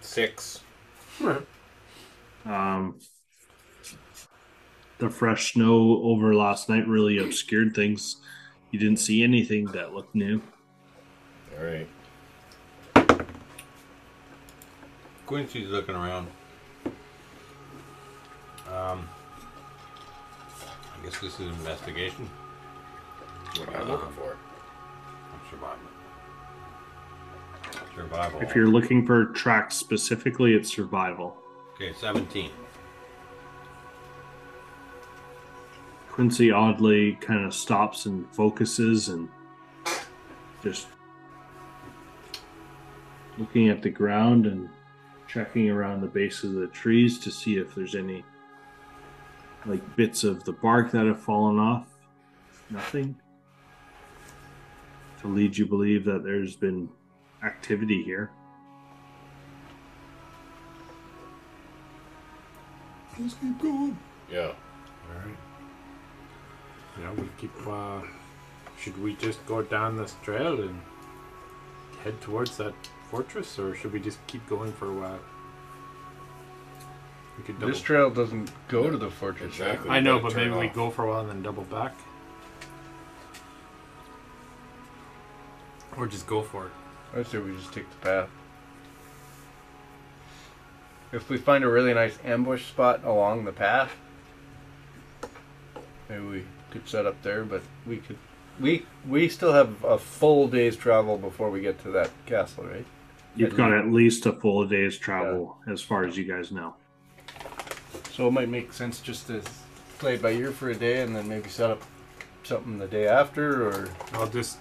Speaker 5: Six.
Speaker 7: Um, the fresh snow over last night really obscured things. You didn't see anything that looked new.
Speaker 5: All right.
Speaker 4: Quincy's looking around. Um, I guess this is an investigation. Uh,
Speaker 5: What I'm looking for.
Speaker 4: Survival. Survival.
Speaker 7: If you're looking for tracks specifically, it's survival.
Speaker 4: okay, 17.
Speaker 7: Quincy oddly kind of stops and focuses and just looking at the ground and checking around the base of the trees to see if there's any like bits of the bark that have fallen off. Nothing to lead you believe that there's been activity here.
Speaker 10: Let's keep going.
Speaker 5: Yeah.
Speaker 6: All right. Yeah, we keep. Uh, should we just go down this trail and head towards that fortress, or should we just keep going for a while? We could double.
Speaker 2: This trail doesn't go to the fortress. right?
Speaker 5: Exactly.
Speaker 6: I know,
Speaker 5: Gotta
Speaker 6: but
Speaker 5: turn
Speaker 6: maybe we
Speaker 5: off.
Speaker 6: go for a while and then double back, or just go for it.
Speaker 2: I say we just take the path. If we find a really nice ambush spot along the path, maybe we could set up there. But we could, we we still have a full day's travel before we get to that castle, right?
Speaker 7: You've
Speaker 2: At
Speaker 7: got at least a full day's travel as far as you guys know.
Speaker 2: So it might make sense just to play it by ear for a day, and then maybe set up something the day after, or
Speaker 6: I'll just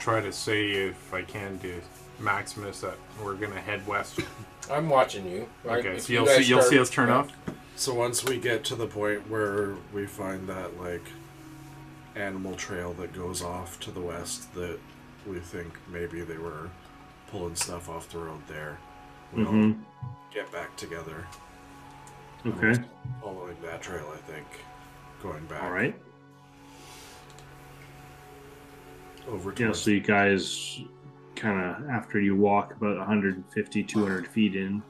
Speaker 6: try to say if I can to Maximus that we're gonna head west.
Speaker 5: I'm watching you. Right?
Speaker 6: Okay,
Speaker 5: If
Speaker 6: so you'll
Speaker 5: guys
Speaker 6: see you'll
Speaker 5: start-
Speaker 6: see us turn off.
Speaker 9: So once we get to the point where we find that like animal trail that goes off to the west that we think maybe they were pulling stuff off the road there, we'll
Speaker 7: Mhm.
Speaker 9: get back together
Speaker 7: Okay.
Speaker 9: following that trail. I think going back
Speaker 7: All right.
Speaker 9: over
Speaker 7: Yeah,
Speaker 9: towards
Speaker 7: so you guys kind of, after you walk about 150, 200 feet in,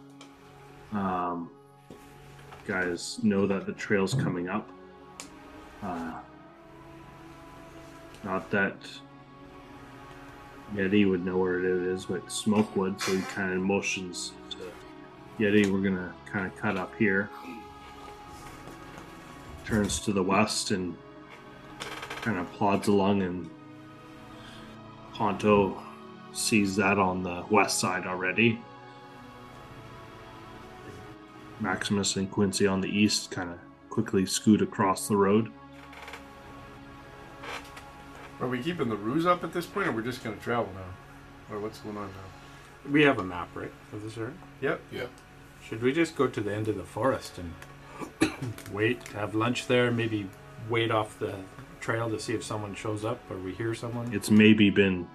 Speaker 7: um, you guys know that the trail's coming up. Uh, not that Yeti would know where it is, but Smoke would, so he kind of motions to Yeti, we're going to kind of cut up here. Turns to the west and kind of plods along and Ponto sees that on the west side already. Maximus and Quincy on the east kind of quickly scoot across the road.
Speaker 2: are we keeping the ruse up at this point, or we're just gonna travel now, or what's going on now?
Speaker 6: We have a map, right, of this area?
Speaker 2: Yep.
Speaker 5: Yep.
Speaker 6: Should we just go to the end of the forest and wait, have lunch there, maybe wait off the trail to see if someone shows up or we hear someone?
Speaker 7: It's maybe been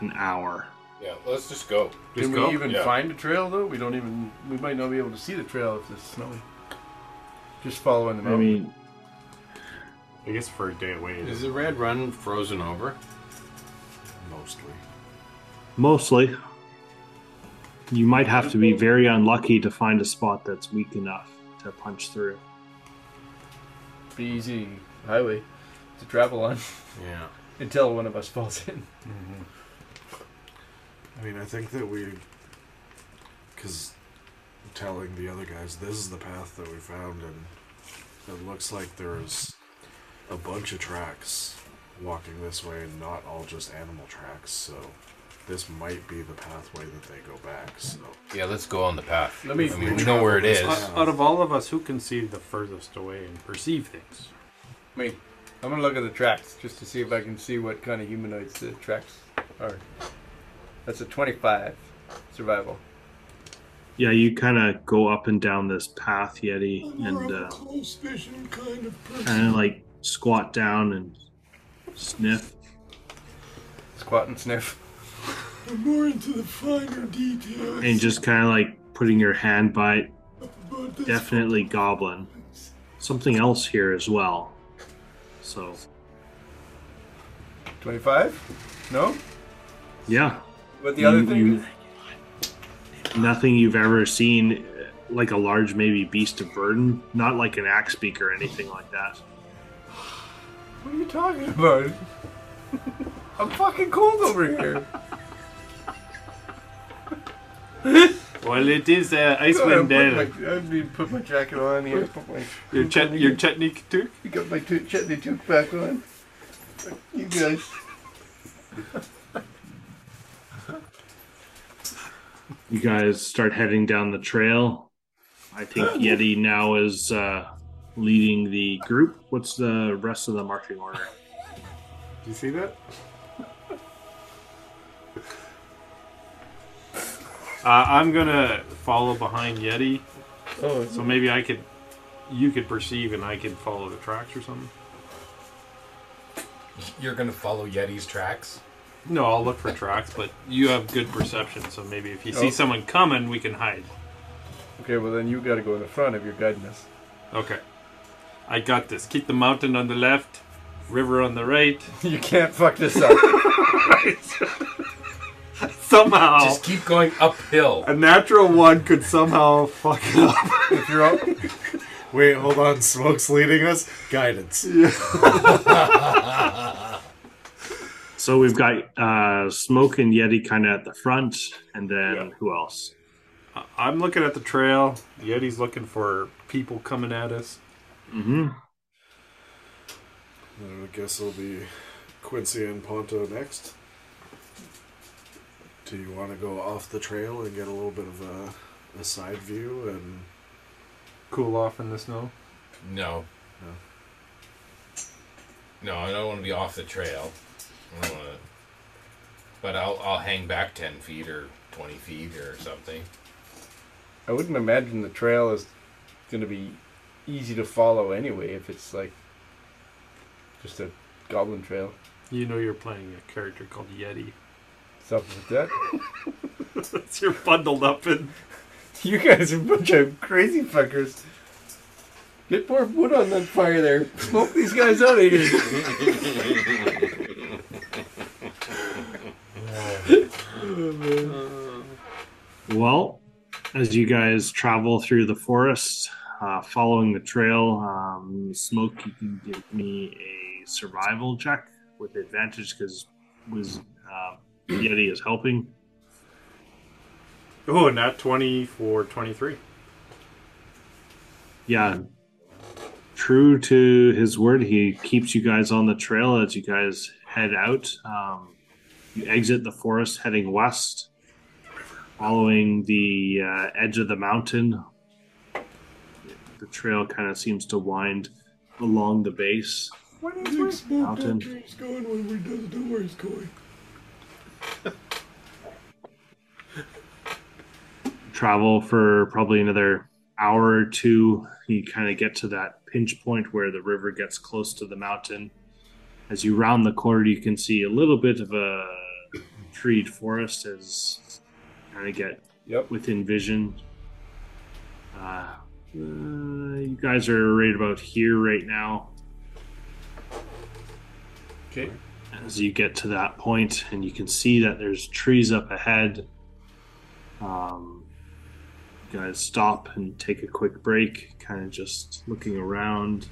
Speaker 7: an hour.
Speaker 5: Yeah, let's just go.
Speaker 6: Just
Speaker 2: Can
Speaker 6: go?
Speaker 2: we even
Speaker 5: Yeah.
Speaker 2: find a trail though? We don't even. We might not be able to see the trail if it's snowy. Just following the
Speaker 7: I
Speaker 2: mountain.
Speaker 7: mean,
Speaker 6: I guess for a day away. it
Speaker 4: Is
Speaker 6: is.
Speaker 4: the red run frozen over?
Speaker 9: mostly.
Speaker 7: mostly. You might have to be very unlucky to find a spot that's weak enough to punch through.
Speaker 2: be easy highway to travel on
Speaker 4: Yeah.
Speaker 2: until one of us falls in.
Speaker 9: I mean, I think that we, because telling the other guys this is the path that we found, and it looks like there's a bunch of tracks walking this way, and not all just animal tracks. So this might be the pathway that they go back. So
Speaker 5: Yeah, let's go on the path.
Speaker 2: Let me-
Speaker 5: I mean, we know where it is.
Speaker 6: Out, out of all of us, who can see the furthest away and perceive things?
Speaker 2: I mean, I'm gonna look at the tracks just to see if I can see what kind of humanoids the tracks are. That's a 25 survival.
Speaker 7: Yeah, you kind of go up and down this path, Yeti,
Speaker 10: I'm more
Speaker 7: and
Speaker 10: of a
Speaker 7: uh,
Speaker 10: close vision kind of
Speaker 7: kind
Speaker 10: person.
Speaker 7: of like squat down and sniff.
Speaker 2: Squat and sniff.
Speaker 10: I'm more into the finer details.
Speaker 7: and just kind of like putting your hand by it.
Speaker 10: about this
Speaker 7: Definitely goblin. Something else here as well. So
Speaker 2: 25? No?
Speaker 7: yeah,
Speaker 2: But the other
Speaker 7: You-
Speaker 2: thing
Speaker 7: you-
Speaker 2: is,
Speaker 7: nothing you've ever seen uh, like a large maybe beast of burden, not like an axe beak or anything like that.
Speaker 2: what are you talking about? I'm fucking cold over here.
Speaker 6: Well, it is uh,
Speaker 2: I'm
Speaker 6: Icewind
Speaker 2: putting
Speaker 6: Dale.
Speaker 2: my- I need to put my jacket on here. Put my,
Speaker 6: Your, chet, your chutney too?
Speaker 2: you got my tu- chutney tooth back on. You guys.
Speaker 7: You guys start heading down the trail. I think Yeti now is uh, leading the group. What's the rest of the marching order?
Speaker 9: Do you see that?
Speaker 6: Uh, I'm gonna follow behind Yeti. Oh, so maybe I could, you could perceive, and I could follow the tracks or something.
Speaker 11: You're gonna follow Yeti's tracks.
Speaker 6: No, I'll look for tracks, but you have good perception, so maybe if you see
Speaker 2: Oh.
Speaker 6: someone coming, we can hide.
Speaker 2: Okay, well then you got to go in the front if you're guiding us.
Speaker 6: Okay. I got this. Keep the mountain on the left, river on the right.
Speaker 2: You can't fuck this up.
Speaker 6: Somehow.
Speaker 11: Just keep going uphill.
Speaker 9: A natural one could somehow fuck it up.
Speaker 2: If you're up,
Speaker 9: Wait, hold on. Smoke's leading us. Guidance.
Speaker 7: So we've got uh, Smoke and Yeti kind of at the front, and then who else?
Speaker 6: I- I'm looking at the trail. Yeti's looking for people coming at us.
Speaker 7: Mm-hmm.
Speaker 9: I guess it'll be Quincy and Ponto next. Do you want to go off the trail and get a little bit of a, a side view? And
Speaker 6: Cool off in the snow.
Speaker 11: No.
Speaker 9: No.
Speaker 11: No, I don't want to be off the trail. I don't want to. But I'll I'll hang back ten feet or twenty feet or something.
Speaker 2: I wouldn't imagine the trail is going to be easy to follow anyway if it's like just a goblin trail,
Speaker 6: You know you're playing a character called Yeti.
Speaker 2: something like that.
Speaker 6: you're bundled up in.
Speaker 2: You guys are a bunch of crazy fuckers. Get more wood on that fire there. Smoke these guys out of here.
Speaker 7: Well, as you guys travel through the forest, uh, following the trail, um, Smoke, you can give me a survival check with advantage because was uh, Yeti is helping.
Speaker 6: Oh, and that 20 for 23.
Speaker 7: Yeah, true to his word, he keeps you guys on the trail as you guys head out. Um, you exit the forest heading west, following the uh, edge of the mountain. The trail kind of seems to wind along the base.
Speaker 10: I think Smoke
Speaker 7: Mountain.
Speaker 10: that tree's going when we doesn't know where he's going.
Speaker 7: travel for probably another hour or two. You kind of get to that pinch point where the river gets close to the mountain. As you round the corner, you can see a little bit of a treed forest as kind of get
Speaker 2: Yep.
Speaker 7: within vision. Uh, uh, you guys are right about here right now.
Speaker 2: Okay.
Speaker 7: As you get to that point, and you can see that there's trees up ahead. Um, you guys stop and take a quick break, kind of just looking around,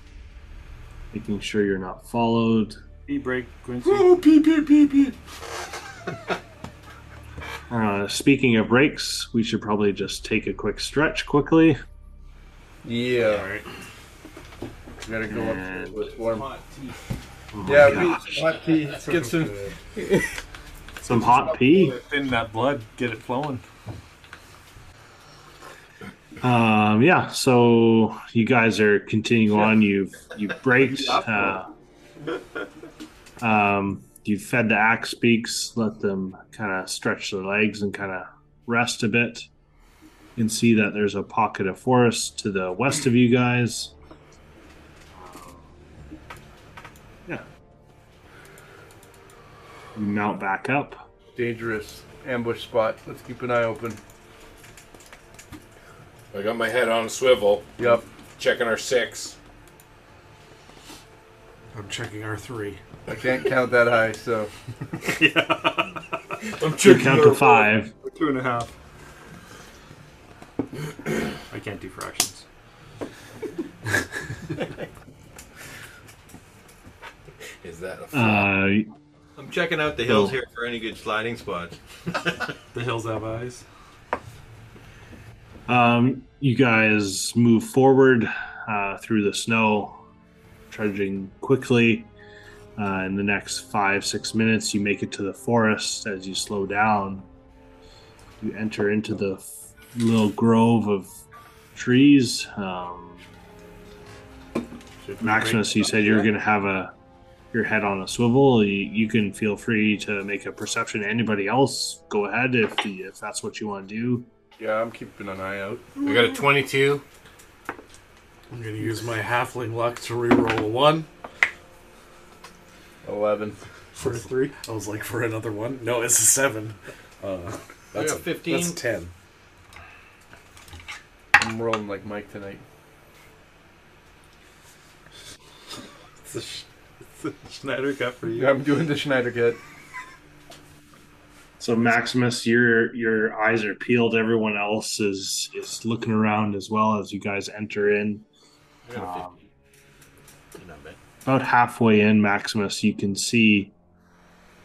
Speaker 7: making sure you're not followed.
Speaker 6: E break, Quincy.
Speaker 10: Oh, pee pee pee pee.
Speaker 7: Uh, speaking of breaks, we should probably just take a quick stretch quickly.
Speaker 2: Yeah.
Speaker 6: Alright.
Speaker 2: Gotta go up to
Speaker 7: And-
Speaker 2: what's warm.
Speaker 7: Oh my
Speaker 2: Yeah,
Speaker 7: God.
Speaker 2: we hot tea. Let's get some.
Speaker 7: some hot pee.
Speaker 6: Thin that blood, get it flowing.
Speaker 7: Um, yeah, so you guys are continuing on. You've you've braked. Uh, um, you've fed the axe beaks, let them kind of stretch their legs and kind of rest a bit. You can see that there's a pocket of forest to the west of you guys. Um, Yeah. You mount back up.
Speaker 2: Dangerous ambush spot. Let's keep an eye open.
Speaker 5: I got my head on a swivel,
Speaker 2: Yep.
Speaker 5: checking our six.
Speaker 9: I'm checking our three.
Speaker 2: I can't count that high, so.
Speaker 11: I'm
Speaker 7: You count to five.
Speaker 6: Two and a half. I can't do fractions.
Speaker 11: Is that a
Speaker 7: Uh,
Speaker 4: I'm checking out the
Speaker 7: Oh.
Speaker 4: hills here for any good sliding spots.
Speaker 6: The hills have eyes.
Speaker 7: Um, you guys move forward uh, through the snow, trudging quickly. Uh, in the next five, six minutes, you make it to the forest. As you slow down, you enter into the f- little grove of trees. Um,
Speaker 6: Should we
Speaker 7: Maximus,
Speaker 6: break
Speaker 7: you
Speaker 6: up
Speaker 7: said you were
Speaker 6: here?
Speaker 7: going to have a your head on a swivel. You, you can feel free to make a perception. Anybody else, go ahead if the, if that's what you want to do.
Speaker 2: Yeah, I'm keeping an eye out.
Speaker 6: Mm.
Speaker 5: I got a 22.
Speaker 9: I'm gonna use my halfling luck to reroll a one.
Speaker 2: Eleven.
Speaker 9: For a three. I was like for another one. No, it's a seven. Uh, that's
Speaker 2: got
Speaker 9: a
Speaker 2: 15.
Speaker 9: That's a ten.
Speaker 2: I'm rolling like Mike tonight.
Speaker 9: It's a, sh- it's a Schneider cut for you.
Speaker 2: I'm doing the Schneider cut.
Speaker 7: So Maximus, your your eyes are peeled. Everyone else is is looking around as well as you guys enter in. Um,
Speaker 4: I got a 50. Not bad.
Speaker 7: About halfway in, Maximus, you can see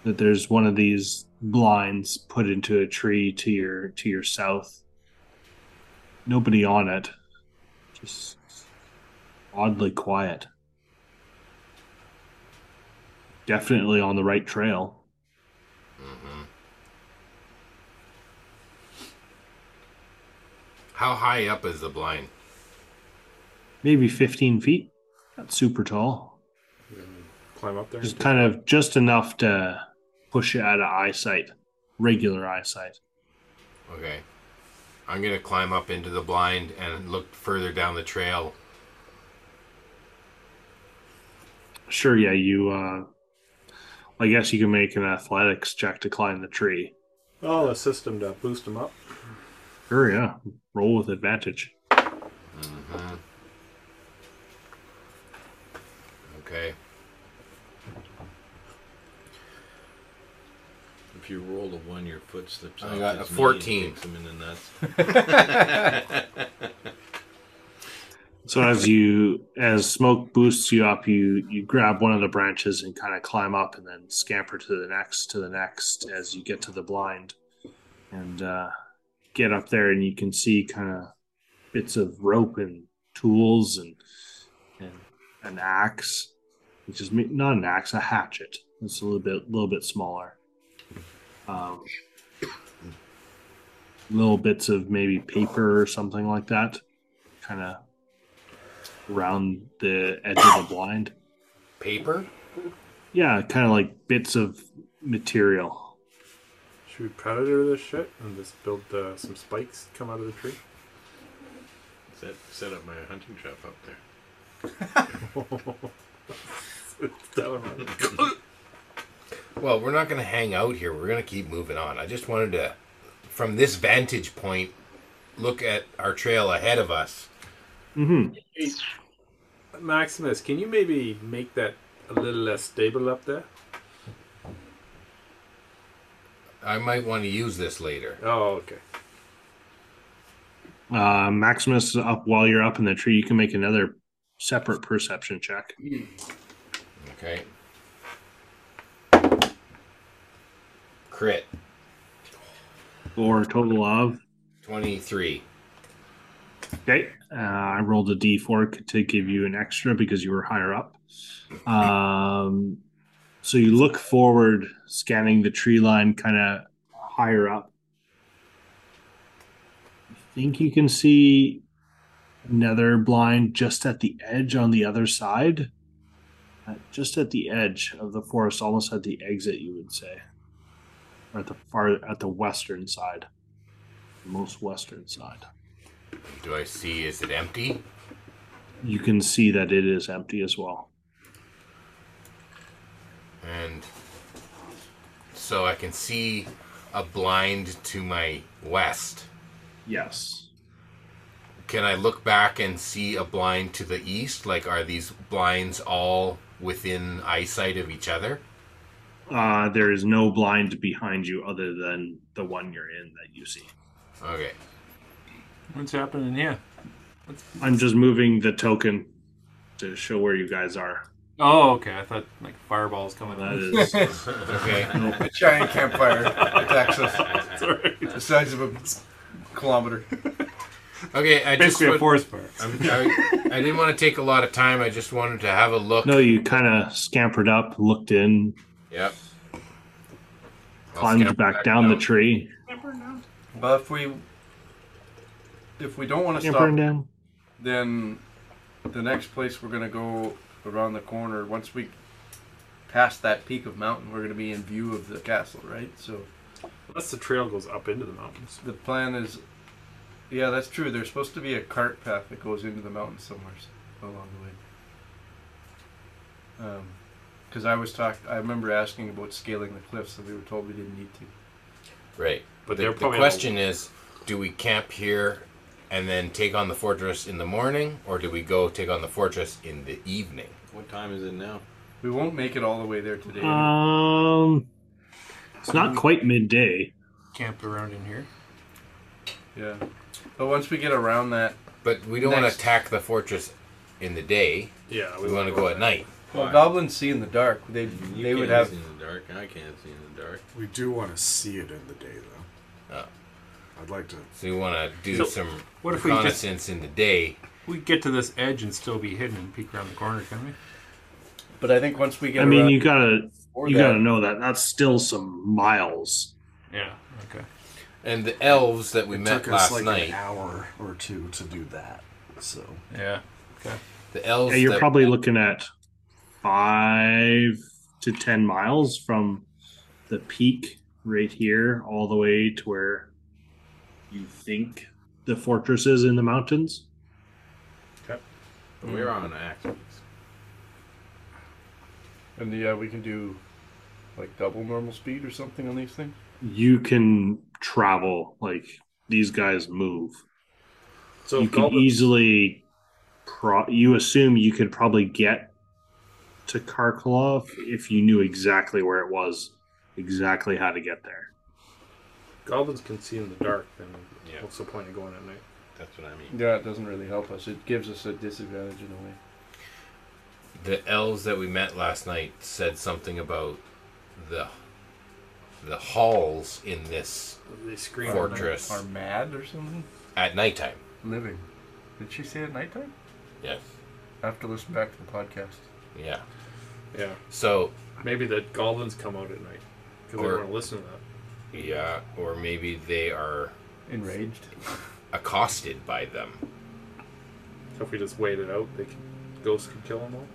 Speaker 7: that there's one of these blinds put into a tree to your to your south. Nobody on it. Just oddly quiet. Definitely on the right trail.
Speaker 5: How high up is the blind?
Speaker 7: Maybe 15 feet. Not super tall.
Speaker 6: Climb up there.
Speaker 7: Just kind of just enough to push you out of eyesight, regular eyesight.
Speaker 5: Okay. I'm going to climb up into the blind and look further down the trail.
Speaker 7: Sure, yeah, you. uh I guess you can make an athletics check to climb the tree.
Speaker 6: Oh, a system to boost him up.
Speaker 7: Sure, yeah, roll with advantage.
Speaker 5: Mhm. Okay.
Speaker 4: If you roll a one, your foot slips.
Speaker 5: I
Speaker 4: off
Speaker 5: got a
Speaker 4: his knee and
Speaker 5: 14.
Speaker 4: kicks him in the nuts.
Speaker 7: So as you as smoke boosts you up, you you grab one of the branches and kind of climb up, and then scamper to the next, to the next as you get to the blind, and uh, get up there, and you can see kind of bits of rope and tools and and an axe, which is ma- not an axe, a hatchet. It's a little bit little bit smaller. Um, little bits of maybe paper or something like that, kind of around the edge of the blind.
Speaker 5: Paper?
Speaker 7: Yeah, kind of like bits of material.
Speaker 6: Should we predator this shit and just build uh, some spikes come out of the tree?
Speaker 4: set, set up my hunting trap up there.
Speaker 5: Well, we're not going to hang out here. We're going to keep moving on. I just wanted to, from this vantage point, look at our trail ahead of us.
Speaker 7: Mm-hmm.
Speaker 6: Maximus, can you maybe make that a little less stable up there?
Speaker 5: I might want to use this later.
Speaker 6: Oh, okay.
Speaker 7: Uh, Maximus, up while you're up in the tree, you can make another separate perception check.
Speaker 5: Okay. Crit
Speaker 7: Or a total of
Speaker 5: 23.
Speaker 7: Okay. Uh, I rolled a d4 c- to give you an extra because you were higher up. Um, so you look forward, scanning the tree line kind of higher up. I think you can see another blind just at the edge on the other side. Uh, just at the edge of the forest, almost at the exit, you would say. Or at the far at the western side. Most western side.
Speaker 5: Do I see, is it empty?
Speaker 7: you can see that it is empty as well.
Speaker 5: And so I can see a blind to my west.
Speaker 7: Yes.
Speaker 5: Can I look back and see a blind to the east? Like, are these blinds all within eyesight of each other?
Speaker 7: Uh, there is no blind behind you other than the one you're in that you see.
Speaker 5: Okay.
Speaker 6: What's happening here?
Speaker 7: I'm just moving the token to show where you guys are.
Speaker 6: Oh, okay. I thought like fireballs coming
Speaker 7: That
Speaker 6: out.
Speaker 7: is
Speaker 5: Okay.
Speaker 2: A giant campfire attacks us.
Speaker 6: Sorry.
Speaker 2: The size of a kilometer.
Speaker 5: Okay, I just
Speaker 6: Basically a
Speaker 5: would-
Speaker 6: forest fire.
Speaker 5: I'm, I, I didn't want to take a lot of time. I just wanted to have a look.
Speaker 7: no, you kind of scampered up, looked in,
Speaker 5: Yep. I'll
Speaker 7: climbed
Speaker 5: scamper
Speaker 7: back, down the tree.
Speaker 2: But if we if we don't want to stop
Speaker 7: Scampering down.
Speaker 2: then the next place we're gonna go around the corner. Once we pass that peak of mountain, we're gonna be in view of the castle, right? So
Speaker 6: Unless the trail goes up into the mountains.
Speaker 2: the plan is, yeah, that's true. There's supposed to be a cart path that goes into the mountains somewhere s- along the way. Because I was talk, I remember asking about scaling the cliffs, and we were told we didn't need to.
Speaker 5: Right.
Speaker 6: But
Speaker 5: But
Speaker 6: they're
Speaker 5: the, the
Speaker 6: probably
Speaker 5: question is, do we camp here and then take on the fortress in the morning, or do we go take on the fortress in the evening?
Speaker 4: What time is it now?
Speaker 2: We won't make it all the way there today.
Speaker 7: Um, it's not quite midday.
Speaker 6: Camp around in here.
Speaker 2: yeah, but once we get around that,
Speaker 5: But we don't want to
Speaker 2: Next.
Speaker 5: attack the fortress in the day.
Speaker 6: Yeah,
Speaker 5: we, want to go at night.
Speaker 2: well,
Speaker 4: Why?
Speaker 2: goblins see in the dark. They
Speaker 4: You
Speaker 2: they
Speaker 4: can't
Speaker 2: would have
Speaker 4: see in the dark, and I can't see in the dark.
Speaker 9: We do want to see it in the day, though.
Speaker 5: Oh.
Speaker 9: I'd like to.
Speaker 5: So we want to do
Speaker 6: So,
Speaker 5: some
Speaker 6: what if we just-
Speaker 5: reconnaissance in the day.
Speaker 6: We get to this edge and still be hidden and peek around the corner, can we?
Speaker 2: But I think once we get,
Speaker 7: I mean,
Speaker 2: around
Speaker 7: you gotta
Speaker 2: before
Speaker 7: you
Speaker 2: that-
Speaker 7: gotta know that that's still some miles.
Speaker 6: Yeah. Okay.
Speaker 5: And the elves that we
Speaker 9: it
Speaker 5: met
Speaker 9: took
Speaker 5: last
Speaker 9: us like
Speaker 5: night,
Speaker 9: an hour or two to do that. So
Speaker 6: Yeah.
Speaker 5: the elves
Speaker 7: Yeah, you're
Speaker 5: that
Speaker 7: probably looking at five to ten miles from the peak right here, all the way to where you think the fortress is in the mountains.
Speaker 4: But We're on active.
Speaker 2: and yeah, we can do like double normal speed or something on these things.
Speaker 7: You can travel like these guys move.
Speaker 6: So
Speaker 7: you
Speaker 6: if
Speaker 7: can
Speaker 6: goblins-
Speaker 7: easily. Pro- you assume you could probably get to Karkalov if you knew exactly where it was, exactly how to get there.
Speaker 6: goblins can see in the dark, then
Speaker 4: Yeah.
Speaker 6: what's the point of going at night?
Speaker 4: That's what I mean.
Speaker 2: Yeah, it doesn't really help us. It gives us a disadvantage in a way.
Speaker 5: the elves that we met last night said something about the the halls in this
Speaker 6: They scream.
Speaker 5: fortress
Speaker 2: Are mad or something?
Speaker 5: at nighttime.
Speaker 2: Living. Did she say at nighttime?
Speaker 5: Yes.
Speaker 2: I have to listen back to the podcast.
Speaker 5: Yeah.
Speaker 6: Yeah.
Speaker 5: So
Speaker 6: Maybe the goblins come out at night because they
Speaker 5: Or-
Speaker 6: want to listen to that.
Speaker 5: yeah, or maybe they are
Speaker 2: Enraged.
Speaker 5: accosted by them.
Speaker 6: So if we just wait it out, they can, ghosts can kill them all.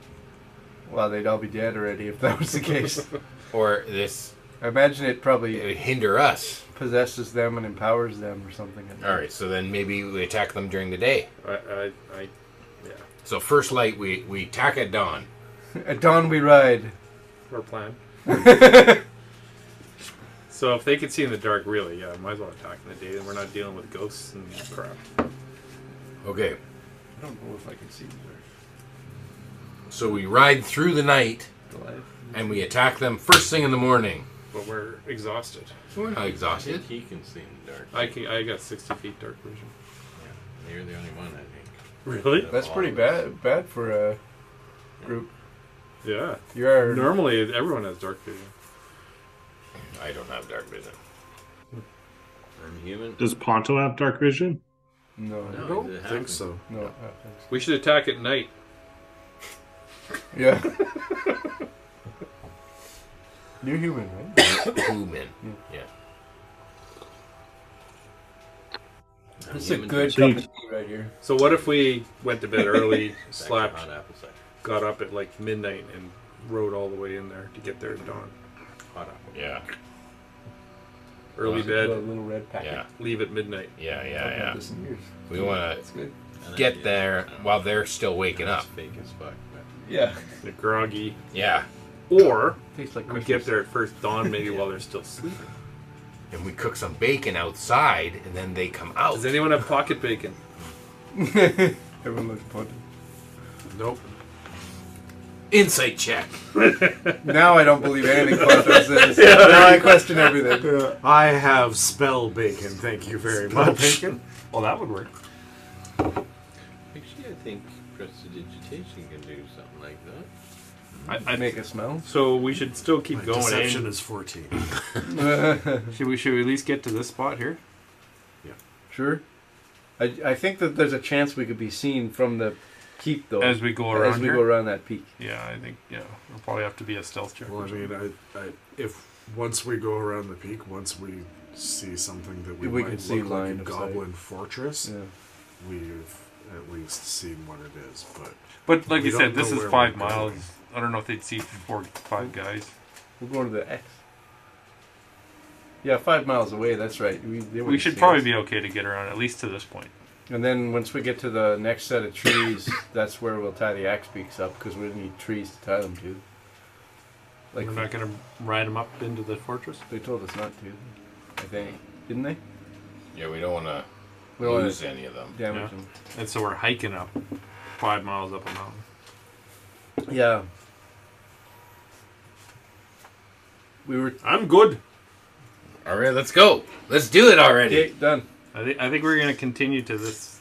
Speaker 2: Well, they'd all be dead already if that was the case.
Speaker 5: Or this
Speaker 2: I imagine it
Speaker 5: it
Speaker 2: probably
Speaker 5: would hinder us.
Speaker 2: possesses them and empowers them or something.
Speaker 5: All right, so then maybe we attack them during the day.
Speaker 6: I, I, I yeah.
Speaker 5: So first light, we we attack at dawn.
Speaker 2: At dawn we ride.
Speaker 6: Our plan. so if they can see in the dark, really, yeah, might as well attack in the day. Then we're not dealing with ghosts and crap.
Speaker 2: I
Speaker 5: Okay,
Speaker 2: don't know if I can see the
Speaker 5: so we ride through the night
Speaker 2: dark. Alive.
Speaker 5: and we attack them first thing in the morning.
Speaker 6: But we're exhausted.
Speaker 5: We're not
Speaker 4: I
Speaker 5: exhausted.
Speaker 4: think he can see in the dark.
Speaker 6: I can, I got sixty feet dark vision.
Speaker 4: You're the only one, I think.
Speaker 6: Really?
Speaker 2: That's pretty bad. Bad for uh, a group.
Speaker 6: Yeah.
Speaker 2: You're our,
Speaker 6: Normally, everyone has dark vision.
Speaker 5: I don't have dark vision.
Speaker 4: I'm human.
Speaker 7: Does Ponto have dark vision?
Speaker 2: no,
Speaker 4: No,
Speaker 2: no,
Speaker 4: it
Speaker 9: I think
Speaker 4: happened.
Speaker 9: so.
Speaker 2: no. uh, thanks.
Speaker 6: We should attack at night.
Speaker 2: Yeah. You're human, right?
Speaker 5: Human. Yeah.
Speaker 4: I'm
Speaker 2: This is a
Speaker 4: human.
Speaker 2: good
Speaker 7: So you-
Speaker 2: cup of tea right here.
Speaker 6: So what if we went to bed early,
Speaker 4: Back to
Speaker 6: slapped,
Speaker 4: hot apple cider.
Speaker 6: got up at like midnight, and rode all the way in there to get there at dawn?
Speaker 4: Hot apple.
Speaker 5: Yeah.
Speaker 6: Early
Speaker 2: Just a
Speaker 6: bed,
Speaker 2: little red packet.
Speaker 5: Yeah.
Speaker 6: leave at midnight.
Speaker 5: Yeah. Yeah.
Speaker 2: I've had
Speaker 5: Yeah.
Speaker 2: this in years.
Speaker 5: We want
Speaker 2: It's good.
Speaker 5: to
Speaker 4: And I
Speaker 5: get
Speaker 4: did.
Speaker 5: there while they're still waking up.
Speaker 4: It's fake as fuck. but-
Speaker 2: Yeah.
Speaker 6: They're groggy.
Speaker 5: Yeah.
Speaker 6: Or
Speaker 2: Tastes like
Speaker 6: we
Speaker 2: Christmas.
Speaker 6: get there at first dawn, maybe while they're still sleeping.
Speaker 5: And we cook some bacon outside, and then they come out.
Speaker 6: Does anyone have pocket bacon?
Speaker 2: Everyone looks punted.
Speaker 6: Nope.
Speaker 5: Insight check.
Speaker 2: Now I don't believe anything Ponto says. Now I question everything.
Speaker 9: I have spell bacon. Thank you very much.
Speaker 6: Well, that would work.
Speaker 4: Actually, I think prestidigitation can do something like that.
Speaker 6: I,
Speaker 2: I
Speaker 6: I
Speaker 2: make a smell.
Speaker 6: So we should still keep
Speaker 9: My
Speaker 6: going.
Speaker 9: deception
Speaker 6: eh?
Speaker 9: is fourteen.
Speaker 6: Should we should we at least get to this spot here?
Speaker 2: Sure. I, I think that there's a chance we could be seen from the keep though.
Speaker 6: As we go around
Speaker 2: as we
Speaker 6: here?
Speaker 2: go around that peak.
Speaker 6: Yeah, I think yeah. It'll probably have to be a stealth check.
Speaker 9: Well, I mean, I, I, if once we go around the peak, once we see something that we,
Speaker 2: We
Speaker 9: might
Speaker 2: can see
Speaker 9: look like
Speaker 2: line
Speaker 9: a
Speaker 2: of sight.
Speaker 9: goblin fortress,
Speaker 2: Yeah.
Speaker 9: we've at least seen what it is. But
Speaker 6: But like
Speaker 9: uh,
Speaker 6: you
Speaker 9: we don't
Speaker 6: said, this
Speaker 9: know
Speaker 6: is
Speaker 9: where
Speaker 6: five
Speaker 9: we're going.
Speaker 6: miles. I don't know if they'd see four, five guys.
Speaker 2: We're going to the X. Yeah, five miles away. That's right. We, they
Speaker 6: We
Speaker 2: wouldn't
Speaker 6: should
Speaker 2: see
Speaker 6: probably
Speaker 2: us.
Speaker 6: be okay to get around at least to this point.
Speaker 2: And then once we get to the next set of trees, that's where we'll tie the axe beaks up because we need trees to tie them to.
Speaker 6: Like we're not gonna ride them up into the fortress.
Speaker 2: They told us not to. I think didn't they?
Speaker 11: Yeah, we don't want to
Speaker 2: We don't wanna
Speaker 11: lose any of them.
Speaker 2: Damage
Speaker 6: Yeah. And so we're hiking up five miles up a mountain.
Speaker 2: them. Yeah. We were.
Speaker 6: I'm good.
Speaker 5: All right, let's go. Let's do it already.
Speaker 2: Okay, done.
Speaker 6: I think I think we're gonna continue to this.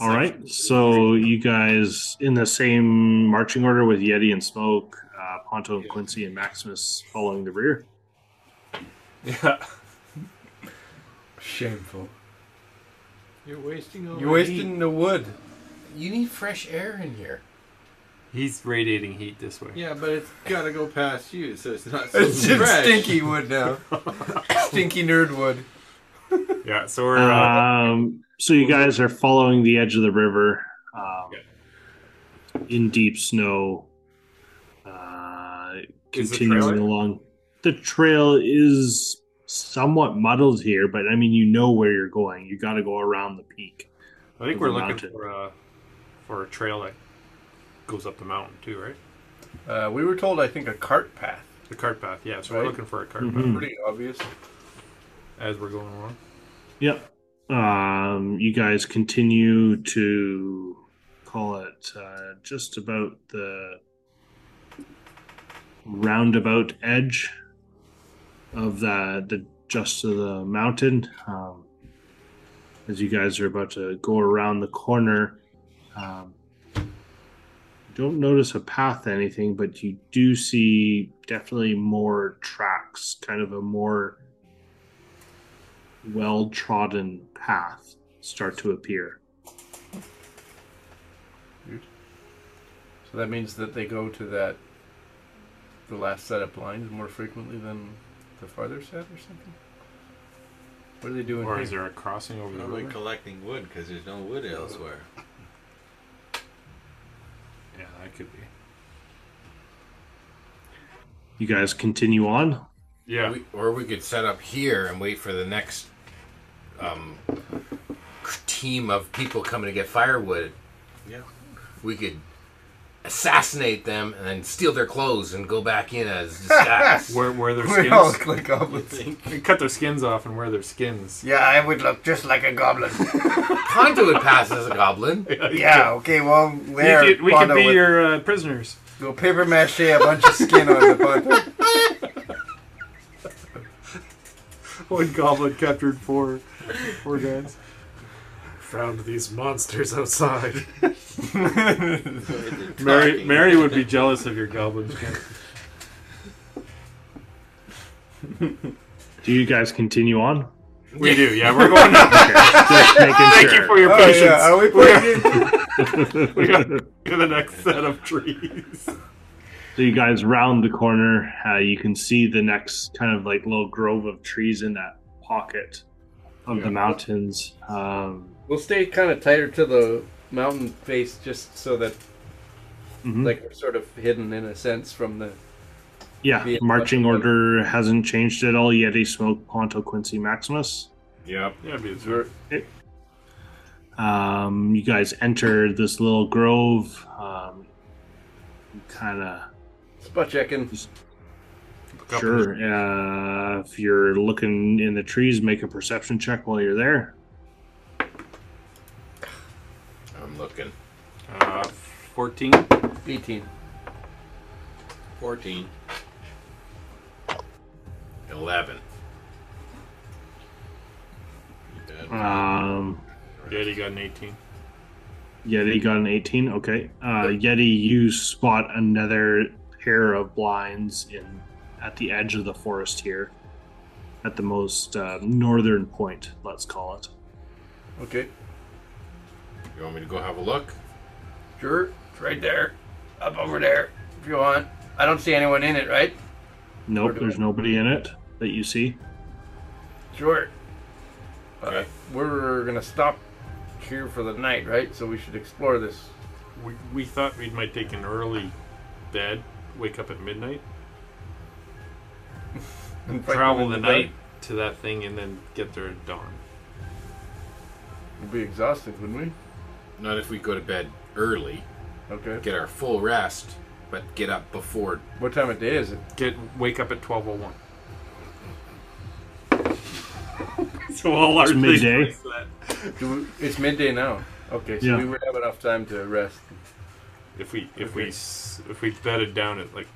Speaker 7: All right. So you guys, in the same marching order with Yeti and Smoke, uh, Ponto and Quincy and Maximus following the rear.
Speaker 6: Yeah.
Speaker 2: Shameful.
Speaker 4: You're wasting all
Speaker 2: You're
Speaker 4: my
Speaker 2: wasting the wood.
Speaker 11: You need fresh air in here.
Speaker 6: He's radiating heat this way.
Speaker 4: heat. Yeah, but it's gotta go past you, so it's not so
Speaker 2: It's just
Speaker 4: fresh.
Speaker 2: stinky wood now. stinky nerd wood.
Speaker 6: Yeah. So we're. Uh,
Speaker 7: Um, so you guys are following the edge of the river um, in deep snow, uh,
Speaker 6: Is the
Speaker 7: continuing
Speaker 6: trail-
Speaker 7: along. The trail is somewhat muddled here, but I mean, you know where you're going. You got to go around the peak.
Speaker 6: I think
Speaker 7: of
Speaker 6: we're
Speaker 7: the
Speaker 6: looking
Speaker 7: mountain.
Speaker 6: for a for a trail that goes up the mountain too, right?
Speaker 2: Uh, we were told, I think, a cart path.
Speaker 6: The cart path. Yeah. So we're
Speaker 2: Right.
Speaker 6: looking for a cart
Speaker 7: Mhm.
Speaker 6: path
Speaker 2: Pretty obvious.
Speaker 6: as we're going along.
Speaker 7: Yep. Um, you guys continue to call it uh, just about the roundabout edge of the the just of the mountain. Um, as you guys are about to go around the corner, um, you don't notice a path anything, but you do see definitely more tracks, kind of a more well trodden path start to appear.
Speaker 2: So that means that they go to that the last set of blinds more frequently than the farther set or something. What are they doing?
Speaker 6: Or
Speaker 2: here?
Speaker 6: is there a crossing over the
Speaker 4: Probably
Speaker 6: river?
Speaker 4: collecting wood because there's no wood elsewhere.
Speaker 6: Yeah, that could be.
Speaker 7: You guys continue on.
Speaker 6: Yeah.
Speaker 5: We, or we could set up here and wait for the next um, team of people coming to get firewood.
Speaker 4: Yeah.
Speaker 5: We could assassinate them and then steal their clothes and go back in as disguise.
Speaker 6: Where where their
Speaker 2: we all
Speaker 6: skins?
Speaker 2: look like goblins.
Speaker 6: Cut their skins off and wear their skins.
Speaker 10: Yeah, I would look just like a goblin.
Speaker 5: Ponto would pass as a goblin.
Speaker 10: yeah, okay, well, there.
Speaker 6: we could, we could
Speaker 10: Bondo,
Speaker 6: be
Speaker 10: with-
Speaker 6: your uh, prisoners.
Speaker 2: Go paper mache a bunch of skin on the bottom.
Speaker 6: One goblin captured four four guys.
Speaker 9: Found these monsters outside.
Speaker 6: Mary Mary would be jealous of your goblin skin.
Speaker 7: Do you guys continue on?
Speaker 6: We do, yeah. We're going. Up.
Speaker 7: Okay, just making
Speaker 6: Thank
Speaker 7: sure.
Speaker 6: you for your
Speaker 2: Oh
Speaker 6: patience.
Speaker 2: yeah, are we putting in?
Speaker 6: We got to the next set of trees.
Speaker 7: So you guys round the corner. Uh, you can see the next kind of like little grove of trees in that pocket of the mountains. Um,
Speaker 2: We'll stay kind of tighter to the mountain face just so that
Speaker 3: Mm-hmm.
Speaker 7: mhm.
Speaker 2: like we're sort of hidden in a sense from the.
Speaker 7: yeah,
Speaker 2: yeah,
Speaker 7: marching
Speaker 2: okay.
Speaker 7: order hasn't changed at all. Yeti, Smoke, Ponto, Quincy, Maximus.
Speaker 11: Yep.
Speaker 6: Yeah, it'd be a
Speaker 2: We're,
Speaker 7: Um, you guys enter this little grove. Um, kind of
Speaker 2: spot checking.
Speaker 6: up
Speaker 7: Sure. Uh, if you're looking in the trees, make a perception check while you're there.
Speaker 11: I'm looking.
Speaker 6: uh, fourteen.
Speaker 2: 18.
Speaker 4: 14.
Speaker 11: 11.
Speaker 7: Um,
Speaker 6: Yeah, he got an eighteen.
Speaker 7: Yeti got an 18. Okay. Uh, Yeti, you spot another pair of blinds in at the edge of the forest here, at the most uh, northern point, let's call it.
Speaker 2: Okay.
Speaker 11: You want me to go have a look?
Speaker 2: Sure. It's right there. Up over there. If you want. I don't see anyone in it, right?
Speaker 7: Nope, there's nobody in it that you see.
Speaker 2: Sure.
Speaker 11: Okay.
Speaker 2: We're gonna stop here for the night, right? So we should explore this.
Speaker 6: We, we thought we might take an early bed, wake up at midnight,
Speaker 2: And fight
Speaker 6: travel
Speaker 2: them
Speaker 6: the
Speaker 2: in
Speaker 6: night to that thing, and then get there at dawn.
Speaker 2: We'd be exhausted, wouldn't we?
Speaker 5: Not if we go to bed early.
Speaker 2: Okay.
Speaker 5: Get our full rest, but get up before.
Speaker 2: What time of day is it?
Speaker 6: Get wake up at twelve oh one. So all our
Speaker 7: It's
Speaker 6: things
Speaker 7: midday.
Speaker 6: like that.
Speaker 2: Do we, it's midday now. Okay, so
Speaker 7: Yeah.
Speaker 2: we would have enough time to rest.
Speaker 6: If we if we s- if we bedded down at like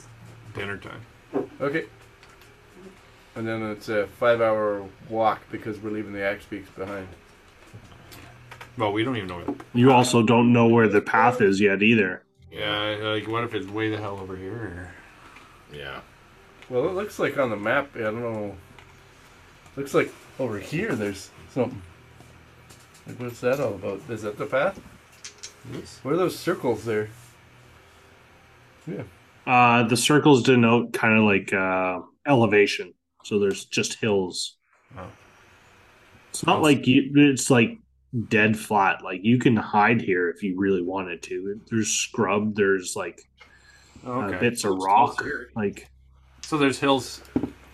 Speaker 6: dinner time.
Speaker 2: Okay. And then it's a five-hour walk because we're leaving the axe beaks behind.
Speaker 6: Well, we don't even know where.
Speaker 7: You also don't know where the path is yet either.
Speaker 6: Yeah, like what if it's way the hell over here?
Speaker 5: Yeah.
Speaker 2: Well, it looks like on the map. I don't know. Looks like over here. There's something. Like, what's that all about? Is that the path?
Speaker 6: Yes.
Speaker 2: What are those circles there? Yeah.
Speaker 7: Uh, the circles denote kind of like uh, elevation, so there's just hills.
Speaker 6: Oh.
Speaker 7: It's not like you, it's like dead flat. Like you can hide here if you really wanted to. There's scrub. There's like uh,
Speaker 6: Okay.
Speaker 7: bits of rock. Like
Speaker 6: So there's hills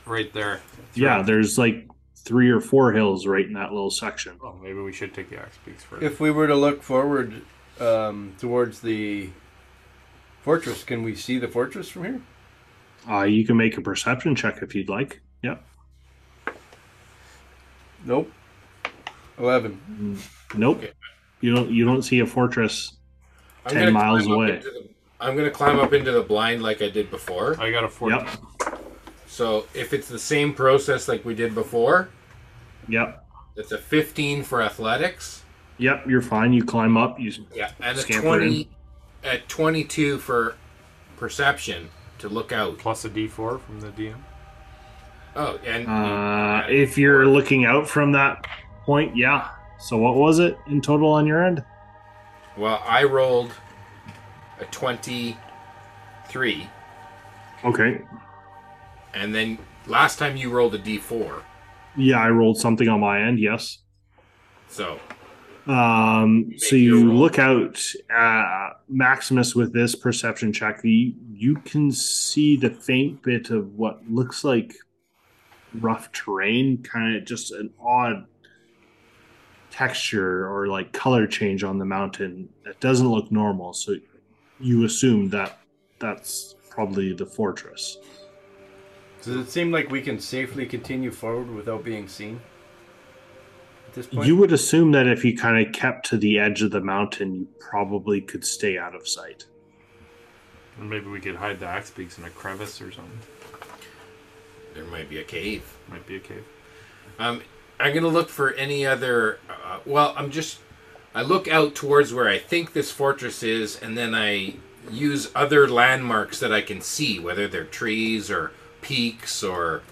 Speaker 6: right there.
Speaker 7: yeah, there's like three or four hills right in that little section.
Speaker 6: Oh, maybe we should take the axe peaks first.
Speaker 2: If we were to look forward um, towards the fortress, can we see the fortress from here?
Speaker 7: Uh, you can make a perception check if you'd like. Yeah.
Speaker 2: Nope. Eleven.
Speaker 7: Nope. You don't. You don't see a fortress
Speaker 5: I'm
Speaker 7: ten
Speaker 5: gonna
Speaker 7: miles
Speaker 5: climb up
Speaker 7: away.
Speaker 5: into the- I'm gonna climb up into the blind like I did before.
Speaker 6: I got a four.
Speaker 7: Yep.
Speaker 5: So if it's the same process like we did before,
Speaker 7: Yep.
Speaker 5: it's a 15 for athletics.
Speaker 7: Yep. You're fine. You climb up. You.
Speaker 5: Yeah, and a
Speaker 7: Scamper in.
Speaker 5: 20, a 22 for perception to look out.
Speaker 6: Plus a D4 from the DM.
Speaker 5: Oh, and
Speaker 7: Uh, if you're looking out from that point, yeah. So what was it in total on your end?
Speaker 5: well, I rolled a 23,
Speaker 7: Okay.
Speaker 5: and then last time you rolled a d4.
Speaker 7: Yeah, I rolled something on my end. Yes.
Speaker 5: So
Speaker 7: Um, so
Speaker 5: your
Speaker 7: you
Speaker 5: roll.
Speaker 7: look out, uh, Maximus, with this perception check. The, you can see the faint bit of what looks like rough terrain, kind of just an odd texture or like color change on the mountain that doesn't look normal. So you assume that that's probably the fortress.
Speaker 2: Does it seem like we can safely continue forward without being seen? At this point,
Speaker 7: You would assume that if you kind of kept to the edge of the mountain, you probably could stay out of sight.
Speaker 6: And maybe we could hide the axe peaks in a crevice or something.
Speaker 5: there might be a cave.
Speaker 6: Might be a cave.
Speaker 5: Um, I'm gonna look for any other. Uh, well, I'm just. I look out towards where I think this fortress is, and then I use other landmarks that I can see, whether they're trees or peaks or.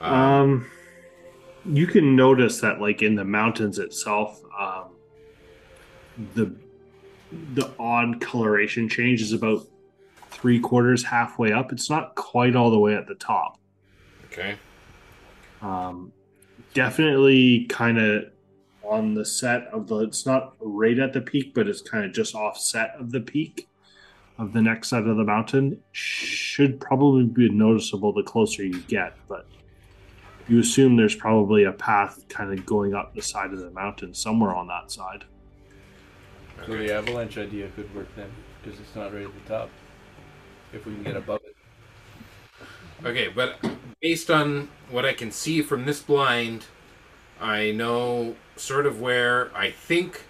Speaker 7: Um, you can notice that, like in the mountains itself, um, the the odd coloration change is about three quarters halfway up. It's not quite all the way at the top.
Speaker 5: Okay.
Speaker 7: Um, definitely kind of on the set of the. It's not right at the peak, but it's kind of just offset of the peak of the next side of the mountain. Should probably be noticeable the closer you get, but you assume there's probably a path kind of going up the side of the mountain somewhere on that side.
Speaker 2: so the avalanche idea could work then, because it's not right at the top. If we can get above it,
Speaker 5: Okay, but based on what I can see from this blind, I know sort of where I think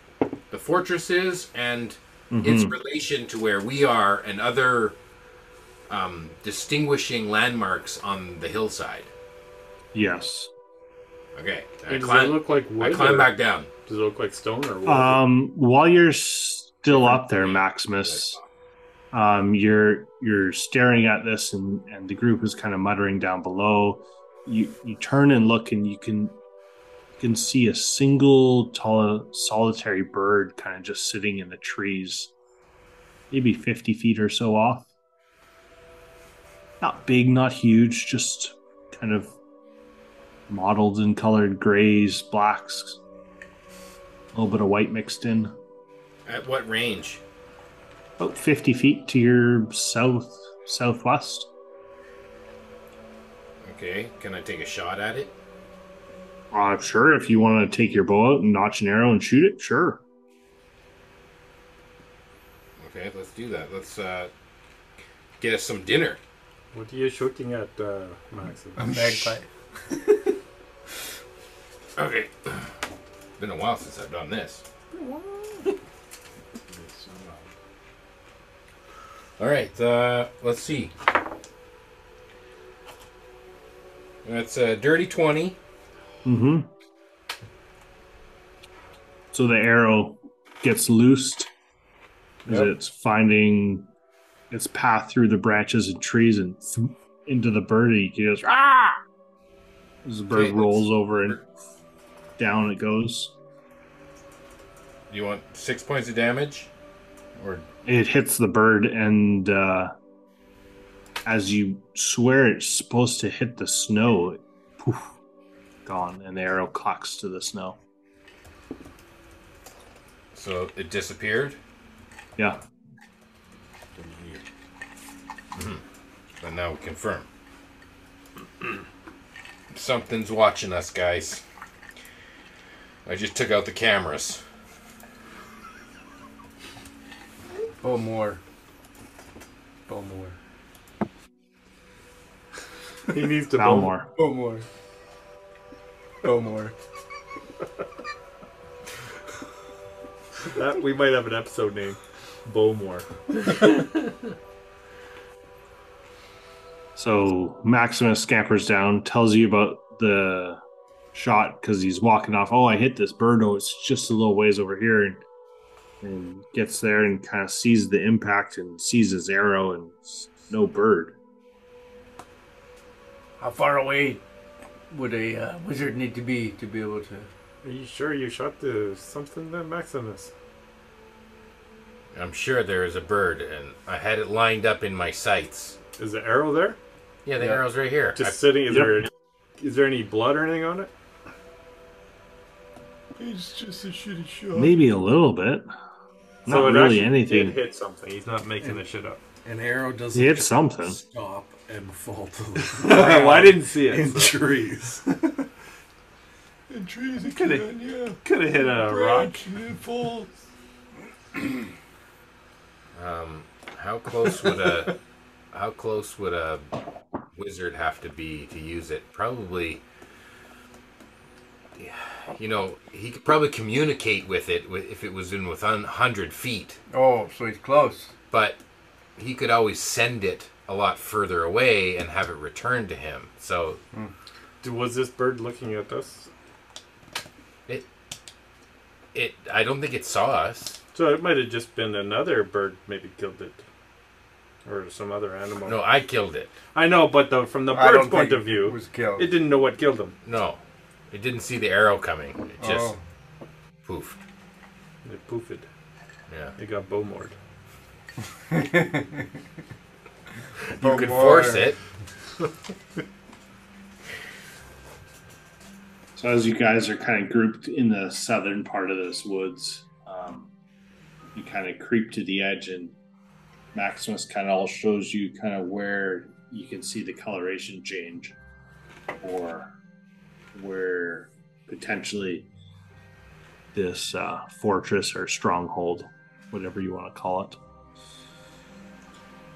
Speaker 5: the fortress is and its
Speaker 7: Mhm.
Speaker 5: relation to where we are and other um, distinguishing landmarks on the hillside.
Speaker 7: Yes.
Speaker 5: Okay. I
Speaker 6: Hey, does it
Speaker 5: climb,
Speaker 6: look like
Speaker 5: I
Speaker 6: wood?
Speaker 5: climb
Speaker 6: or-
Speaker 5: back down.
Speaker 6: Does it look like stone or wood?
Speaker 7: Um, while you're still up there, Maximus, um, you're you're staring at this, and and the group is kind of muttering down below. You you turn and look, and you can you can see a single tall solitary bird kind of just sitting in the trees, maybe fifty feet or so off. Not big, not huge, just kind of mottled and colored grays, blacks, little bit of white mixed in.
Speaker 5: At what range?
Speaker 7: About 50 feet to your south southwest.
Speaker 5: Okay, can I take a shot at it?
Speaker 7: Uh, sure, if you want to take your bow out and notch an arrow and shoot it, sure.
Speaker 5: Okay, let's do that. Let's uh, get us some dinner.
Speaker 6: What are you shooting at, uh, Max?
Speaker 2: A magpie.
Speaker 5: Okay. Been a while since I've done this. All right, uh, let's see. That's a dirty 20.
Speaker 7: Mm-hmm. So the arrow gets loosed as
Speaker 5: Yep.
Speaker 7: it's finding its path through the branches and trees and thump into the birdie. He goes, ah! As the bird
Speaker 5: Okay,
Speaker 7: rolls over and down it goes.
Speaker 5: You want six points of damage? Or
Speaker 7: It hits the bird, and uh, as you swear it's supposed to hit the snow, it, poof, gone, and the arrow cocks to the snow.
Speaker 5: so it disappeared?
Speaker 7: Yeah.
Speaker 5: And now we confirm. Something's watching us, guys. I just took out the cameras.
Speaker 2: Oh, more. Oh, more.
Speaker 6: He needs to
Speaker 7: Now
Speaker 6: bow
Speaker 7: more.
Speaker 2: Oh, more. Oh, more.
Speaker 6: That, we might have an episode name, Bowmore.
Speaker 7: So Maximus scampers down, tells you about the shot because he's walking off. Oh, I hit this bird. Oh, it's just a little ways over here, and and gets there and kind of sees the impact and sees his arrow and s- no bird.
Speaker 2: How far away would a uh, wizard need to be to be able to?
Speaker 6: Are you sure you shot the something there, Maximus?
Speaker 5: I'm sure there is a bird, and I had it lined up in my sights.
Speaker 6: Is the arrow there?
Speaker 5: Yeah, the
Speaker 2: Yeah.
Speaker 5: arrow's right here.
Speaker 6: Just
Speaker 5: I-
Speaker 6: sitting. Is
Speaker 7: Yep.
Speaker 6: there any, is there any blood or anything on it?
Speaker 3: It's just a shitty shot.
Speaker 7: Maybe a little bit, not
Speaker 6: it
Speaker 7: really
Speaker 6: actually
Speaker 7: anything.
Speaker 6: Did hit something. He's not making the shit up.
Speaker 9: An arrow doesn't
Speaker 7: He hit
Speaker 9: just
Speaker 7: something.
Speaker 9: stop and fall to the
Speaker 6: well, I
Speaker 9: ground
Speaker 6: didn't see it.
Speaker 9: in trees.
Speaker 3: And trees are
Speaker 6: Coulda-
Speaker 3: good, yeah.
Speaker 6: Could have hit a rock.
Speaker 3: Branch and it falls.
Speaker 5: Um, how close would a how close would a wizard have to be to use it? Probably. You know, he could probably communicate with it wi- if it was in within hundred feet,
Speaker 2: Oh, so he's close.
Speaker 5: but he could always send it a lot further away and have it returned to him. So
Speaker 6: D- Was this bird looking at us?
Speaker 5: it, I don't think it saw us.
Speaker 6: So it might have just been another bird, maybe killed it, or some other animal.
Speaker 5: No, I killed it.
Speaker 6: I know, but the, from the
Speaker 2: I
Speaker 6: bird's
Speaker 2: don't
Speaker 6: point
Speaker 2: think
Speaker 6: of
Speaker 2: it
Speaker 6: view,
Speaker 2: was killed.
Speaker 6: it didn't know what killed him.
Speaker 5: No, it didn't see the arrow coming. It just
Speaker 2: Oh.
Speaker 5: poofed.
Speaker 6: It poofed.
Speaker 5: Yeah.
Speaker 6: It got bowmored.
Speaker 5: You
Speaker 2: Oh,
Speaker 5: could force it.
Speaker 7: So as you guys are kind of grouped in the southern part of this woods, um, you kind of creep to the edge, and Maximus kind of shows you kind of where you can see the coloration change, or where potentially this uh, fortress or stronghold, whatever you want to call it.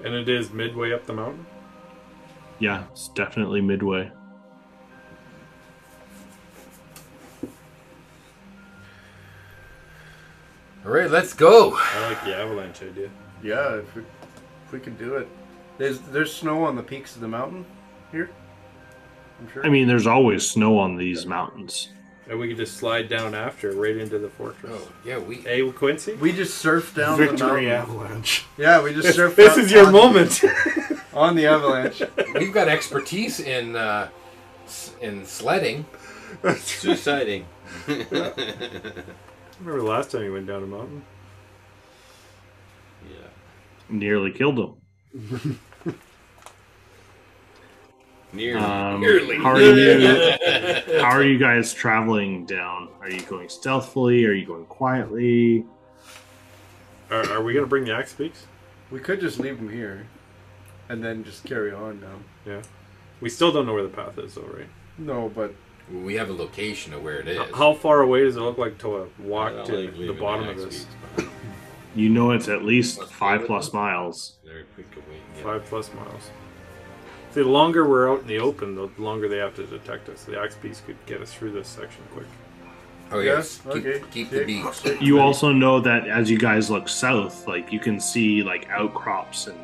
Speaker 6: And it is midway up the mountain.
Speaker 7: Yeah, it's definitely midway.
Speaker 5: All right, let's go.
Speaker 6: I like the avalanche idea.
Speaker 2: Yeah, if we, if we can do it. There's there's snow on the peaks of the mountain here. I'm sure.
Speaker 7: I mean, there's always snow on these mountains.
Speaker 6: And we could just slide down after, right into the fortress.
Speaker 5: Oh, yeah, we
Speaker 6: Hey, Quincy?
Speaker 2: we just surfed down the mountain.
Speaker 9: Victory avalanche.
Speaker 2: Yeah, we just surfed.
Speaker 6: This
Speaker 2: out
Speaker 6: is your
Speaker 2: on-
Speaker 6: moment.
Speaker 2: on the avalanche.
Speaker 5: we've got expertise in uh, s- in sledding.
Speaker 4: Suiciding.
Speaker 6: Remember the last time you went down a mountain?
Speaker 4: Yeah.
Speaker 7: Nearly killed him.
Speaker 4: Nearly.
Speaker 7: Um,
Speaker 4: Nearly.
Speaker 7: How are you? how are you guys traveling down? Are you going stealthily? Are you going quietly?
Speaker 6: Are, are we gonna bring the axe beaks?
Speaker 2: We could just leave them here, and then just carry on now.
Speaker 6: Yeah. We still don't know where the path is, though, right?
Speaker 2: No, but
Speaker 5: we have a location of where it is.
Speaker 6: H- How far away does it look like to uh, walk
Speaker 5: don't
Speaker 6: to
Speaker 5: like
Speaker 6: the
Speaker 5: leaving
Speaker 6: bottom
Speaker 5: the
Speaker 6: of
Speaker 5: axe
Speaker 6: this?
Speaker 7: You know it's at least five plus miles.
Speaker 6: Five plus miles. See, the longer we're out in the open, the longer they have to detect us. The axe beast could get us through this section quick.
Speaker 5: Oh
Speaker 2: Yeah,
Speaker 5: yes, keep,
Speaker 2: okay.
Speaker 5: keep the
Speaker 2: Yeah.
Speaker 5: beaks.
Speaker 7: You also know that as you guys look south, like you can see like outcrops and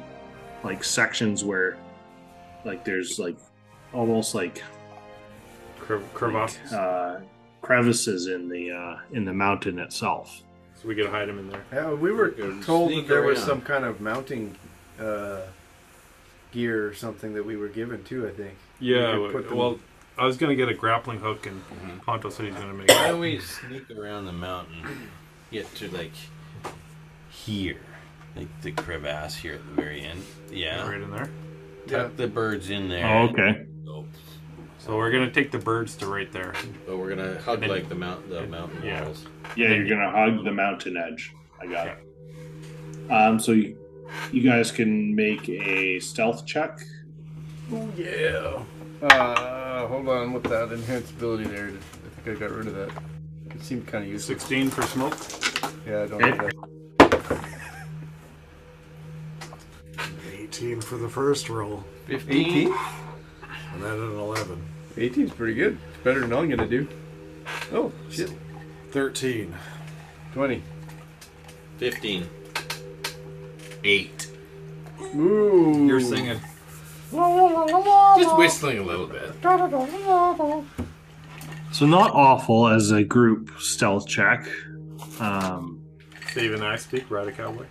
Speaker 7: like sections where like there's like almost like
Speaker 6: Crev- crevasse.
Speaker 7: uh, crevices in the uh, in the mountain itself.
Speaker 6: so we could hide them in there.
Speaker 2: Yeah, we were
Speaker 4: can
Speaker 2: told that
Speaker 4: sneak
Speaker 2: there was
Speaker 4: around.
Speaker 2: some kind of mounting uh, gear or something that we were given too. I think. We
Speaker 6: Yeah,
Speaker 2: could
Speaker 6: we-
Speaker 2: put them-
Speaker 6: well, I was going to get a grappling hook, and
Speaker 5: Mm-hmm.
Speaker 6: Ponto said he's going to make it.
Speaker 4: Why don't we sneak around the mountain, get to like here, like the crevasse here at the very end? Yeah,
Speaker 6: right in there.
Speaker 4: tuck the birds in there.
Speaker 7: Oh, okay.
Speaker 4: So,
Speaker 6: So we're going to take the birds to right there.
Speaker 4: but Oh, we're gonna hug
Speaker 6: And-
Speaker 4: like the mount, the mountain
Speaker 6: yeah.
Speaker 4: walls.
Speaker 7: Yeah, you're gonna hug the mountain edge. I got it. Um, so you, you guys can make a stealth check.
Speaker 2: Oh yeah. Uh, hold on, with that enhanced ability there, I think I got rid of that. It seemed kind of useless.
Speaker 6: 16 for smoke.
Speaker 2: Yeah, I don't.
Speaker 7: Okay.
Speaker 2: Have that.
Speaker 9: 18 for the first roll,
Speaker 2: 18?
Speaker 9: and then an 11.
Speaker 2: 18 is pretty good. It's better than I'm gonna do. Oh shit.
Speaker 9: 13.
Speaker 2: 20.
Speaker 4: Fifteen.
Speaker 5: Eight.
Speaker 2: Ooh.
Speaker 11: You're singing.
Speaker 5: Just whistling a little bit.
Speaker 7: So not awful as a group stealth check. Um,
Speaker 6: Save an axe beak, ride a cowboy.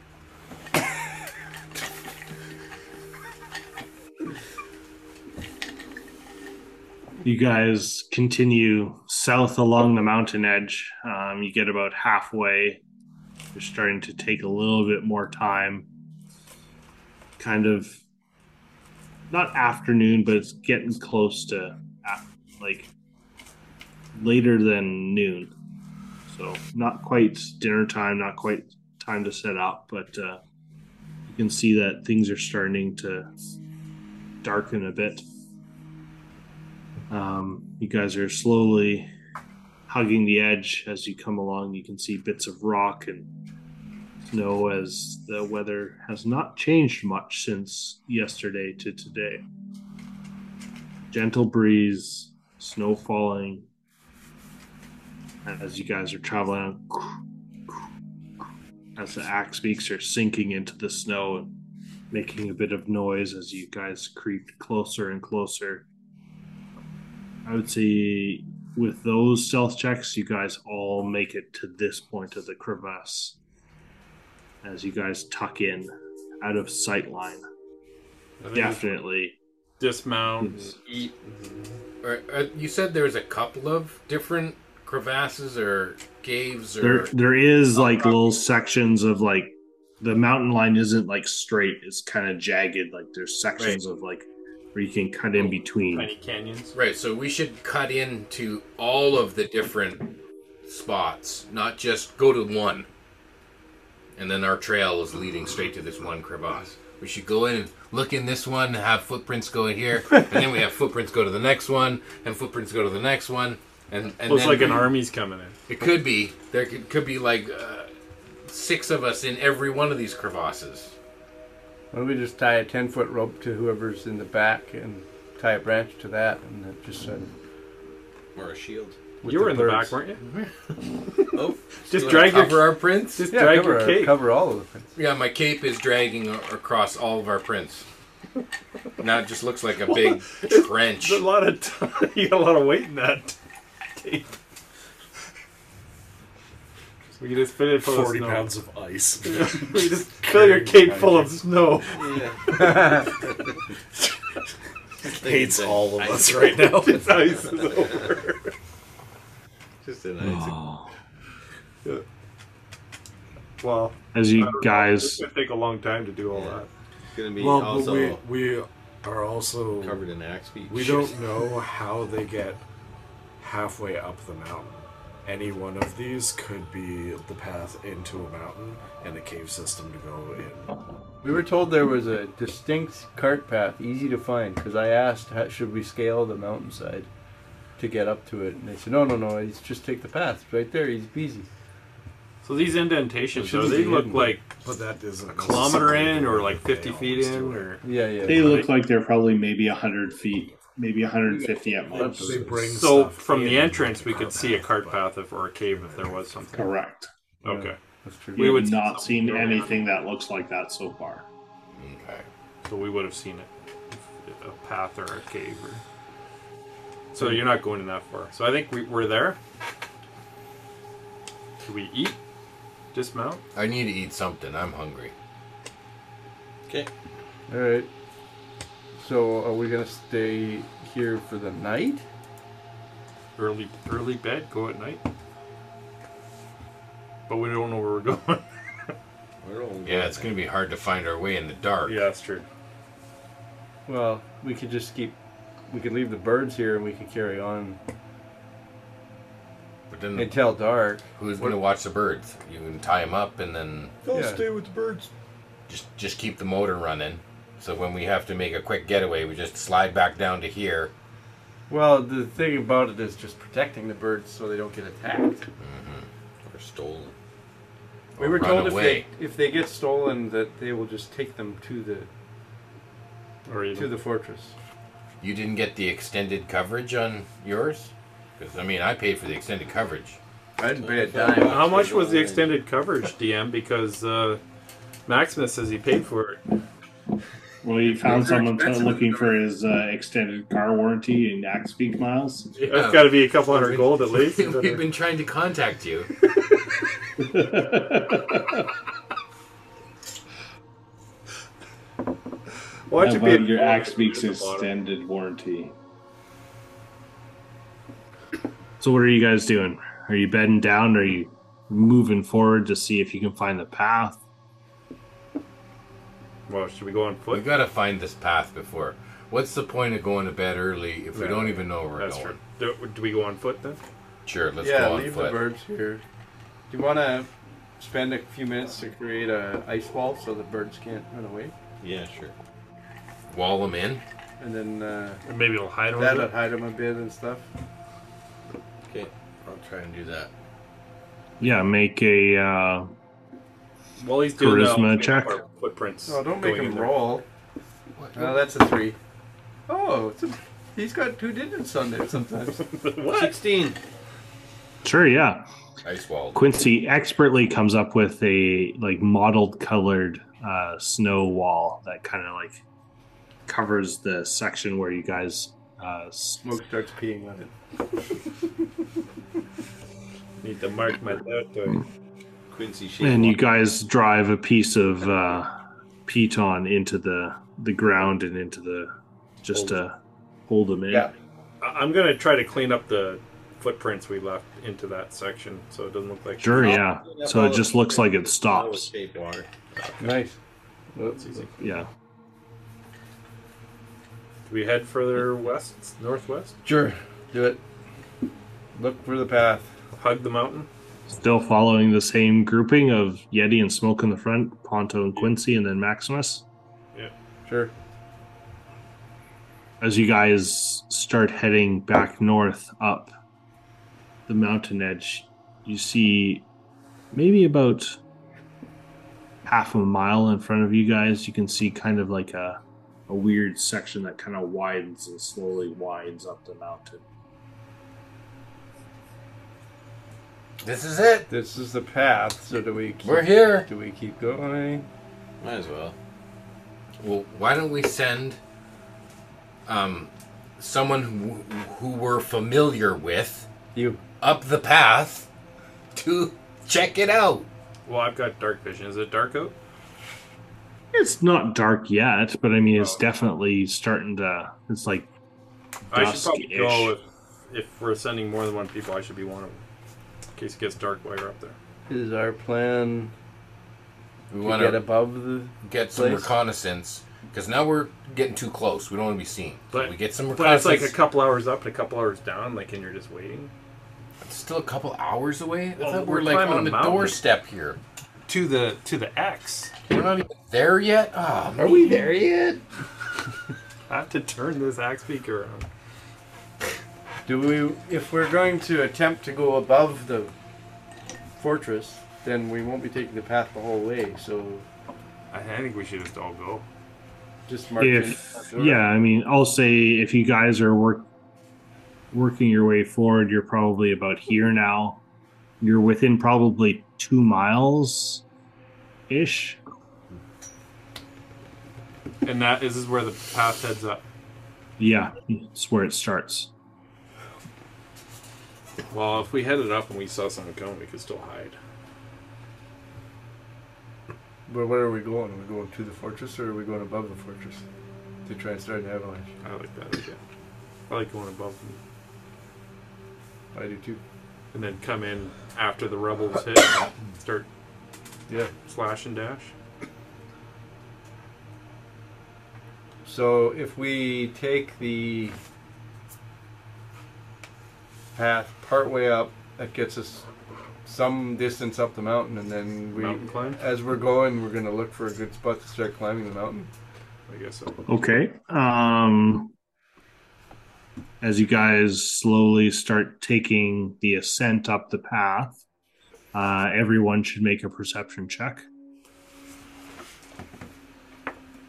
Speaker 7: you guys continue south along the mountain edge. Um, you get about halfway. You're starting to take a little bit more time. Kind of not afternoon, but it's getting close to af- like later than noon. So not quite dinner time, not quite time to set up, but uh, you can see that things are starting to darken a bit. Um, you guys are slowly hugging the edge as you come along. You can see bits of rock and snow as the weather has not changed much since yesterday to today. Gentle breeze, snow falling as you guys are traveling. As the axe beaks are sinking into the snow and making a bit of noise as you guys creep closer and closer. I would say with those stealth checks, you guys all make it to this point of the crevasse as you guys tuck in out of sight line.
Speaker 6: I think
Speaker 7: Definitely.
Speaker 6: we Dismount.
Speaker 5: You, or, uh, you said there was a couple of different crevasses or caves
Speaker 7: There
Speaker 5: or
Speaker 7: there is like little sections of like the mountain line isn't like straight, it's kind of jagged. Like there's sections of like where you can cut in between.
Speaker 6: Tiny canyons.
Speaker 5: right. So we should cut into all of the different spots, not just go to one. And then our trail is leading straight to this one crevasse. We should go in and look in this one, have footprints go in here, and then we have footprints go to the next one, and footprints go to the next one, and and
Speaker 6: Looks
Speaker 5: then
Speaker 6: like an army's coming in.
Speaker 5: It could be. There could, could be like uh, six of us in every one of these crevasses.
Speaker 2: Why don't we just tie a 10 foot rope to whoever's in the back and tie a branch to that and then just uh,
Speaker 4: or a shield.
Speaker 2: with
Speaker 6: you were in the
Speaker 2: birds.
Speaker 6: back, weren't you?
Speaker 4: Oh,
Speaker 6: Just drag your
Speaker 5: Cover our prints.
Speaker 6: just
Speaker 2: Yeah,
Speaker 6: drag
Speaker 2: cover,
Speaker 6: your cape.
Speaker 2: cover all of them.
Speaker 5: Yeah, my cape is dragging a- across all of our prints. Now it just looks like a big trench.
Speaker 6: There's a lot of time. you got a lot of weight in that cape. We can just fit it full
Speaker 9: 40
Speaker 6: of snow.
Speaker 9: pounds of ice.
Speaker 6: we just fill your cape full of snow.
Speaker 9: Hates all of us right now.
Speaker 6: It's ice is over.
Speaker 4: Just an ice.
Speaker 6: Well,
Speaker 7: As you guys
Speaker 6: it's gonna take a long time to do all that.
Speaker 4: It's gonna be
Speaker 9: Well, but
Speaker 4: also.
Speaker 9: we, we are also
Speaker 4: Covered in axe feet.
Speaker 9: We don't know how they get halfway up the mountain. Any one of these could be the path into a mountain and a cave system to go in.
Speaker 2: We were told there was a distinct cart path, easy to find, because I asked, how, should we scale the mountainside to get up to it? And they said, no, no, no, it's just take the path. It's right there, easy peasy.
Speaker 6: So these indentations, though,
Speaker 2: Shouldn't
Speaker 6: they
Speaker 2: be
Speaker 6: look
Speaker 2: hidden.
Speaker 6: like
Speaker 9: But that isn't
Speaker 6: a kilometer in or like 50 feet in or.
Speaker 2: Yeah, yeah.
Speaker 7: They look like they're probably maybe 100 feet, maybe 150 at most.
Speaker 6: so from the entrance, we could see a cart path if, or a cave if there was something.
Speaker 7: Correct.
Speaker 6: Okay.
Speaker 7: We have not seen anything that looks like that so far.
Speaker 5: Okay.
Speaker 6: So we would have seen it, a path or a cave. Or... So you're not going in that far. So I think we, we're there. Do we eat? Dismount?
Speaker 5: I need to eat something. I'm hungry.
Speaker 4: Okay.
Speaker 2: All right. So are we gonna stay here for the night?
Speaker 6: Early, early bed. Go at night. But we don't know where we're going.
Speaker 5: Yeah, it's going to be hard to find our way in the dark.
Speaker 6: Yeah, that's true.
Speaker 2: Well, we could just keep. We could leave the birds here and we could carry on
Speaker 5: But
Speaker 7: Mm.
Speaker 5: then
Speaker 2: until dark.
Speaker 5: who's going to watch the birds? You can tie them up and then
Speaker 10: I'll stay with the birds.
Speaker 5: just just keep the motor running. So when we have to make a quick getaway, we just slide back down to here.
Speaker 2: Well, the thing about it is just protecting the birds so they don't get attacked.
Speaker 5: Or stolen.
Speaker 2: We
Speaker 5: Or
Speaker 2: were
Speaker 5: run
Speaker 2: told if
Speaker 5: away.
Speaker 2: they, if they get stolen that they will just take them to the
Speaker 6: Or eat
Speaker 2: to
Speaker 6: them.
Speaker 2: the fortress.
Speaker 5: You didn't get the extended coverage on yours? Because, I mean, I paid for the extended coverage.
Speaker 2: I didn't pay a
Speaker 6: Well, How much was the extended coverage, DM? Because uh, Maximus says he paid for it.
Speaker 7: Well, he found
Speaker 6: Those are
Speaker 7: someone t-
Speaker 6: expensive.
Speaker 7: looking for his uh, extended car warranty and axe speak miles.
Speaker 6: That's got to be a couple hundred gold at least.
Speaker 5: We've been trying to contact you.
Speaker 6: Why
Speaker 7: How
Speaker 6: don't you be
Speaker 7: about your
Speaker 6: a-
Speaker 7: axe speaks extended warranty? So, what are you guys doing? Are you bedding down? Are you moving forward to see if you can find the path?
Speaker 6: Well, should we go on foot?
Speaker 5: We've got to find this path before. What's the point of going to bed early if we
Speaker 6: Right.
Speaker 5: don't even know where we're
Speaker 6: That's
Speaker 5: going?
Speaker 6: true. Do, do we go on foot then?
Speaker 5: Sure, let's
Speaker 2: yeah,
Speaker 5: go on
Speaker 2: leave
Speaker 5: foot.
Speaker 2: the birds here. Do you want to spend a few minutes to create a ice wall so the birds can't run away?
Speaker 4: Yeah, sure.
Speaker 5: Wall them in.
Speaker 2: And then uh,
Speaker 6: Or maybe it'll hide them. a
Speaker 2: that'll
Speaker 6: bit?
Speaker 2: hide them a bit and stuff.
Speaker 4: Okay, I'll try and do that.
Speaker 7: Yeah, make a. Uh,
Speaker 6: While he's doing that,
Speaker 7: Charisma
Speaker 6: I'll make
Speaker 7: check.
Speaker 6: our Footprints.
Speaker 2: No, don't make
Speaker 6: going in
Speaker 2: him
Speaker 6: there.
Speaker 2: roll. No, that's a three. Oh, it's a, he's got two digits on there sometimes.
Speaker 6: what?
Speaker 2: 16.
Speaker 7: sure, yeah.
Speaker 5: Ice wall.
Speaker 7: Quincy expertly comes up with a like mottled colored uh, snow wall that kind of like covers the section where you guys uh, s-
Speaker 2: Smoke starts peeing on it.
Speaker 6: Need to mark my
Speaker 7: Hmm.
Speaker 6: territory.
Speaker 4: Quincy shape.
Speaker 7: and you guys drive a piece of uh, piton into the the ground and into the just to hold them in.
Speaker 2: Yeah.
Speaker 6: I- I'm gonna try to clean up the footprints we left into that section, so it doesn't look like
Speaker 7: Sure, yeah. So it just looks like it stops.
Speaker 4: Shape water.
Speaker 2: Nice.
Speaker 6: It's easy.
Speaker 7: Yeah.
Speaker 6: Do we head further west, northwest?
Speaker 2: Sure, do it. Look for the path.
Speaker 6: Hug the mountain.
Speaker 7: Still following the same grouping of Yeti and Smoke in the front, Ponto and Quincy, and then Maximus.
Speaker 2: Sure.
Speaker 7: as you guys start heading back north up the mountain edge, you see maybe about half a mile in front of you guys, you can see kind of like a, a weird section that kind of widens and slowly winds up the mountain.
Speaker 5: This is it.
Speaker 2: This is the path. So do we? Keep,
Speaker 5: We're here.
Speaker 2: Do we keep going?
Speaker 4: Might as well.
Speaker 5: Well, why don't we send um, someone who, who we're familiar with
Speaker 2: You.
Speaker 5: up the path to check it out?
Speaker 6: Well, I've got dark vision. Is it dark out?
Speaker 7: It's not dark yet, but I mean, it's definitely starting to. It's like
Speaker 6: I should probably
Speaker 7: Dusk-ish.
Speaker 6: go if, if we're sending more than one people. I should be one of them. In case it gets dark while you're up there.
Speaker 2: Is our plan
Speaker 5: We
Speaker 2: to
Speaker 5: want
Speaker 2: get
Speaker 5: to
Speaker 2: above the?
Speaker 5: get some
Speaker 2: place?
Speaker 5: reconnaissance. Because now we're getting too close. We don't want to be seen.
Speaker 6: But
Speaker 5: we get some
Speaker 6: But it's like a
Speaker 5: reconnaissance.
Speaker 6: couple hours up and a couple hours down, like, and you're just waiting.
Speaker 5: It's still a couple hours away. I
Speaker 6: Well,
Speaker 5: thought
Speaker 6: Oh, we're
Speaker 5: we're, like
Speaker 6: climbing
Speaker 5: on
Speaker 6: a
Speaker 5: the
Speaker 6: mountain.
Speaker 5: doorstep here.
Speaker 6: To the to the X.
Speaker 5: We're not
Speaker 6: e-
Speaker 5: even there yet. Ah,
Speaker 6: Are we
Speaker 5: man.
Speaker 6: there yet? I have to turn this axe beaker on.
Speaker 2: Do we, if we're going to attempt to go above the fortress, then we won't be taking the path the whole way. So,
Speaker 6: I think we should just all go.
Speaker 2: Just mark
Speaker 7: if
Speaker 2: in-
Speaker 7: yeah i mean i'll say if you guys are work, working your way forward you're probably about here now you're within probably two miles ish
Speaker 6: And that this is where the path heads up.
Speaker 7: yeah it's where it starts
Speaker 6: Well, if we headed up and we saw something coming, we could still hide.
Speaker 2: But where are we going? Are we going to the fortress or are we going above the fortress to try and start an avalanche?
Speaker 6: I like that idea. I like going above them.
Speaker 2: I do too.
Speaker 6: And then come in after the rebels hit and start
Speaker 2: yeah.
Speaker 6: slash and dash.
Speaker 2: So if we take the path partway up, that gets us some distance up the mountain, and then we,
Speaker 6: Mountain climb?
Speaker 2: as we're going, we're going to look for a good spot to start climbing the mountain.
Speaker 6: I guess so.
Speaker 7: Okay. Um, as you guys slowly start taking the ascent up the path, uh, everyone should make a perception check.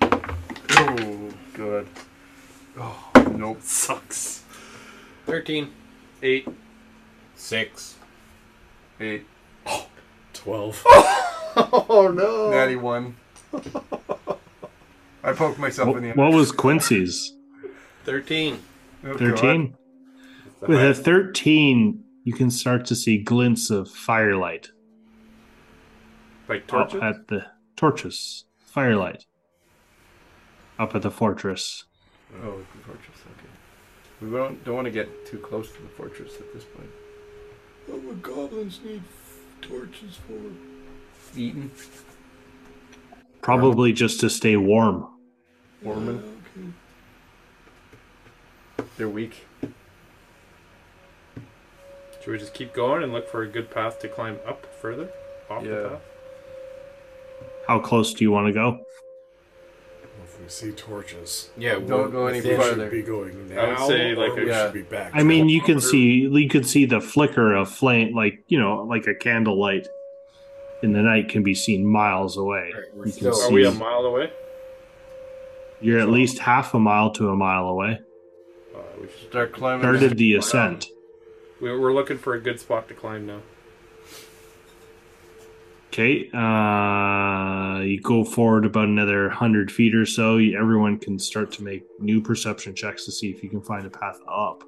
Speaker 2: Oh, good. Oh, nope.
Speaker 6: Sucks.
Speaker 4: 13. 8.
Speaker 5: 6.
Speaker 2: 8.
Speaker 9: 12.
Speaker 2: Oh,
Speaker 9: no.
Speaker 2: Natty 1. I poked myself in the
Speaker 7: What, what was Quincy's?
Speaker 4: 13.
Speaker 2: Oh, God.
Speaker 7: 13? With a 13, you can start to see glints of firelight
Speaker 6: Like
Speaker 7: up
Speaker 6: torches?
Speaker 7: at the torches, firelight up at the fortress.
Speaker 2: Oh, the fortress. Okay. We don't don't want to get too close to the fortress at this point.
Speaker 10: What would goblins need f- torches for?
Speaker 2: Eaten,
Speaker 7: Probably just to stay warm.
Speaker 2: Mormon. They're weak.
Speaker 6: Should we just keep going and look for a good path to climb up further? Off the path?
Speaker 7: How close do you want to go?
Speaker 9: If we see torches,
Speaker 5: Yeah,
Speaker 2: Don't go any
Speaker 9: we
Speaker 2: farther.
Speaker 9: should be going now.
Speaker 6: I would say, like,
Speaker 9: or we
Speaker 2: yeah.
Speaker 9: should be back.
Speaker 7: I mean, you can see you can see the flicker of flame, like you know, like a candlelight in the night can be seen miles away.
Speaker 5: Right, we're
Speaker 7: you
Speaker 5: still-
Speaker 7: can
Speaker 5: Are
Speaker 6: Are we a
Speaker 7: see-
Speaker 6: mile away?
Speaker 7: you're at least half a mile to a mile away.
Speaker 6: Uh, we should,
Speaker 2: Start climbing.
Speaker 7: Started the ascent.
Speaker 6: we- we're looking for a good spot to climb now.
Speaker 7: Okay, uh, you go forward about another hundred feet or so. you- Everyone can start to make new perception checks to see if you can find a path up.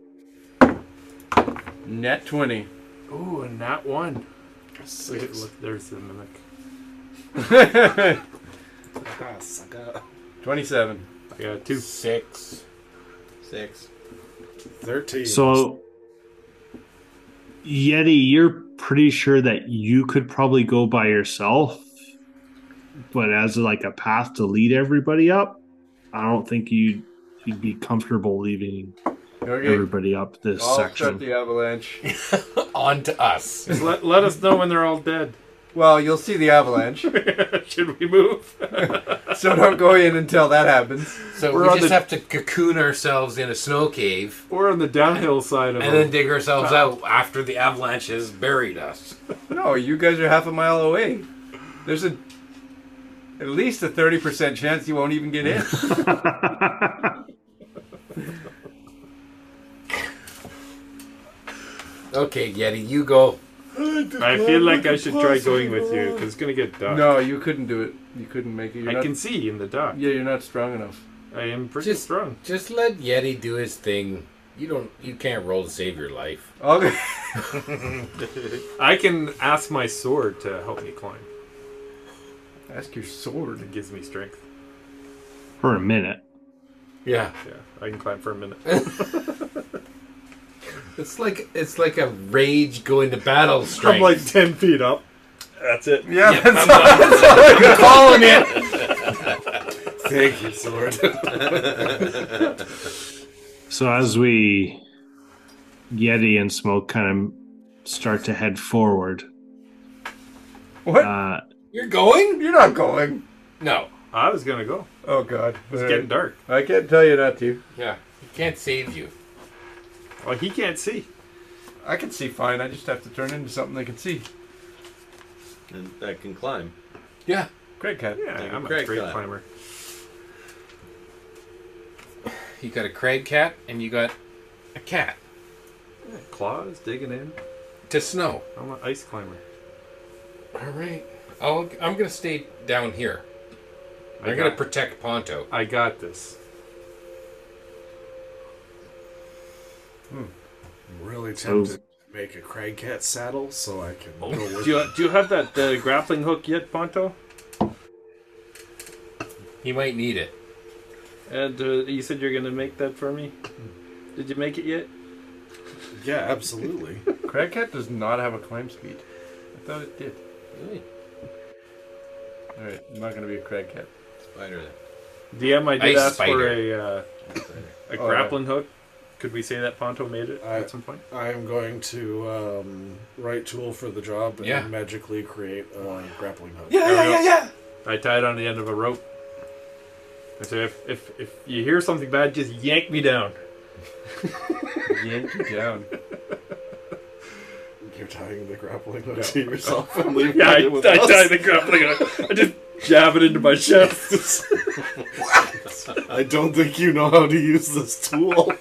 Speaker 2: Net twenty.
Speaker 6: Ooh, and that one. Wait, look, there's the mimic.
Speaker 2: Twenty-seven.
Speaker 6: I got a two.
Speaker 5: 6.
Speaker 4: 6.
Speaker 9: 13.
Speaker 7: So, Yeti, you're pretty sure that you could probably go by yourself, but as like a path to lead everybody up, I don't think you'd, you'd be comfortable leaving
Speaker 2: Okay.
Speaker 7: everybody up this
Speaker 2: I'll start
Speaker 7: section.
Speaker 2: the avalanche.
Speaker 5: On to us.
Speaker 6: Just let, let us know when they're all dead.
Speaker 2: Well, you'll see the avalanche,
Speaker 6: Should we move?
Speaker 2: so don't go in until that happens.
Speaker 5: So
Speaker 6: We're
Speaker 5: we
Speaker 6: on
Speaker 5: just
Speaker 6: the-
Speaker 5: have to cocoon ourselves in a snow cave
Speaker 6: We're on the downhill side of
Speaker 5: and
Speaker 6: it.
Speaker 5: then dig
Speaker 6: Ah.
Speaker 5: ourselves out after the avalanche has buried us.
Speaker 2: No, you guys are half a mile away. There's a at least a thirty percent chance you won't even get in.
Speaker 5: Okay, Yeti, you go.
Speaker 6: I feel like I should try going with you because it's gonna get dark.
Speaker 2: no, you couldn't do it. You couldn't make it. You're
Speaker 6: I
Speaker 2: not,
Speaker 6: can see in the dark.
Speaker 2: Yeah, you're not strong enough.
Speaker 6: I am pretty
Speaker 5: Just-
Speaker 6: strong.
Speaker 5: Just let Yeti do his thing. You don't. You can't roll to save your life.
Speaker 2: Okay.
Speaker 6: I can ask my sword to help me climb.
Speaker 2: Ask your sword.
Speaker 6: It gives me strength.
Speaker 7: For a minute.
Speaker 5: Yeah,
Speaker 6: Yeah, I can climb for a minute.
Speaker 5: it's like it's like a rage going to battle strength.
Speaker 6: I'm like ten feet up. That's it.
Speaker 2: Yeah, that's
Speaker 5: I'm calling it.
Speaker 9: Thank you, Sword.
Speaker 7: So as we Yeti and Smoke kind of start to head forward.
Speaker 2: What?
Speaker 7: Uh,
Speaker 2: You're going? You're not going.
Speaker 5: No.
Speaker 6: I was gonna go.
Speaker 2: Oh God,
Speaker 6: It's getting dark.
Speaker 2: I can't tell you not to.
Speaker 5: Yeah, he can't save you.
Speaker 6: Well, Oh, he can't see.
Speaker 2: I can see fine. I just have to turn into something I can see.
Speaker 4: And that can climb.
Speaker 5: Yeah.
Speaker 2: Great cat.
Speaker 6: Yeah,
Speaker 4: Like a
Speaker 6: I'm a
Speaker 4: crag
Speaker 6: great
Speaker 4: climb.
Speaker 6: climber.
Speaker 5: You got a crag cat and you got a cat
Speaker 6: Yeah, claws digging in.
Speaker 5: to snow.
Speaker 6: I'm an ice climber.
Speaker 5: All right. I'll, I'm going to stay down here.
Speaker 6: I
Speaker 5: I'm going to
Speaker 6: got,
Speaker 5: protect Ponto.
Speaker 6: I got this.
Speaker 9: I'm really tempted to make a Crag Cat saddle so I can go
Speaker 6: Do
Speaker 9: with
Speaker 6: you, do you have that uh, grappling hook yet, Ponto?
Speaker 5: He might need it.
Speaker 6: And uh, you said you're gonna make that for me. Did you make it yet?
Speaker 9: Yeah, absolutely.
Speaker 2: Crag cat does not have a climb speed. I thought it did.
Speaker 4: Really?
Speaker 2: All right, I'm not gonna be a crag cat.
Speaker 4: Spider that.
Speaker 6: DM, I did
Speaker 5: Ice
Speaker 6: ask for a
Speaker 5: spider.
Speaker 6: uh, a
Speaker 2: Oh,
Speaker 6: grappling hook. Could we say that Ponto made it
Speaker 9: I-
Speaker 6: at some point?
Speaker 9: I am going to um, right tool for the job and
Speaker 5: Yeah.
Speaker 9: magically create a grappling hook.
Speaker 6: yeah, yeah, yeah. I tied on the end of a rope. I said, if, if if you hear something bad, just yank me down.
Speaker 2: Yank you down.
Speaker 9: You're tying the grappling hook to yourself and leaving
Speaker 6: Yeah, I,
Speaker 9: it with
Speaker 6: I
Speaker 9: us.
Speaker 6: tied the grappling hook. I just jab it into my chest.
Speaker 9: I don't think you know how to use this tool.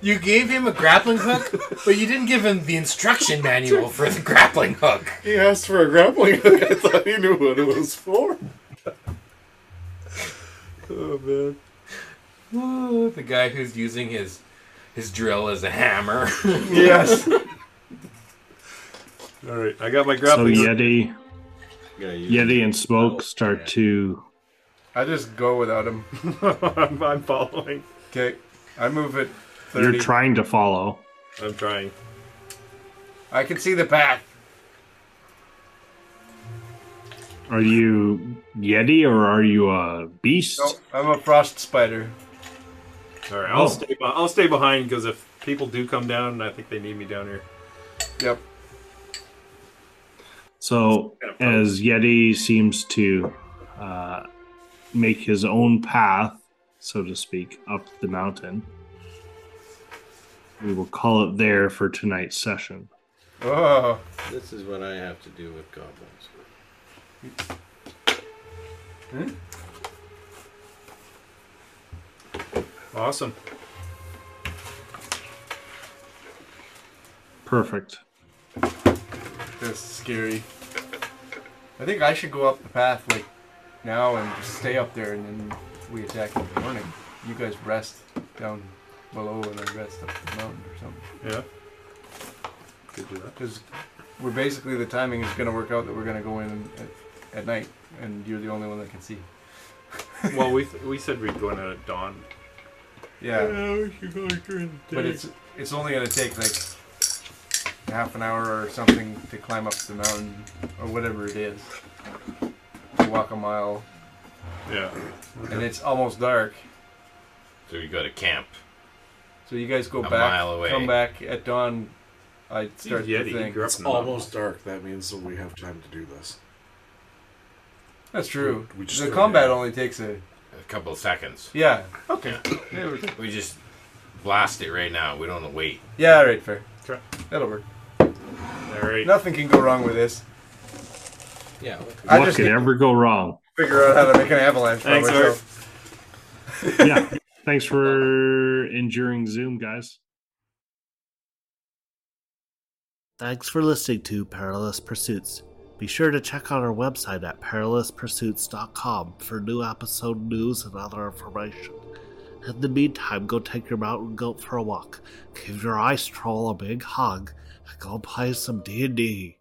Speaker 5: You gave him a grappling hook, but you didn't give him the instruction manual for the grappling hook.
Speaker 9: he asked for a grappling hook. I thought he knew what it was for.
Speaker 6: oh man.
Speaker 5: Ooh, the guy who's using his his drill as a hammer.
Speaker 2: yes.
Speaker 6: All right, I got my
Speaker 7: so
Speaker 6: grappling hook.
Speaker 7: Yeti,
Speaker 4: Gotta use
Speaker 7: Yeti and
Speaker 4: Oh,
Speaker 7: Smoke start
Speaker 4: yeah.
Speaker 7: to
Speaker 2: I just go without him.
Speaker 6: I'm, I'm following.
Speaker 2: Okay. I move it. 30.
Speaker 7: you're trying to follow.
Speaker 6: I'm trying.
Speaker 2: I can see the path.
Speaker 7: Are you Yeti or are you a beast?
Speaker 2: No, I'm a frost spider.
Speaker 6: All right, I'll stay. be- I'll stay behind because if people do come down, I think they need me down here.
Speaker 2: Yep.
Speaker 7: So as Yeti seems to uh, make his own path, so to speak, up the mountain, we will call it there for tonight's session.
Speaker 2: Oh.
Speaker 4: This is what I have to do with goblins.
Speaker 6: Awesome.
Speaker 7: Perfect.
Speaker 2: That's scary. I think I should go up the path like now and just stay up there, and then we attack in the morning. You guys rest down below, and I rest up the mountain or something.
Speaker 6: Yeah. Could do that.
Speaker 2: Because we're basically the timing is going to work out that we're going to go in at, at night, and you're the only one that can see.
Speaker 6: Well, we we said we'd go in at dawn.
Speaker 2: Yeah,
Speaker 6: we should go during
Speaker 2: but it's it's only going to take like half an hour or something to climb up the mountain or whatever it is. To walk a mile,
Speaker 6: yeah.
Speaker 2: and it's almost dark.
Speaker 5: so you go to camp.
Speaker 2: So you guys go
Speaker 5: A
Speaker 2: back,
Speaker 5: mile away.
Speaker 2: come back at dawn. I start
Speaker 6: Yeti,
Speaker 2: the
Speaker 6: you
Speaker 2: thing.
Speaker 6: grew up
Speaker 9: It's
Speaker 6: in the mountain.
Speaker 9: almost dark. That means that we have time to do this.
Speaker 2: That's true.
Speaker 9: We just
Speaker 2: the
Speaker 9: go
Speaker 2: combat
Speaker 9: down.
Speaker 2: only takes a
Speaker 5: A couple of seconds.
Speaker 2: yeah. Okay. Yeah, we're-
Speaker 5: We just blast it right now. We don't wanna wait.
Speaker 2: yeah, all right, fair.
Speaker 6: Sure.
Speaker 2: That'll work.
Speaker 6: All right.
Speaker 2: Nothing can go wrong with this.
Speaker 4: Yeah.
Speaker 2: I
Speaker 7: what
Speaker 2: just
Speaker 7: could
Speaker 2: need to
Speaker 7: ever go wrong?
Speaker 2: figure out how to make an avalanche for
Speaker 6: Thanks,
Speaker 2: myself.
Speaker 7: yeah. Thanks for enduring Zoom, guys.
Speaker 1: Thanks for listening to Perilous Pursuits. Be sure to check out our website at perilouspursuits.com for new episode news and other information. In the meantime, go take your mountain goat for a walk, give your ice troll a big hug, and go play some D&D.